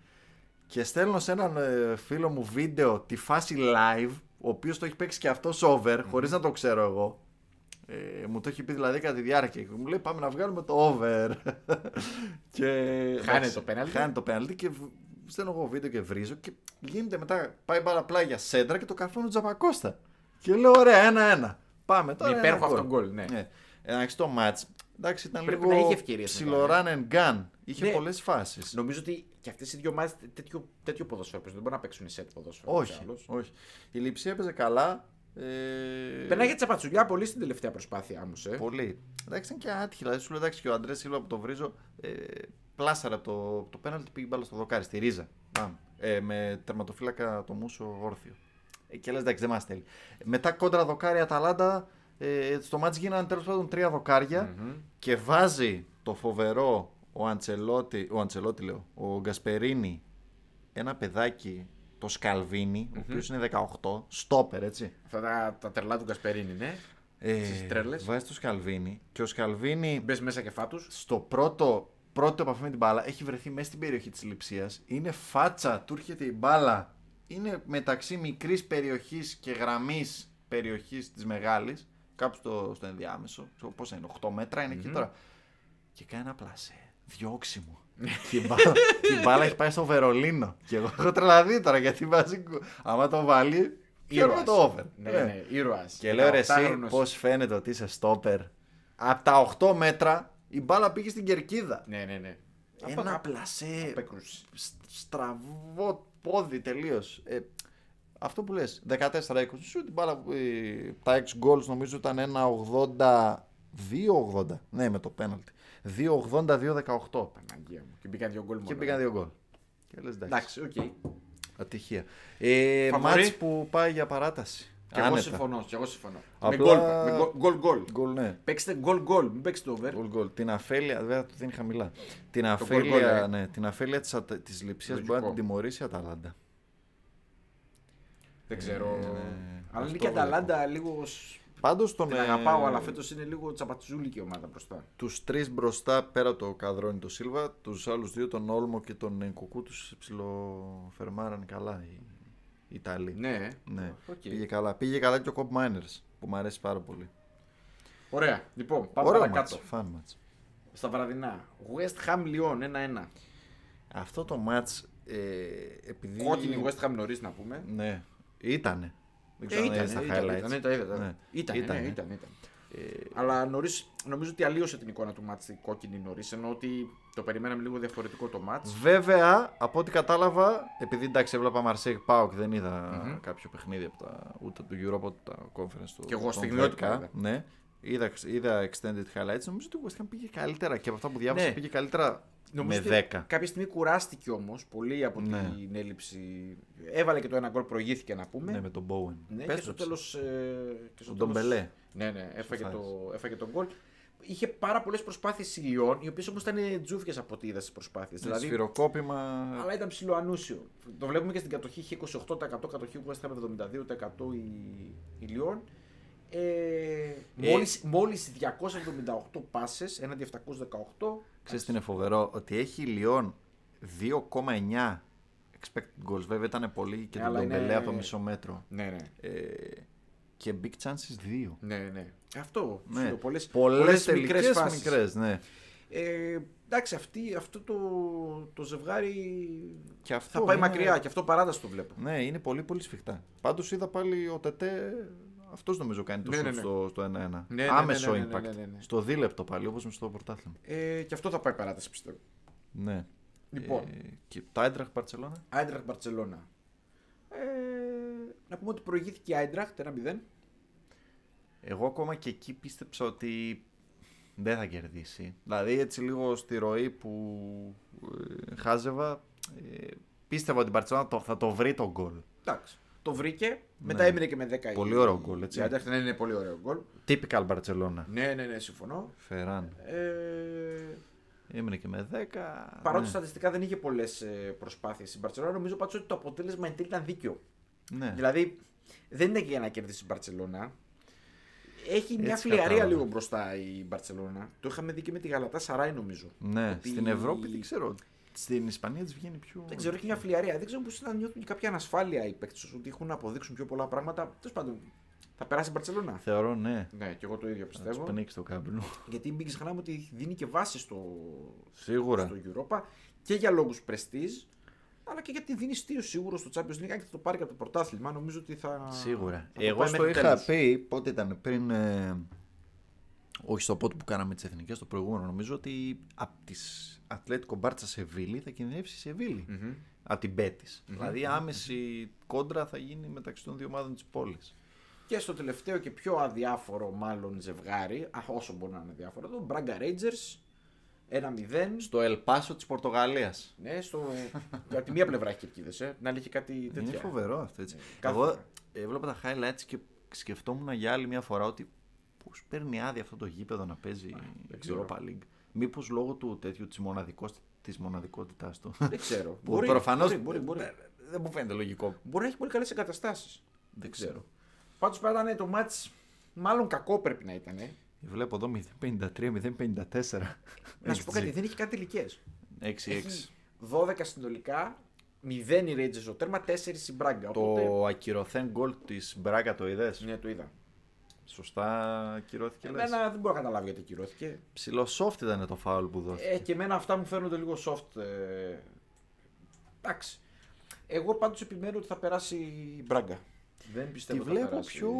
Speaker 1: και στέλνω σε έναν ε, φίλο μου βίντεο τη φάση live, ο οποίος το έχει παίξει και αυτός over, χωρίς να το ξέρω εγώ. Ε, μου το έχει πει δηλαδή κατά τη διάρκεια και μου λέει πάμε να βγάλουμε το over. και, εντάξει,
Speaker 2: το πέναλτι.
Speaker 1: Χάνει το πέναλτι και β- στέλνω εγώ βίντεο και βρίζω και γίνεται μετά πάει μπάλα απλά για σέντρα και το καφώνω Τζαπακώστα. Και λέω ωραία, ένα-ένα. Πάμε τώρα.
Speaker 2: Με
Speaker 1: ένα
Speaker 2: υπέροχο αυτό γκολ, ναι.
Speaker 1: ναι. Εντάξει, το match. Εντάξει, ήταν
Speaker 2: Πρέπει
Speaker 1: λίγο
Speaker 2: να είχε ευκαιρίες
Speaker 1: ψηλό
Speaker 2: μετά,
Speaker 1: run and gun. Είχε
Speaker 2: Ναι.
Speaker 1: πολλές φάσεις.
Speaker 2: Νομίζω ότι και αυτές οι δύο ομάδε τέτοιο, τέτοιο ποδόσφαιρο παίζουν. Δεν μπορούν να παίξουν σετ ποδόσφαιρο.
Speaker 1: Όχι,
Speaker 2: κι άλλως.
Speaker 1: όχι. Η Λιψία έπαιζε καλά. Ε...
Speaker 2: Περνάει για τσαπατσουλιά πολύ στην τελευταία προσπάθειά μου. Ε.
Speaker 1: Πολύ. Εντάξει, ήταν και άτυχη. Δηλαδή, σου λέω εντάξει και ο Αντρέ Σίλβα που το βρίζω. Ε, πλάσαρα από το, από το πέναλτι πήγε μπάλα στο δοκάρι, στη ρίζα. Μπαμ. Ε, με τερματοφύλακα το μουσο όρθιο. Ε, και λες, εντάξει, δεν μας θέλει. Μετά κόντρα δοκάρι Αταλάντα. Ε, στο μάτς γίνανε τέλος πάντων τρία δοκάρια και βάζει το φοβερό ο Αντσελότη, ο Αντσελότη λέω, ο Γκασπερίνη, ένα παιδάκι, το σκαλβινι ο οποίος είναι 18, στόπερ έτσι.
Speaker 2: Αυτά τα, τα τερλά του Κασπερίνη, ναι.
Speaker 1: Ε,
Speaker 2: Στις τρέλες.
Speaker 1: Βάζει το Σκαλβίνι και ο Σκαλβίνι
Speaker 2: Μπες μέσα και φάτους.
Speaker 1: στο πρώτο, πρώτο επαφή με την μπάλα έχει βρεθεί μέσα στην περιοχή της λειψίας. Είναι φάτσα, του έρχεται η μπάλα. Είναι μεταξύ μικρής περιοχής και γραμμής περιοχής της μεγάλης. Κάπου στο, στο ενδιάμεσο. Ξέρω Πόσα είναι, 8 μέτρα είναι εκεί τώρα. Και κάνει ένα πλασέ. Διώξιμο. και η μπάλα, και η μπάλα έχει πάει στο Βερολίνο. Και εγώ έχω τρελαθεί τώρα γιατί βάζει. γκου- Άμα το βάλει. Παίρνω το over.
Speaker 2: Ναι,
Speaker 1: Ναι.
Speaker 2: ναι, ήρωας.
Speaker 1: Και λέω ρε εσύ πώς φαίνεται ότι είσαι στόπερ. Από τα 8 μέτρα η μπάλα πήγε στην κερκίδα.
Speaker 2: Ναι, ναι, ναι.
Speaker 1: Ένα πλασέ
Speaker 2: Απέκρουση.
Speaker 1: σ- στραβό πόδι τελείως. Ε, αυτό που λες, 14-20 σου, την μπάλα, ε, τα 6 goals νομίζω ήταν ένα 82-80. Ναι, με το πέναλτι. 2-80-2-18.
Speaker 2: Παναγία μου. Και μπήκαν δύο γκολ μόνο.
Speaker 1: Και πήγαν δύο γκολ. Και λες εντάξει.
Speaker 2: Εντάξει, οκ.
Speaker 1: Ατυχία. Ε,
Speaker 2: Φαβορί.
Speaker 1: μάτς που πάει για παράταση.
Speaker 2: Και εγώ
Speaker 1: Άνετα.
Speaker 2: συμφωνώ. Και εγώ συμφωνώ. Με
Speaker 1: Απλά-
Speaker 2: γκολ, με γκολ- γκολ. γκολ.
Speaker 1: Γκολ, ναι.
Speaker 2: Παίξτε γκολ γκολ. Μην παίξετε over.
Speaker 1: Γκολ, γκολ. Την αφέλεια, βέβαια το δίνει χαμηλά. Την
Speaker 2: γκολ,
Speaker 1: αφέλεια,
Speaker 2: ε.
Speaker 1: ναι, την αφέλεια της, ατα- της λειψίας
Speaker 2: Λογικό.
Speaker 1: μπορεί να την τιμωρήσει η Αταλάντα.
Speaker 2: Δεν ξέρω.
Speaker 1: Ναι,
Speaker 2: Αλλά είναι
Speaker 1: αυτό
Speaker 2: και η
Speaker 1: βλέπω.
Speaker 2: Αταλάντα λίγο. σ-
Speaker 1: Πάντως τον...
Speaker 2: Την
Speaker 1: ε,
Speaker 2: αγαπάω, αλλά φέτος είναι λίγο τσαπατσούλικη η ομάδα μπροστά.
Speaker 1: Τους τρεις μπροστά, πέρα από το Καδρόνι το Σίλβα, τους άλλους δύο, τον Όλμο και τον ε, Κουκού, τους ψιλοφερμάραν καλά οι, οι Ιταλοί.
Speaker 2: Ναι.
Speaker 1: Ναι.
Speaker 2: Οκ.
Speaker 1: Πήγε καλά. Πήγε καλά και ο Κοπ Μάινερς, που μου αρέσει πάρα πολύ.
Speaker 2: Ωραία. Λοιπόν, πάμε
Speaker 1: Ωραίο
Speaker 2: παρακάτω.
Speaker 1: μάτς, φαν μάτς.
Speaker 2: Στα βραδινά. West Ham Lyon 1-1.
Speaker 1: Αυτό το μάτς, ε, επειδή...
Speaker 2: Κόκκινη West Ham νωρίς να πούμε.
Speaker 1: Ναι, ήτανε. Δεν ξέρω αν
Speaker 2: ήτανε,
Speaker 1: είδες τα
Speaker 2: ήτανε,
Speaker 1: ε, highlights.
Speaker 2: ήτανε, τα είδα, τα είδα.
Speaker 1: Ναι.
Speaker 2: Ήτανε, ναι,
Speaker 1: Ήτανε. Ε,
Speaker 2: ήταν, ήταν. Αλλά νωρίς, νομίζω ότι αλλίωσε την εικόνα του μάτς η κόκκινη νωρίς. Ενώ ότι το περιμέναμε λίγο διαφορετικό το μάτς.
Speaker 1: Βέβαια, από ό,τι κατάλαβα, επειδή εντάξει, έβλεπα Μαρσέικ Πάοκ, δεν είδα κάποιο παιχνίδι από τα, ούτε του Europa ούτε τα conference του.
Speaker 2: Κι εγώ
Speaker 1: των
Speaker 2: στιγμιότυπα
Speaker 1: 10,
Speaker 2: είδα.
Speaker 1: Ναι. Είδα, είδα extended highlights. Νομίζω ότι ο West Ham πήγε καλύτερα και από αυτά που διάβασα
Speaker 2: Ναι.
Speaker 1: πήγε καλύτερα
Speaker 2: Νομίζω
Speaker 1: με
Speaker 2: ότι
Speaker 1: 10.
Speaker 2: Κάποια στιγμή κουράστηκε όμως πολύ από
Speaker 1: Ναι.
Speaker 2: την έλλειψη. Έβαλε και το ένα γκολ, προηγήθηκε να πούμε.
Speaker 1: Ναι, με τον Bowen.
Speaker 2: Ναι, και
Speaker 1: Πέστρεψε.
Speaker 2: στο τέλος. Ε, και στο
Speaker 1: Ο
Speaker 2: τέλος-
Speaker 1: Ντομπελέ.
Speaker 2: Ναι, ναι, έφαγε,
Speaker 1: φάση.
Speaker 2: το, έφαγε τον γκολ. Είχε πάρα πολλές προσπάθειες ηλιών, οι οποίες όμως ήταν τζούφιε από ό,τι είδα στις προσπάθειες.
Speaker 1: Δηλαδή,
Speaker 2: Δηλαδή,
Speaker 1: σφυροκόπημα.
Speaker 2: αλλά ήταν ψηλό ανούσιο. Το βλέπουμε και στην κατοχή. Είχε 28% κατοχή, ο West Ham 72% η, η Lyon. Ε, μόλις, μόλις 278 πάσες, έναντι 718.
Speaker 1: Ξέρεις τι είναι φοβερό, ότι έχει η Λιόν 2,9 expected goals. Βέβαια ήταν πολύ και
Speaker 2: Ναι,
Speaker 1: τον
Speaker 2: αλλά
Speaker 1: Ντομπελέ
Speaker 2: είναι-
Speaker 1: από το μισό μέτρο.
Speaker 2: Ναι, ναι.
Speaker 1: Ε, και big chances 2.
Speaker 2: Ναι, ναι. Αυτό.
Speaker 1: Ναι.
Speaker 2: Ναι. Πολλές,
Speaker 1: Πολλές
Speaker 2: πολλές
Speaker 1: τελικές
Speaker 2: μικρές φάσεις.
Speaker 1: μικρές, ναι.
Speaker 2: Ε, εντάξει, αυτή, αυτό το, το ζευγάρι
Speaker 1: Και αυτό
Speaker 2: θα πάει
Speaker 1: είναι-
Speaker 2: μακριά και αυτό παράταση το βλέπω.
Speaker 1: Ναι, είναι πολύ πολύ σφιχτά. Πάντως είδα πάλι ο Τετέ, αυτός νομίζω κάνει το
Speaker 2: Ναι,
Speaker 1: σουτ
Speaker 2: ναι, ναι.
Speaker 1: στο, στο 1-1.
Speaker 2: Ναι, ναι,
Speaker 1: Άμεσο
Speaker 2: ναι, ναι, ναι,
Speaker 1: impact.
Speaker 2: ναι, ναι, ναι.
Speaker 1: Στο δίλεπτο πάλι, όπως με στο πρωτάθλημα.
Speaker 2: Ε, και αυτό θα πάει παράταση πιστεύω.
Speaker 1: Ναι.
Speaker 2: Λοιπόν.
Speaker 1: Ε, και τα Έντραχ Παρτσελώνα.
Speaker 2: Άιντραχτ Μπαρτσελώνα. Ε, να πούμε ότι προηγήθηκε η Άιντραχτ 1-0.
Speaker 1: Εγώ ακόμα και εκεί πίστεψα ότι δεν θα κερδίσει. Δηλαδή έτσι λίγο στη ροή που ε, χάζευα, ε, πίστευα ότι η Μπαρτσελώνα το, θα το βρει το γκολ.
Speaker 2: Εντάξει. Το βρήκε. Μετά έμεινε και με 10
Speaker 1: Πολύ
Speaker 2: η-
Speaker 1: ωραίο γκολ, έτσι.
Speaker 2: Η Άιντραχτ ναι, είναι πολύ ωραίο γκολ.
Speaker 1: Typical Μπαρτσελώνα.
Speaker 2: Ναι, ναι, ναι, συμφωνώ.
Speaker 1: Φεράν.
Speaker 2: Ε,
Speaker 1: Έμεινε και με 10.
Speaker 2: παρότι
Speaker 1: ναι.
Speaker 2: στατιστικά δεν είχε πολλές προσπάθειε η Μπαρσελόνα, νομίζω πάντως ότι το αποτέλεσμα εν τέλει ήταν δίκαιο.
Speaker 1: Ναι.
Speaker 2: Δηλαδή δεν είναι και για να κερδίσει η Μπαρσελόνα. Έχει μια
Speaker 1: Έτσι
Speaker 2: φλιαρία
Speaker 1: κατάλαβα.
Speaker 2: λίγο μπροστά η Μπαρσελόνα. Το είχαμε δει και με τη Γαλατά Σαράι, νομίζω.
Speaker 1: ναι.
Speaker 2: ότι-
Speaker 1: Στην Ευρώπη δεν ξέρω. Στην Ισπανία της βγαίνει πιο.
Speaker 2: Δεν ξέρω, έχει μια φλιαρία. Δεν ξέρω πώς να νιώθουν και κάποια ανασφάλεια οι παίκτες ότι έχουν να αποδείξουν πιο πολλά πράγματα. Τέλος πάντων, θα περάσει η Μπαρσελόνα.
Speaker 1: Θεωρώ ναι.
Speaker 2: Ναι, και εγώ το ίδιο
Speaker 1: Θα τους
Speaker 2: πιστεύω.
Speaker 1: πνίξει το κάμπινο.
Speaker 2: Γιατί μην ξεχνάμε ότι δίνει και βάση στο,
Speaker 1: Σίγουρα.
Speaker 2: στο Europa και για λόγους πρεστή, αλλά και γιατί δίνει στήριο σίγουρος στο Champions League. Αν και θα το πάρει και από το πρωτάθλημα, νομίζω ότι θα.
Speaker 1: Σίγουρα.
Speaker 2: θα το
Speaker 1: Εγώ
Speaker 2: πάει
Speaker 1: στο
Speaker 2: μέχρι
Speaker 1: είχα
Speaker 2: τέλους.
Speaker 1: πει πότε ήταν πριν. ε, όχι στο πότε που κάναμε τις εθνικές, το προηγούμενο. Νομίζω ότι από τις Ατλέτικο Μπάρτσα Σεβίλη θα κινδυνεύσει η σεβιλη
Speaker 2: Μμμ.
Speaker 1: Από την πετης Δηλαδή άμεση κόντρα θα γίνει μεταξύ των δύο ομάδων της πόλης.
Speaker 2: Και στο τελευταίο και πιο αδιάφορο, μάλλον ζευγάρι, α, όσο μπορεί να είναι αδιάφορο εδώ, Braga Rangers 1-0.
Speaker 1: Στο Ελπάσο της Πορτογαλίας.
Speaker 2: Ναι, στο... από τη μία πλευρά έχει κερκίδες. Ε. Να λέει και κάτι τέτοια.
Speaker 1: Είναι φοβερό αυτό έτσι.
Speaker 2: κάθε
Speaker 1: Εγώ
Speaker 2: φορά.
Speaker 1: έβλεπα τα highlights και σκεφτόμουν για άλλη μια φορά ότι πώ παίρνει άδεια αυτό το γήπεδο να παίζει η
Speaker 2: ξέρω.
Speaker 1: Europa League. Μήπως λόγω του τέτοιου της μοναδικότητάς του.
Speaker 2: Δεν ξέρω.
Speaker 1: Που προφανώς-
Speaker 2: Μπορεί, μπορεί, μπορεί.
Speaker 1: Δεν μου φαίνεται λογικό.
Speaker 2: Μπορεί να έχει πολύ καλές εγκαταστάσεις.
Speaker 1: Δεν ξέρω.
Speaker 2: Πάντως πέρα ήταν ναι, το μάτς μάλλον κακό πρέπει να ήταν. ε.
Speaker 1: Βλέπω εδώ 0.53-0.54.
Speaker 2: Να σου πω κάτι, δεν έχει κάτι τελικέ.
Speaker 1: 6-6.
Speaker 2: 12 συνολικά, 0 οι Rangers στο τέρμα, 4 η Μπράγκα. Οπότε...
Speaker 1: Το ακυρωθέν γκολ της Μπράγκα το είδες.
Speaker 2: Ναι, το είδα.
Speaker 1: Σωστά ακυρώθηκε. λες.
Speaker 2: Εμένα δεν μπορώ να καταλάβω γιατί κυρώθηκε.
Speaker 1: Ψηλό soft ήταν το φάουλ που δόθηκε.
Speaker 2: Ε, και εμένα αυτά μου φαίνονται λίγο soft. ε, Εντάξει. Εγώ πάντως επιμένω ότι θα περάσει η Μπράγκα. Δεν πιστεύω
Speaker 1: Τη
Speaker 2: θα
Speaker 1: βλέπω
Speaker 2: περάσει.
Speaker 1: πιο,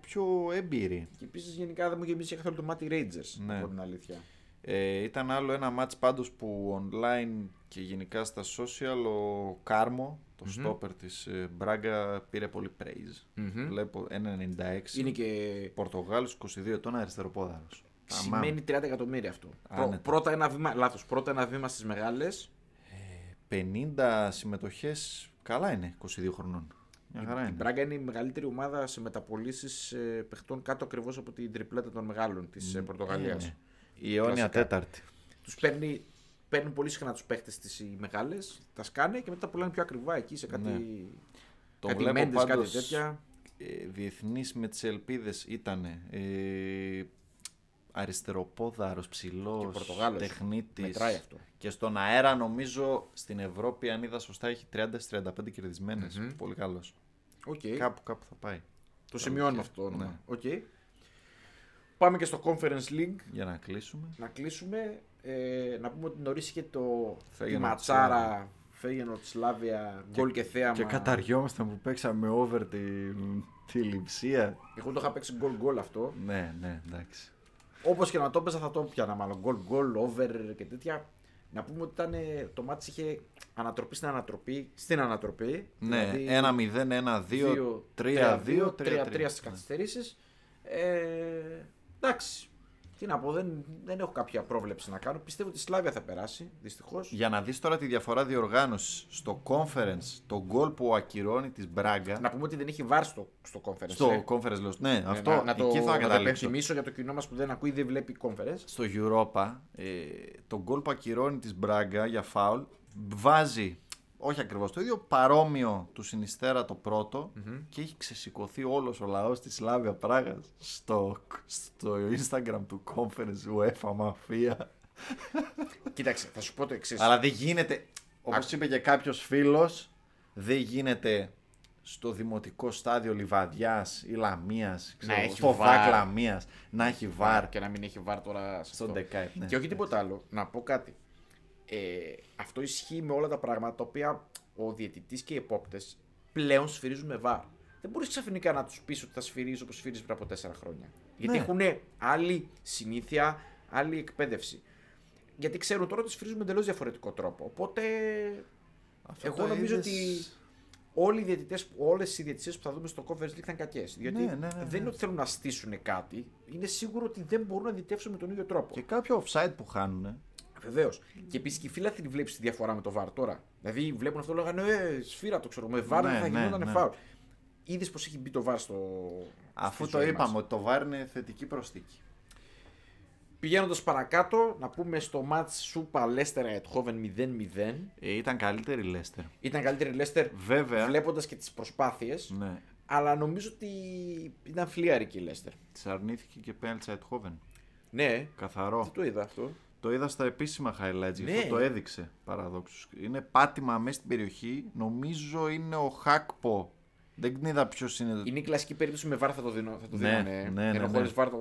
Speaker 1: πιο έμπειρη.
Speaker 2: Και επίσης γενικά δεν μου γεμίσει καθόλου το μάτι Rangers.
Speaker 1: Ναι.
Speaker 2: Ναι. Από την αλήθεια.
Speaker 1: Ε, ήταν άλλο ένα match πάντως που online και γενικά στα social ο Κάρμο, το stopper της ε, Μπράγκα, πήρε πολύ praise. Βλέπω 1,96.
Speaker 2: Είναι και
Speaker 1: Πορτογάλος, 22 ετών, αριστεροπόδαρος. Αμάν.
Speaker 2: Σημαίνει 30 εκατομμύρια αυτό. Πρω-
Speaker 1: Άνετα.
Speaker 2: πρώτα ένα βήμα, λάθος, πρώτα ένα βήμα στις μεγάλες.
Speaker 1: 50 συμμετοχές, καλά είναι 22 χρονών. Μια χαρά
Speaker 2: Η
Speaker 1: είναι.
Speaker 2: Μπράγκα είναι η μεγαλύτερη ομάδα σε μεταπολίσεις ε, παιχτών κάτω ακριβώς από την τριπλέτα των μεγάλων της ε, Πορτογαλίας.
Speaker 1: Είναι. ναι. Η αιώνια
Speaker 2: Κλασικά.
Speaker 1: τέταρτη.
Speaker 2: Τους παίρνει, παίρνουν πολύ συχνά τους παίχτες της οι μεγάλες, τα σκάνε και μετά τα πουλάνε πιο ακριβά εκεί σε κάτι...
Speaker 1: Ναι. Το
Speaker 2: Κάτι
Speaker 1: βλέπω
Speaker 2: Mendes, κάτι
Speaker 1: πάντως,
Speaker 2: τέτοια.
Speaker 1: Ε, διεθνής με τις ελπίδες ήταν ε, αριστεροπόδαρος,
Speaker 2: Και
Speaker 1: ψηλός,
Speaker 2: Πορτογάλος.
Speaker 1: τεχνίτης.
Speaker 2: Μετράει αυτό.
Speaker 1: Και στον αέρα νομίζω στην Ευρώπη αν είδα σωστά έχει 30-35 κερδισμενες Πολύ καλός.
Speaker 2: Οκ.
Speaker 1: Κάπου Ναι. κάπου θα πάει.
Speaker 2: Το σημειώνω αυτό το όνομα. Οκ. Πάμε και στο Conference League.
Speaker 1: Για να κλείσουμε.
Speaker 2: Να κλείσουμε. Ε, να πούμε ότι νωρίς είχε το
Speaker 1: Θα
Speaker 2: τη
Speaker 1: έγινε
Speaker 2: ματσάρα Φέγενορτ, Σλάβια, γκολ και θέαμα.
Speaker 1: Και καταριόμασταν που παίξαμε over την, τη λειψία.
Speaker 2: Εγώ το είχα παίξει γκολ γκολ αυτό.
Speaker 1: Ναι, ναι, εντάξει.
Speaker 2: Όπως και να το έπαιζα θα το πιάνα μάλλον. Γκολ γκολ, over και τέτοια. Να πούμε ότι ήταν, ε, το μάτς είχε ανατροπή στην ανατροπή. Στην ανατροπή.
Speaker 1: Ναι,
Speaker 2: δηλαδή,
Speaker 1: 1-0, 1-2, 3-2,
Speaker 2: 3-2, 3-3 στις
Speaker 1: Ναι.
Speaker 2: καθυστερήσεις. Ε, εντάξει. Τι να πω, δεν, δεν έχω κάποια πρόβλεψη να κάνω. Πιστεύω ότι η Σλάβια θα περάσει, δυστυχώς.
Speaker 1: Για να δεις τώρα τη διαφορά διοργάνωσης στο conference, το γκολ που ακυρώνει της Μπράγκα.
Speaker 2: Να πούμε ότι δεν έχει βάρ στο, στο conference.
Speaker 1: στο
Speaker 2: ε.
Speaker 1: conference λέω, Ναι,
Speaker 2: Ναι,
Speaker 1: αυτό
Speaker 2: να, να
Speaker 1: εκεί
Speaker 2: το,
Speaker 1: θα
Speaker 2: να το
Speaker 1: καταλήξω.
Speaker 2: υπενθυμίσω για το κοινό μας που δεν ακούει ή δεν βλέπει conference.
Speaker 1: στο Europa, ε, το γκολ που ακυρώνει της Μπράγκα για φάουλ βάζει, όχι ακριβώς το ίδιο, παρόμοιο του Συνιστέρα το πρωτο και έχει ξεσηκωθεί όλος ο λαός της Σλάβια Πράγας στο, στο Instagram του Conference UEFA Mafia.
Speaker 2: Κοίταξε, θα σου πω το εξής.
Speaker 1: Αλλά δεν γίνεται, όπως είπε και κάποιος φίλος, δεν γίνεται στο δημοτικό στάδιο Λιβαδιάς ή Λαμίας, ξέρω,
Speaker 2: έχει
Speaker 1: στο
Speaker 2: βαρ.
Speaker 1: ΒΑΚ Λαμίας, να έχει βαρ
Speaker 2: Και να μην έχει βάρ τώρα σε
Speaker 1: Ναι. στον
Speaker 2: αυτό.
Speaker 1: Ντεκάιτ. ναι.
Speaker 2: Και όχι τίποτα άλλο, να πω κάτι. Ε, αυτό ισχύει με όλα τα πράγματα τα οποία ο διαιτητής και οι επόπτες πλέον σφυρίζουν με βάρ. Δεν μπορείς ξαφνικά να τους πεις ότι θα σφυρίζει όπως σφυρίζει πριν από τέσσερα χρόνια. Γιατί
Speaker 1: Ναι.
Speaker 2: έχουν άλλη συνήθεια, άλλη εκπαίδευση. Γιατί ξέρουν τώρα ότι σφυρίζουν με εντελώς διαφορετικό τρόπο. Οπότε
Speaker 1: Αυτό
Speaker 2: εγώ
Speaker 1: το
Speaker 2: νομίζω
Speaker 1: είδες-
Speaker 2: ότι όλοι οι διαιτητές, όλες οι διαιτησίες που θα δούμε στο Conference League ήταν κακές. Διότι
Speaker 1: Ναι, ναι, ναι, ναι.
Speaker 2: δεν είναι ότι θέλουν να στήσουν κάτι, είναι σίγουρο ότι δεν μπορούν να διαιτεύσουν με τον ίδιο τρόπο.
Speaker 1: Και κάποιο offside που χάνουν.
Speaker 2: Βεβαίως. Και επίσης και οι φίλαθλοι βλέπεις τη διαφορά με το βαρ τώρα. Δηλαδή βλέπουν αυτό, λέγανε Ε, σφύρα το ξέρω. Με βαρ
Speaker 1: Ναι,
Speaker 2: θα
Speaker 1: ναι,
Speaker 2: γινόταν
Speaker 1: ναι.
Speaker 2: φάουλ. Είδες πως έχει μπει το βαρ στο.
Speaker 1: Αφού
Speaker 2: στη
Speaker 1: το
Speaker 2: ζωή
Speaker 1: είπαμε
Speaker 2: μας.
Speaker 1: ότι το VAR είναι θετική προστίκη.
Speaker 2: Πηγαίνοντας παρακάτω, να πούμε στο match Σούπα Λέστερ Αιτχόβεν 0-0.
Speaker 1: Ε, ήταν καλύτερη η Λέστερ.
Speaker 2: Ήταν καλύτερη η Λέστερ
Speaker 1: Βέβαια.
Speaker 2: βλέποντας και τις προσπάθειες.
Speaker 1: Ναι.
Speaker 2: Αλλά νομίζω ότι ήταν φλιαρική η Λέστερ.
Speaker 1: Της αρνήθηκε και πέναλτσα Ετχόβεν.
Speaker 2: Ναι,
Speaker 1: Καθαρό.
Speaker 2: δεν το είδα αυτό.
Speaker 1: Το είδα στα επίσημα highlights, γι'
Speaker 2: Ναι.
Speaker 1: αυτό το έδειξε παραδόξως. Είναι πάτημα μέσα στην περιοχή. Νομίζω είναι ο Χάκπο. Δεν είδα ποιος είναι.
Speaker 2: Είναι η κλασική περίπτωση με βάρ θα το δίνω. Θα το
Speaker 1: Ναι,
Speaker 2: δίνανε.
Speaker 1: ναι, ναι,
Speaker 2: Ενώ
Speaker 1: ναι.
Speaker 2: χωρί βάρ το.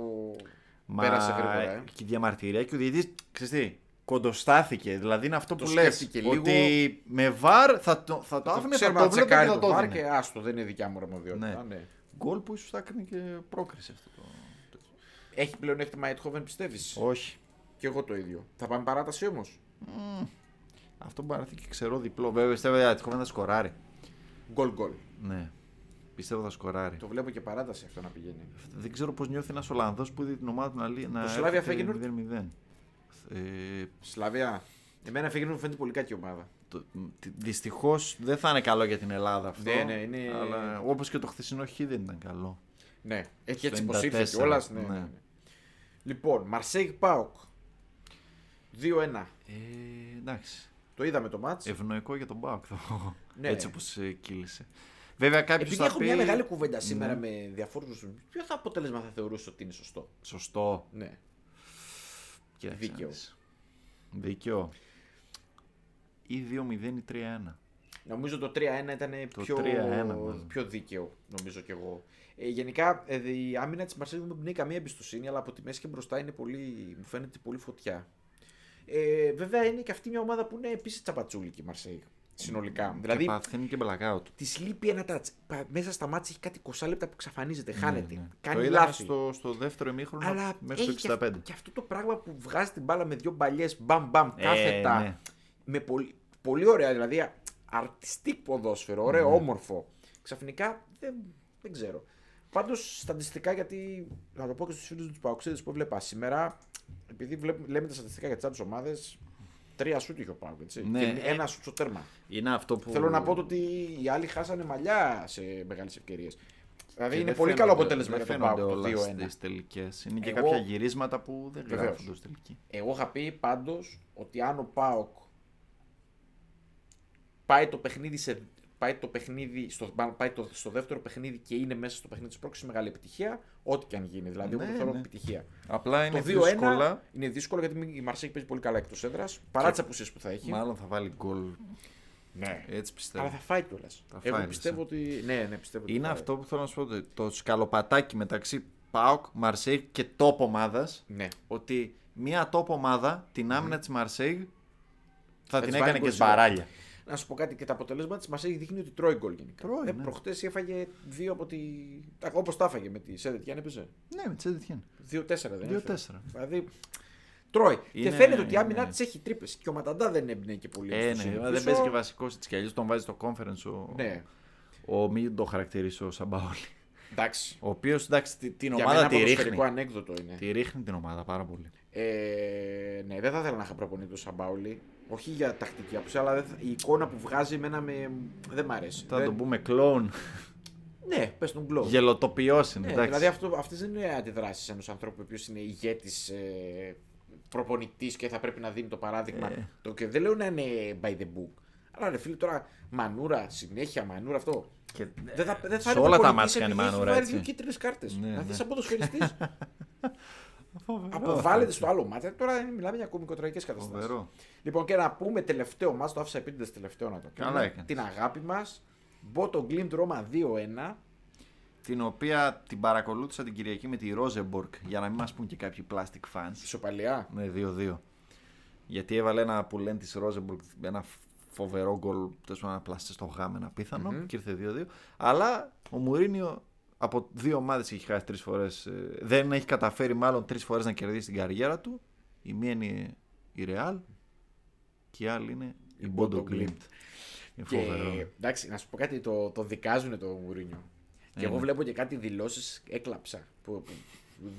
Speaker 2: Πέρασε γρήγορα. ε.
Speaker 1: Και η διαμαρτυρία και ο διαιτητής. Ξέρεις τι, κοντοστάθηκε. Δηλαδή είναι αυτό
Speaker 2: Το
Speaker 1: που λες.
Speaker 2: σκέφτηκε λίγο.
Speaker 1: Ότι με VAR θα το, θα το
Speaker 2: Το
Speaker 1: άφηνε, θα
Speaker 2: ξέρουμε
Speaker 1: το
Speaker 2: να
Speaker 1: βλέπε και
Speaker 2: τσεκάρει
Speaker 1: θα
Speaker 2: το
Speaker 1: το
Speaker 2: βάρ
Speaker 1: έδινε.
Speaker 2: και άστο, δεν είναι δικιά μου αρμοδιότητα.
Speaker 1: Ναι.
Speaker 2: Ναι.
Speaker 1: Γκολ που ίσως θα έκανε και πρόκριση αυτό το.
Speaker 2: Έχει πλέον έκτημα Αιτχόβεν, πιστεύεις.
Speaker 1: Όχι.
Speaker 2: Και εγώ το ίδιο. Θα πάμε παράταση όμως.
Speaker 1: Αυτό μπορεί να έρθει και ξερό διπλό. Βέβαια πιστεύω ότι η Αττικόβεν θα σκοράρει.
Speaker 2: Γκολ γκολ.
Speaker 1: Ναι. Πιστεύω θα σκοράρει.
Speaker 2: Το βλέπω και παράταση αυτό να πηγαίνει.
Speaker 1: Δεν ξέρω πώς νιώθει ένας Ολλανδός που είδε την ομάδα του να λύει.
Speaker 2: Το Slavia Feyenoord.
Speaker 1: 0-0. Ε,
Speaker 2: Σλαβία. Εμένα φύγει μου φαίνεται πολύ κακή ομάδα.
Speaker 1: Δυστυχώς δεν θα είναι καλό για την Ελλάδα αυτό.
Speaker 2: Ναι, ναι, είναι-
Speaker 1: Αλλά όπως και το χθεσινό χ δεν ήταν καλό.
Speaker 2: Ναι, έχει έτσι
Speaker 1: Στο
Speaker 2: πως ήρθε
Speaker 1: 94,
Speaker 2: κιόλας. Ναι,
Speaker 1: ναι.
Speaker 2: ναι. ναι. Λοιπόν, Μαρσέγ Πάοκ. 2-1.
Speaker 1: Ε, εντάξει.
Speaker 2: Το είδαμε το μάτς.
Speaker 1: Ευνοϊκό για τον Μπάουκ.
Speaker 2: Ναι.
Speaker 1: Έτσι όπως κύλησε. Βέβαια κάποιος.
Speaker 2: Επειδή έχω μια μεγάλη
Speaker 1: Ναι.
Speaker 2: κουβέντα σήμερα με διαφόρους. Ποιο θα αποτέλεσμα θα θεωρούσε ότι είναι σωστό.
Speaker 1: Σωστό.
Speaker 2: Ναι.
Speaker 1: Κοίταξε
Speaker 2: Δίκαιο.
Speaker 1: να δεις. Δίκαιο. Ή 2-0 ή 3-1.
Speaker 2: Νομίζω το 3-1 ήταν
Speaker 1: Το
Speaker 2: πιο,
Speaker 1: 3-1 μάλλον.
Speaker 2: πιο δίκαιο, νομίζω κι εγώ. Ε, γενικά, ε, δε- η άμυνα της Μαρσέλης δεν πνέει καμία εμπιστοσύνη, αλλά από τη μέση και μπροστά είναι πολύ, μου φαίνεται πολύ φωτιά. Ε, βέβαια, είναι και αυτή μια ομάδα που είναι επίσης τσαπατσούλικη η Μαρσέλη. Συνολικά.
Speaker 1: Δηλαδή...
Speaker 2: δηλαδή,
Speaker 1: Και παθαίνει και blackout.
Speaker 2: της λείπει ένα τάτς. Πα- Μέσα στα μάτια έχει κάτι 20 λεπτά που εξαφανίζεται, χάνεται.
Speaker 1: Ναι, ναι. το
Speaker 2: Ε, Κάνει
Speaker 1: είδαμε
Speaker 2: λάθη.
Speaker 1: στο, στο δεύτερο ημίχρονο
Speaker 2: Αλλά
Speaker 1: μέσα
Speaker 2: έχει
Speaker 1: στο 65.
Speaker 2: Και, αυ- και αυτό το πράγμα που βγάζει την μπάλα με δύο παλιέ μπαμ μπαμ
Speaker 1: Ε,
Speaker 2: κάθετα.
Speaker 1: ναι.
Speaker 2: Με πολύ, πολύ ωραία, δηλαδή α- αρτιστικ ποδόσφαιρο, ωραίο,
Speaker 1: Ναι.
Speaker 2: όμορφο. Ξαφνικά δεν, δεν ξέρω. Πάντως στατιστικά, γιατί να το πω και στους φίλους του Παοξίδε που έβλεπα σήμερα, επειδή βλέπουμε, λέμε τα στατιστικά για τις άλλες ομάδες, τρία σουτ είχε ο Πάουκ. έτσι.
Speaker 1: Ναι,
Speaker 2: και
Speaker 1: ε.
Speaker 2: ένα σουτ στο τέρμα.
Speaker 1: Είναι αυτό που.
Speaker 2: Θέλω να πω το ότι οι άλλοι χάσανε μαλλιά σε μεγάλες ευκαιρίες. Δηλαδή
Speaker 1: Και
Speaker 2: είναι
Speaker 1: δεν
Speaker 2: πολύ καλό
Speaker 1: φαίνονται-
Speaker 2: αποτέλεσμα
Speaker 1: δεν
Speaker 2: για τον Πάουκ
Speaker 1: φαίνονται
Speaker 2: το
Speaker 1: όλα
Speaker 2: 2-1.
Speaker 1: στις τελικές. Είναι και
Speaker 2: Εγώ-
Speaker 1: κάποια γυρίσματα που δεν
Speaker 2: Βεβαίως.
Speaker 1: γράφονται ως τελική.
Speaker 2: Εγώ είχα πει πάντως ότι αν ο Πάοκ πάει το παιχνίδι, σε, πάει το παιχνίδι στο, πάει το, στο δεύτερο παιχνίδι και είναι μέσα στο παιχνίδι της πρόξη, μεγάλη επιτυχία. Ό,τι και αν γίνει. Δηλαδή, εγώ
Speaker 1: Ναι,
Speaker 2: το θεωρώ
Speaker 1: ναι.
Speaker 2: επιτυχία.
Speaker 1: Απλά είναι
Speaker 2: το 2-1
Speaker 1: δύσκολα.
Speaker 2: είναι δύσκολο γιατί η Μαρσέκ παίζει πολύ καλά εκτός έδρας. Παρά τις απουσίες που θα έχει.
Speaker 1: Μάλλον θα βάλει γκολ.
Speaker 2: Ναι.
Speaker 1: Έτσι
Speaker 2: Αλλά
Speaker 1: πιστεύω.
Speaker 2: θα φάει κιόλας.
Speaker 1: Ε, Θα φάει,
Speaker 2: Εγώ
Speaker 1: λες,
Speaker 2: πιστεύω
Speaker 1: ε.
Speaker 2: ότι. Ναι, ναι, πιστεύω ότι
Speaker 1: Είναι
Speaker 2: θα-
Speaker 1: αυτό που θέλω να σου πω. ότι Το σκαλοπατάκι μεταξύ ΠΑΟΚ, Μαρσέιγ και τόπο ομάδας
Speaker 2: Ναι.
Speaker 1: ότι μία τόπο ομάδα την άμυνα της Μαρσέιγ θα την
Speaker 2: της βάλει
Speaker 1: έκανε
Speaker 2: γκολ
Speaker 1: και
Speaker 2: σίγουρα.
Speaker 1: σμπαράλια.
Speaker 2: να σου πω κάτι και τα αποτελέσματα της μα έχει δείχνει ότι τρώει γκολ γενικά.
Speaker 1: Τρώει,
Speaker 2: ε,
Speaker 1: ναι.
Speaker 2: Προχτές έφαγε δύο από τη. Όπως τα έφαγε με τη Σέντετ, Γιάννη έπαιζε.
Speaker 1: Ναι, με τη Σεντετιέν.
Speaker 2: 2-4 δεν
Speaker 1: 2-4.
Speaker 2: έφερε. Δηλαδή. Τρώει.
Speaker 1: Είναι-
Speaker 2: Και φαίνεται ότι η άμυνα
Speaker 1: είναι.
Speaker 2: της έχει τρύπες. Και ο Ματαντά δεν έμπνεε και πολύ.
Speaker 1: Ε,
Speaker 2: στο
Speaker 1: ναι,
Speaker 2: σύνολο.
Speaker 1: δεν
Speaker 2: Πίσω-
Speaker 1: παίζει και βασικός έτσι κι αλλιώ. Τον βάζει στο conference ο.
Speaker 2: Ναι,
Speaker 1: ο μην το χαρακτηρίσει ο Σαμπαόλη.
Speaker 2: εντάξει.
Speaker 1: Ο οποίος εντάξει τι- την
Speaker 2: Για
Speaker 1: ομάδα
Speaker 2: μένα
Speaker 1: τη
Speaker 2: ποδοσφαιρικό
Speaker 1: ρίχνει.
Speaker 2: ανέκδοτο είναι.
Speaker 1: Τη ρίχνει την ομάδα πάρα πολύ.
Speaker 2: Ε, ναι, δεν θα ήθελα να είχα προπονητή του Σαμπάουλη. Όχι για τακτική άποψη, αλλά δεν θα- η εικόνα που βγάζει εμένα με... δεν μ' αρέσει.
Speaker 1: Θα
Speaker 2: δεν...
Speaker 1: τον πούμε κλόουν.
Speaker 2: Ναι, πες τον Γκλόβ.
Speaker 1: Γελοτοποιός είναι.
Speaker 2: Ναι,
Speaker 1: εντάξει.
Speaker 2: δηλαδή αυτό, αυτές δεν είναι αντιδράσεις ενός ανθρώπου ο οποίος είναι ηγέτης, ε, προπονητής και θα πρέπει να δίνει το παράδειγμα.
Speaker 1: Ε.
Speaker 2: Το, και δεν λέω να είναι by the book. Αλλά ρε φίλε τώρα μανούρα, συνέχεια μανούρα αυτό.
Speaker 1: Και...
Speaker 2: Δεν θα, δεν θα
Speaker 1: σε
Speaker 2: είναι
Speaker 1: όλα τα
Speaker 2: προπονητής
Speaker 1: μάτια κάνει
Speaker 2: επειδή έχει
Speaker 1: μανούρα,
Speaker 2: Πάρει
Speaker 1: έτσι.
Speaker 2: δύο κίτρινες κάρτες.
Speaker 1: Ναι,
Speaker 2: να
Speaker 1: ναι.
Speaker 2: θες από το Αποβάλλεται στο άλλο μάτι. Τώρα μιλάμε για κομικοτραγικές καταστάσεις.
Speaker 1: Φοβερό.
Speaker 2: Λοιπόν, και να πούμε τελευταίο μας, το άφησα επίτηδες τελευταίο να το
Speaker 1: Καλά
Speaker 2: πούμε.
Speaker 1: έκανες.
Speaker 2: Την αγάπη μας. Μπότο Γκλίντ Ρώμα 2-1.
Speaker 1: Την οποία την παρακολούθησα την Κυριακή με τη Ρόζεμπορκ για να μην μας πούν και κάποιοι plastic fans.
Speaker 2: Ισοπαλιά.
Speaker 1: Ναι, 2-2. Γιατί έβαλε ένα που λένε της Ρόζεμπουργκ ένα φοβερό γκολ. Τέλος πάντων, να πλαστεί στο γάμο ένα πίθανο και ήρθε 2-2. Αλλά ο Μουρίνιο από δύο ομάδες έχει χάσει τρεις φορές. Δεν έχει καταφέρει μάλλον τρεις φορές να κερδίσει την καριέρα του. Η μία είναι η Ρεάλ και η άλλη είναι η Μπόντο Κλίμπτ. Είναι
Speaker 2: Και
Speaker 1: φοβερό. Ε,
Speaker 2: εντάξει, να σου πω κάτι, το, το δικάζουν το Μουρίνιο.
Speaker 1: Ε,
Speaker 2: Και
Speaker 1: ναι.
Speaker 2: εγώ βλέπω και κάτι δηλώσεις, έκλαψα. Που, που,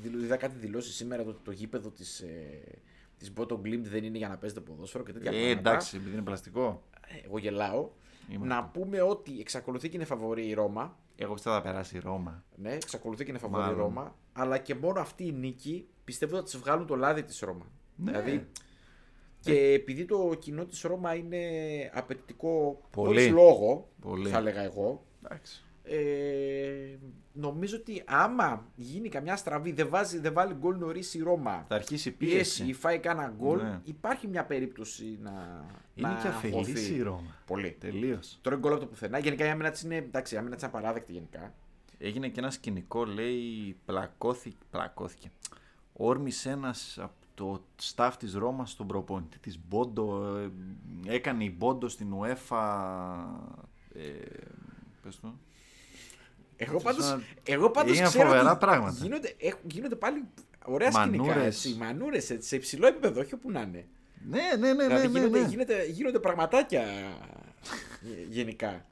Speaker 2: δι- είδα κάτι δηλώσεις σήμερα ότι το γήπεδο της ε, της Μπότο Γκλίντ δεν είναι για να παίζετε ποδόσφαιρο και τέτοια
Speaker 1: Ε,
Speaker 2: πράγματα.
Speaker 1: εντάξει, επειδή είναι πλαστικό.
Speaker 2: Εγώ γελάω.
Speaker 1: Είμαστε.
Speaker 2: Να πούμε ότι εξακολουθεί και είναι φαβορή η Ρώμα.
Speaker 1: Εγώ πιστεύω θα περάσει η Ρώμα.
Speaker 2: Ναι, εξακολουθεί και είναι φαβορή η
Speaker 1: Μάλλον.
Speaker 2: Ρώμα. Αλλά και μόνο αυτή η νίκη πιστεύω θα της βγάλουν το λάδι της Ρώμα.
Speaker 1: Ναι.
Speaker 2: Δηλαδή, και επειδή το κοινό της Ρώμα είναι απαιτητικό
Speaker 1: Πολύ.
Speaker 2: χωρίς λόγο,
Speaker 1: Πολύ.
Speaker 2: θα έλεγα εγώ,
Speaker 1: Εντάξει.
Speaker 2: ε, νομίζω ότι άμα γίνει καμιά στραβή, δεν, βάζει, δεν βάλει γκολ νωρίς η Ρώμα,
Speaker 1: Θα αρχίσει η πίεση.
Speaker 2: πίεση ή φάει κάνα γκολ,
Speaker 1: Ναι.
Speaker 2: υπάρχει μια περίπτωση να.
Speaker 1: Είναι
Speaker 2: να
Speaker 1: και αφελής
Speaker 2: αγχωθεί.
Speaker 1: η Ρώμα.
Speaker 2: Πολύ.
Speaker 1: Τελείως.
Speaker 2: Τρώει γκολ από το πουθενά. Γενικά η άμυνα της είναι, εντάξει, η άμυνα της είναι απαράδεκτη γενικά.
Speaker 1: Έγινε και ένα σκηνικό, λέει, πλακώθη, πλακώθηκε. Όρμησε ένας από το staff της Ρώμας στον προπονητή της Μπόντο. ε, έκανε η Μπόντο στην UEFA. Ε, πες το.
Speaker 2: Εγώ πάντως.
Speaker 1: Σαν-
Speaker 2: Εγώ πάντως
Speaker 1: Είναι
Speaker 2: ξέρω
Speaker 1: φοβερά
Speaker 2: ότι
Speaker 1: πράγματα.
Speaker 2: Γίνονται, έχ- γίνονται πάλι ωραία σκηνικά.
Speaker 1: Μανούρες.
Speaker 2: Έτσι, μανούρες, έτσι, σε υψηλό επίπεδο, όχι όπου να είναι.
Speaker 1: Ναι, ναι, ναι, ναι,
Speaker 2: δηλαδή
Speaker 1: ναι,
Speaker 2: γίνονται,
Speaker 1: ναι.
Speaker 2: Γίνονται, γίνονται πραγματάκια γε- γενικά.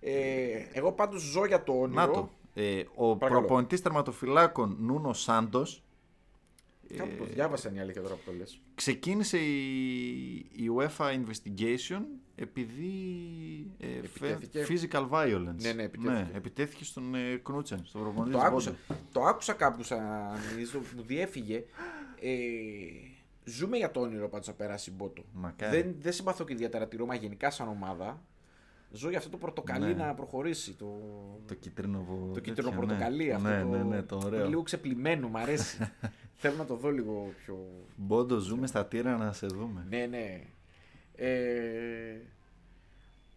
Speaker 2: Ε, εγώ πάντως ζω για το όνειρο.
Speaker 1: Να το. Ε, ο
Speaker 2: Παρακαλώ.
Speaker 1: προπονητής τερματοφυλάκων Νούνο Σάντος
Speaker 2: Ε, Κάπου το διάβασαν οι άλλοι και τώρα που το λες.
Speaker 1: ξεκίνησε η, η UEFA Investigation επειδή ε, φε-
Speaker 2: Επιτέθηκε.
Speaker 1: physical violence.
Speaker 2: Ναι, ναι, επιτέθηκε.
Speaker 1: επιτέθηκε στον ε, Knudsen, στον προπονητή
Speaker 2: Το
Speaker 1: της
Speaker 2: άκουσα,
Speaker 1: Μπόντο.
Speaker 2: το άκουσα κάπου σαν ειδήσει, μου διέφυγε. Ε, ζούμε για το όνειρο πάντως να περάσει η Μπότο.
Speaker 1: Μακάρι.
Speaker 2: Δεν, δεν συμπαθώ και ιδιαίτερα τη Ρώμα γενικά σαν ομάδα. Ζω για αυτό το πορτοκαλί
Speaker 1: Ναι.
Speaker 2: να προχωρήσει. Το,
Speaker 1: Το κίτρινο βο...
Speaker 2: το κίτρινο
Speaker 1: τέτοιο,
Speaker 2: πορτοκαλί
Speaker 1: ναι.
Speaker 2: αυτό.
Speaker 1: Ναι,
Speaker 2: το,
Speaker 1: ναι, ναι, το ωραίο.
Speaker 2: Λίγο ξεπλημμένο, μου αρέσει. Θέλω να το δω λίγο πιο.
Speaker 1: Μπόντο, ζούμε στα τύρα να σε δούμε.
Speaker 2: Ναι, ναι. Ε,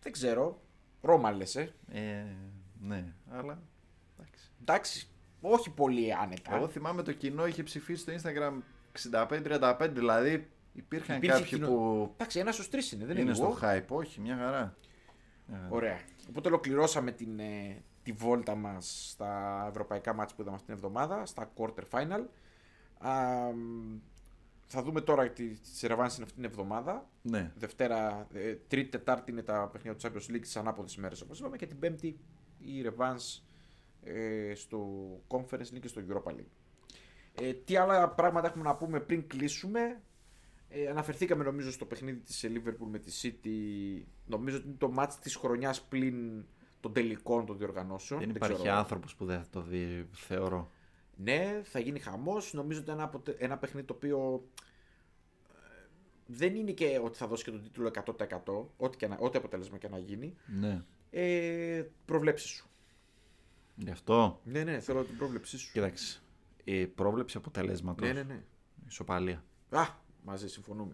Speaker 2: δεν ξέρω. Ρώμα λες, ε.
Speaker 1: Ε, ναι, αλλά. εντάξει.
Speaker 2: Εντάξει. Όχι πολύ άνετα.
Speaker 1: Εγώ θυμάμαι το κοινό είχε ψηφίσει στο Instagram 65-35, δηλαδή υπήρχαν
Speaker 2: Υπήρχε
Speaker 1: κάποιοι
Speaker 2: κοινό.
Speaker 1: που
Speaker 2: Εντάξει, ένας στους τρεις είναι, δεν
Speaker 1: είναι
Speaker 2: είναι
Speaker 1: στο
Speaker 2: λίγο.
Speaker 1: hype. Όχι, μια χαρά. Ε, Μια χαρά.
Speaker 2: Ωραία. Οπότε ολοκληρώσαμε την, ε, τη βόλτα μας στα ευρωπαϊκά μάτς που είδαμε αυτήν την εβδομάδα, στα quarter final. Α, μ, θα δούμε τώρα τι τις ρεβάνσεις είναι αυτήν την εβδομάδα.
Speaker 1: Ναι.
Speaker 2: Δευτέρα, ε, Τρίτη, Τετάρτη είναι τα παιχνίδια του Champions League στις ανάποδες μέρες όπως είπαμε και την Πέμπτη η Revans ε, στο Conference League και στο Europa League. Ε, τι άλλα πράγματα έχουμε να πούμε πριν κλείσουμε. Ε, αναφερθήκαμε νομίζω στο παιχνίδι της ε, Liverpool με τη City. Νομίζω ότι είναι το μάτς της χρονιάς πλην των τελικών των διοργανώσεων.
Speaker 1: Δεν
Speaker 2: ξέρω.
Speaker 1: υπάρχει άνθρωπος που δεν θα το δει, θεωρώ.
Speaker 2: Ναι, θα γίνει χαμός. Νομίζω ότι είναι ένα, αποτε- ένα παιχνίδι το οποίο ε, δεν είναι και ότι θα δώσει και τον τίτλο 100% ό,τι, και να- ό,τι αποτέλεσμα και να γίνει.
Speaker 1: Ναι.
Speaker 2: Ε, προβλέψη σου.
Speaker 1: Γι' αυτό.
Speaker 2: Ναι, ναι, θέλω την πρόβλεψή σου.
Speaker 1: Κοίταξε. Η πρόβλεψη αποτελέσματος.
Speaker 2: Ναι, ναι, ναι.
Speaker 1: Ισοπαλία.
Speaker 2: Α, μαζί συμφωνούμε.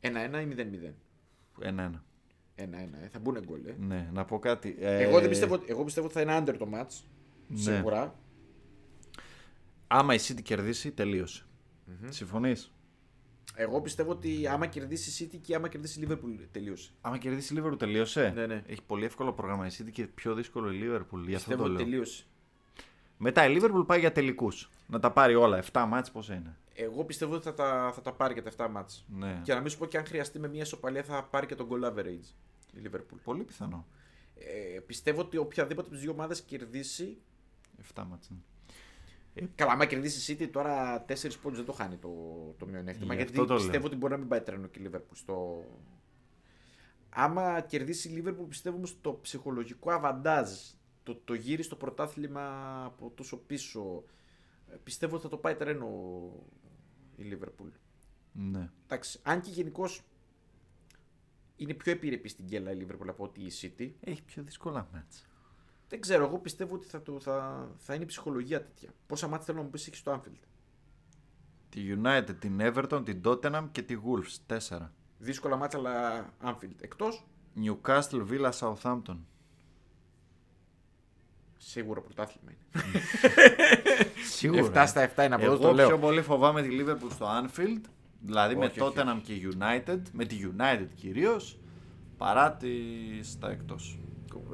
Speaker 2: Ένα-ένα ή μηδέν-μηδέν.
Speaker 1: Ένα-ένα.
Speaker 2: Ένα-ένα. ε, Θα μπουν γκολ. Ε.
Speaker 1: Ναι, να πω κάτι.
Speaker 2: Εγώ,
Speaker 1: Ε,
Speaker 2: δεν πιστεύω, εγώ πιστεύω ότι θα είναι under το match.
Speaker 1: Ναι.
Speaker 2: Σίγουρα.
Speaker 1: Άμα η City κερδίσει, τελείωσε. Συμφωνείς?
Speaker 2: Εγώ πιστεύω ότι άμα κερδίσει η City και άμα κερδίσει η Liverpool τελείωσε.
Speaker 1: Άμα κερδίσει η Liverpool τελείωσε.
Speaker 2: Ναι, ναι.
Speaker 1: Έχει πολύ εύκολο πρόγραμμα η City και πιο δύσκολο η Liverpool. Γι' αυτό
Speaker 2: Πιστεύω
Speaker 1: το
Speaker 2: ότι
Speaker 1: λέω.
Speaker 2: τελείωσε.
Speaker 1: Μετά η Liverpool πάει για τελικούς. Να τα πάρει όλα. 7 μάτς πόσα είναι.
Speaker 2: Εγώ πιστεύω ότι θα τα, θα τα πάρει και τα 7 μάτς.
Speaker 1: Ναι.
Speaker 2: Και να μην σου πω και αν χρειαστεί με μια ισοπαλία θα πάρει και τον goal average η Liverpool.
Speaker 1: Πολύ πιθανό.
Speaker 2: Ε, πιστεύω ότι οποιαδήποτε από τις δύο ομάδες κερδίσει ε,
Speaker 1: 7 μάτς. ναι. είναι.
Speaker 2: Καλά, άμα κερδίσει η City τώρα 4 πόντους δεν το χάνει το, το μειονέκτημα.
Speaker 1: Γι'
Speaker 2: γιατί
Speaker 1: αυτό το λέω.
Speaker 2: πιστεύω ότι μπορεί να μην πάει τρένο και η Liverpool στο. Άμα κερδίσει η Liverpool, πιστεύω όμως το ψυχολογικό αβαντάζ, το, το γύρι στο πρωτάθλημα από τόσο πίσω, ε, πιστεύω ότι θα το πάει τρένο η Liverpool.
Speaker 1: Ναι.
Speaker 2: Εντάξει, αν και γενικώς είναι πιο επιρρεπή στην κέλα η Liverpool από ότι η City.
Speaker 1: Έχει πιο δύσκολα μάτς.
Speaker 2: Δεν ξέρω, εγώ πιστεύω ότι θα, το, θα, θα είναι η ψυχολογία τέτοια. Πόσα μάτια θέλω να μου πεις έχεις στο Anfield.
Speaker 1: Τη United, την Everton, την Tottenham και τη Wolves. 4.
Speaker 2: Δύσκολα μάτσα, αλλά Anfield. Εκτός,
Speaker 1: Newcastle, Villa, Southampton.
Speaker 2: σίγουρα πρωτάθλημα είναι.
Speaker 1: Σίγουρα.
Speaker 2: 7 στα 7 είναι από εδώ
Speaker 1: Εγώ
Speaker 2: το λέω.
Speaker 1: πιο πολύ φοβάμαι τη Liverpool στο Anfield, δηλαδή με
Speaker 2: Όχι, όχι,
Speaker 1: Tottenham και United, με τη United κυρίως, παρά τη στα εκτό.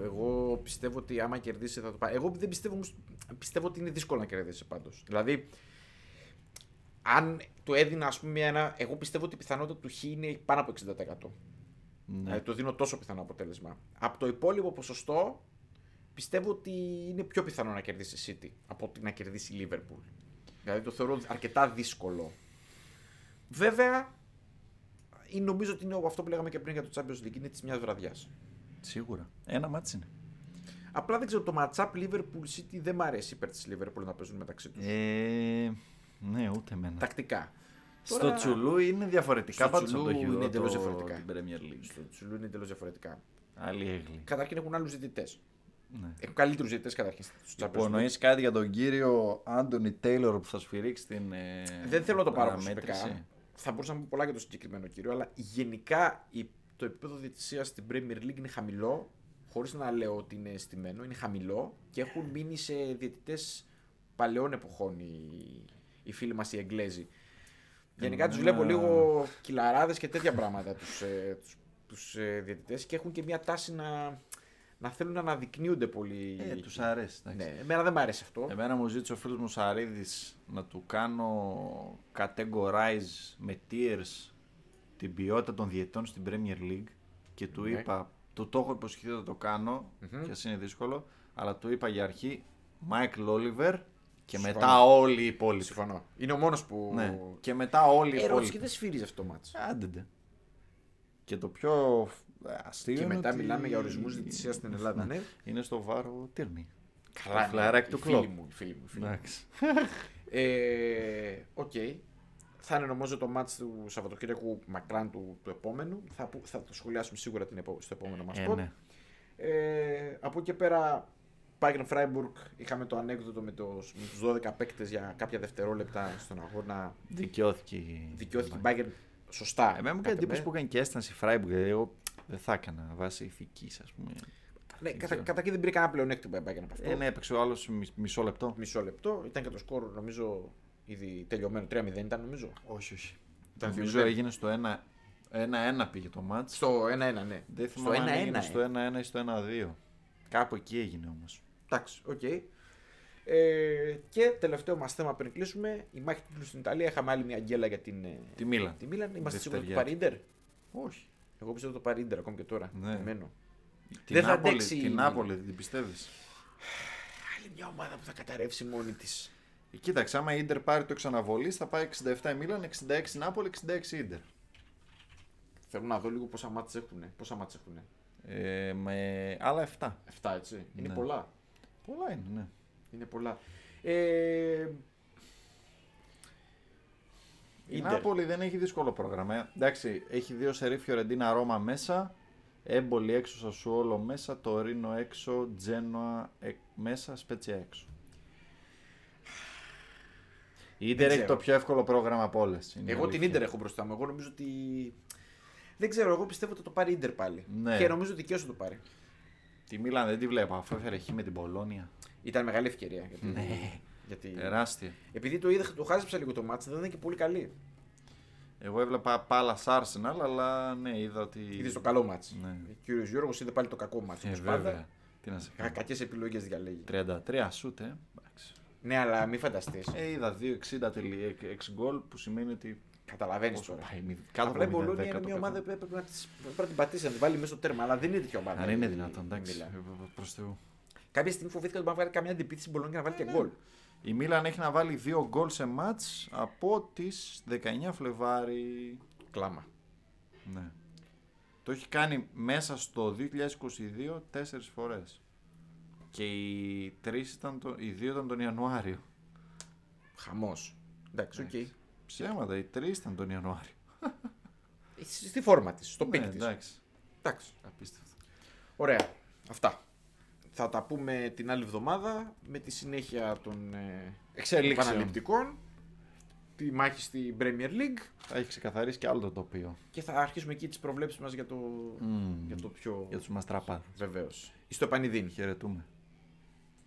Speaker 2: Εγώ πιστεύω ότι άμα κερδίσει θα το πάει. Εγώ δεν πιστεύω όμως, πιστεύω ότι είναι δύσκολο να κερδίσει πάντως. Δηλαδή, αν του έδινα, ας πούμε, ένα. Εγώ πιστεύω ότι η πιθανότητα του Χ είναι πάνω από 60%.
Speaker 1: Ναι.
Speaker 2: Δηλαδή, το δίνω τόσο πιθανό αποτέλεσμα. Από το υπόλοιπο ποσοστό, πιστεύω ότι είναι πιο πιθανό να κερδίσει η City από ότι να κερδίσει η Liverpool. Δηλαδή, το θεωρώ αρκετά δύσκολο. Βέβαια, ε, νομίζω ότι είναι αυτό που λέγαμε και πριν για το Champions League, είναι της μιας βραδιάς.
Speaker 1: Σίγουρα. Ένα μάτσι είναι.
Speaker 2: Απλά δεν ξέρω, το matchup Liverpool City δεν μ' αρέσει υπέρ της Liverpool να παίζουν μεταξύ τους.
Speaker 1: Ε, ναι, ούτε εμένα.
Speaker 2: Τακτικά.
Speaker 1: Στο
Speaker 2: Τώρα-
Speaker 1: τσουλού είναι διαφορετικά
Speaker 2: Στο
Speaker 1: πάντως από
Speaker 2: Τσουλού
Speaker 1: το Euro,
Speaker 2: είναι εντελώς
Speaker 1: το-
Speaker 2: διαφορετικά.
Speaker 1: Την Premier League.
Speaker 2: Στο Τσουλού είναι εντελώς διαφορετικά.
Speaker 1: Άλλη έγκλη.
Speaker 2: Καταρχήν έχουν άλλους ζητητέ.
Speaker 1: Ναι.
Speaker 2: Έχουν καλύτερους ζητητέ καταρχήν στο Champions League.
Speaker 1: Υπονοείς Λοιπόν, κάτι για τον κύριο Άντωνι Τέιλορ που θα σφυρίξει την. ε,
Speaker 2: Δεν θέλω να το πάρω
Speaker 1: αναμέτρηση.
Speaker 2: προσωπικά. Θα μπορούσα να πω πολλά για το συγκεκριμένο κύριο, αλλά γενικά η- το επίπεδο διαιτησίας στην Premier League είναι χαμηλό. Χωρίς να λέω ότι είναι στημένο, είναι χαμηλό και έχουν μείνει σε διαιτητές παλαιών εποχών οι, οι φίλοι μας οι Εγγλέζοι. Γενικά τους βλέπω
Speaker 1: Εμένα-
Speaker 2: λίγο κυλαράδες και τέτοια πράγματα τους ε, τους, τους, ε, διαιτητές και έχουν και μια τάση να, να θέλουν να αναδεικνύονται πολύ.
Speaker 1: Ε, τους αρέσει. εντάξει.
Speaker 2: Ναι, εμένα δεν μ' αρέσει αυτό.
Speaker 1: Εμένα μου ζήτησε ο φίλος μου Σαρίδης να του κάνω categorize με tiers την ποιότητα των διαιτών στην Premier League και του
Speaker 2: Ναι.
Speaker 1: είπα, του το έχω υποσχεθεί ότι θα το κανω και ας είναι δύσκολο, αλλά του είπα για αρχή Michael Oliver και
Speaker 2: Συμφωνώ.
Speaker 1: μετά όλοι οι υπόλοιποι.
Speaker 2: Συμφωνώ. Είναι ο μόνος που.
Speaker 1: Ναι. Και μετά όλοι οι
Speaker 2: Ερώτηση Ε, και
Speaker 1: υπόλοιποι.
Speaker 2: δεν σφυρίζει αυτό το μάτς.
Speaker 1: Άντε, ντε. Και το πιο αστείο
Speaker 2: Και
Speaker 1: είναι
Speaker 2: μετά
Speaker 1: ότι-
Speaker 2: μιλάμε για ορισμούς διαιτησίας στην Ελλάδα, ναι.
Speaker 1: Είναι στο βάρο Τύρνη.
Speaker 2: Καλά,
Speaker 1: Το φλαράκι του
Speaker 2: οι φίλοι
Speaker 1: κλοπ.
Speaker 2: μου, οι φίλοι μου, οι φίλοι μου.
Speaker 1: Εντάξει.
Speaker 2: Ε, Οκ. Θα είναι νομίζω το μάτς του Σαββατοκύριακου μακράν του, του επόμενου. Θα, που- θα το σχολιάσουμε σίγουρα την, επο- στο επόμενο μας
Speaker 1: Ε,
Speaker 2: pod.
Speaker 1: ναι.
Speaker 2: Ε, από εκεί και πέρα, Bayern Freiburg είχαμε το ανέκδοτο με, το, με τους 12 παίκτες για κάποια δευτερόλεπτα στον αγώνα.
Speaker 1: Δικαιώθηκε. η-
Speaker 2: Δικαιώθηκε η Bayern σωστά.
Speaker 1: Εμένα Ναι. Ε, μου
Speaker 2: κατά
Speaker 1: έκανε εντύπωση
Speaker 2: με.
Speaker 1: που έκανε και αίσθηση Φράιμπουργκ. Δηλαδή, εγώ δεν θα έκανα βάσει ηθικής, ας πούμε.
Speaker 2: Ναι,
Speaker 1: δεν
Speaker 2: κατά,
Speaker 1: ξέρω.
Speaker 2: κατά εκεί δεν πήρε κανένα πλεονέκτημα η Bayern από αυτό.
Speaker 1: Ε, ναι, έπαιξε ο άλλος μισό λεπτό.
Speaker 2: μισό λεπτό. Ήταν και το σκορ, νομίζω, ήδη τελειωμένο. 3-0 ήταν, νομίζω.
Speaker 1: Όχι, όχι.
Speaker 2: Ήταν
Speaker 1: Νομίζω
Speaker 2: 2-0.
Speaker 1: έγινε στο 1-1 ένα, πήγε το μάτς.
Speaker 2: Στο 1-1, ναι.
Speaker 1: Δεν
Speaker 2: στο
Speaker 1: θυμάμαι αν
Speaker 2: 1-1,
Speaker 1: έγινε
Speaker 2: ε.
Speaker 1: στο 1-1 ή στο 1-2. Κάπου εκεί έγινε όμως.
Speaker 2: Εντάξει, οκ. Ε, και τελευταίο μας θέμα πριν κλείσουμε, η μάχη του τίτλου στην Ιταλία. Είχαμε άλλη μια γκέλα για την, ε,
Speaker 1: Τη Μίλαν.
Speaker 2: τη Μίλαν. Είμαστε σίγουροι ότι το πάρει
Speaker 1: Δευτεριά.
Speaker 2: η Ιντερ.
Speaker 1: Όχι.
Speaker 2: Εγώ πιστεύω ότι το πάρει η Ιντερ ακόμη και τώρα.
Speaker 1: Ναι.
Speaker 2: Επιμένω.
Speaker 1: Την
Speaker 2: Δεν θα
Speaker 1: Νάπολη-
Speaker 2: αντέξει η
Speaker 1: Την
Speaker 2: Μίλαν.
Speaker 1: Νάπολη, δεν την πιστεύεις.
Speaker 2: Άλλη μια ομάδα που θα καταρρεύσει μόνη της.
Speaker 1: Ε, Κοίταξε, άμα η Ιντερ πάρει το ξαναβολή, θα πάει 67 η Μίλαν, 66 η Νάπολη, 66 η Ιντερ.
Speaker 2: Θέλω να δω λίγο πόσα μάτς έχουν. Πόσα μάτς έχουν.
Speaker 1: Ε, με άλλα 7.
Speaker 2: 7 έτσι. Είναι
Speaker 1: Ναι.
Speaker 2: πολλά.
Speaker 1: Πολλά είναι, ναι.
Speaker 2: Είναι πολλά. Ε,
Speaker 1: Η
Speaker 2: Ιντερ.
Speaker 1: Νάπολη δεν έχει δύσκολο πρόγραμμα. ε. Εντάξει, έχει δύο σερή Φιωρεντίνα Ρώμα μέσα. Έμπολη έξω, Σασουόλο μέσα. Τωρίνο έξω, Τζένοα εκ- μέσα, Σπέτσια έξω. Η Ιντερ έχει
Speaker 2: ξέρω.
Speaker 1: το πιο εύκολο πρόγραμμα από όλες.
Speaker 2: Εγώ την Ιντερ έχω μπροστά μου. Εγώ νομίζω ότι. Δεν ξέρω, εγώ πιστεύω ότι θα το πάρει η Ιντερ πάλι.
Speaker 1: Ναι.
Speaker 2: Και νομίζω ότι δικαίω θα το πάρει.
Speaker 1: Τη Μίλαν δεν τη βλέπω, αφού έφερε χ με την Πολώνια.
Speaker 2: Ήταν μεγάλη ευκαιρία. Γιατί...
Speaker 1: Ναι.
Speaker 2: γιατί...
Speaker 1: Τεράστια.
Speaker 2: Επειδή το είδα, το χάζεψα λίγο το μάτς, δεν ήταν και πολύ καλή.
Speaker 1: Εγώ έβλεπα πάλα Arsenal, αλλά ναι, είδα ότι.
Speaker 2: Είδες το καλό μάτς.
Speaker 1: Ναι.
Speaker 2: Ο κύριος Γιώργος είδε πάλι το κακό μάτς.
Speaker 1: Ε,
Speaker 2: όπως
Speaker 1: βέβαια.
Speaker 2: πάντα.
Speaker 1: Τι να σε πω.
Speaker 2: Κακές επιλογές διαλέγει.
Speaker 1: 33 σουτ, ε. Εντάξει.
Speaker 2: Ναι, αλλά μη φανταστείς.
Speaker 1: Ε, είδα 2,60 γκολ που σημαίνει ότι.
Speaker 2: Καταλαβαίνεις
Speaker 1: Πόσο
Speaker 2: τώρα.
Speaker 1: πάει, μη- κάτω
Speaker 2: Απλά η
Speaker 1: από
Speaker 2: Μπολόνια
Speaker 1: 0-10
Speaker 2: είναι
Speaker 1: το
Speaker 2: μια
Speaker 1: πετάμε.
Speaker 2: ομάδα που έπρεπε να, της- πρέπει να την πατήσει, να την βάλει μέσα στο τέρμα. Αλλά δεν είναι τέτοια ομάδα.
Speaker 1: Αν είναι
Speaker 2: η-
Speaker 1: δυνατόν,
Speaker 2: η
Speaker 1: εντάξει.
Speaker 2: Μίλαν.
Speaker 1: Προς Θεού.
Speaker 2: Κάποια στιγμή φοβήθηκα ότι μπορεί να βάλει καμία αντιπίθεση στην Μπολόνια και να βάλει και
Speaker 1: Ναι,
Speaker 2: γκολ.
Speaker 1: Η Μίλαν έχει να βάλει 2 γκολ σε μάτς από τις 19 Φλεβάρι.
Speaker 2: Κλάμα.
Speaker 1: Ναι. Το έχει κάνει μέσα στο 2022 τέσσερις φορές. Και οι, τρεις ήταν το, οι δύο ήταν τον Ιανουάριο.
Speaker 2: Χαμός. Εντάξει, οκ.
Speaker 1: Εντάξει. Ψέματα, οι τρεις ήταν τον Ιανουάριο.
Speaker 2: Στη φόρμα της, στο πικ
Speaker 1: Ναι,
Speaker 2: της.
Speaker 1: εντάξει.
Speaker 2: Εντάξει.
Speaker 1: Απίστευτο.
Speaker 2: Ωραία. Αυτά. Θα τα πούμε την άλλη εβδομάδα με τη συνέχεια των ε,
Speaker 1: Εξελίξεων.
Speaker 2: επαναληπτικών. Τη μάχη στην Premier League.
Speaker 1: Θα έχει ξεκαθαρίσει και άλλο το τοπίο.
Speaker 2: Και θα αρχίσουμε εκεί τις προβλέψεις μας για, το...
Speaker 1: Μμμ.
Speaker 2: για το πιο.
Speaker 1: Για τους Μαστραπάδες.
Speaker 2: Βεβαίω. Στο επανειδήν.
Speaker 1: Χαιρετούμε.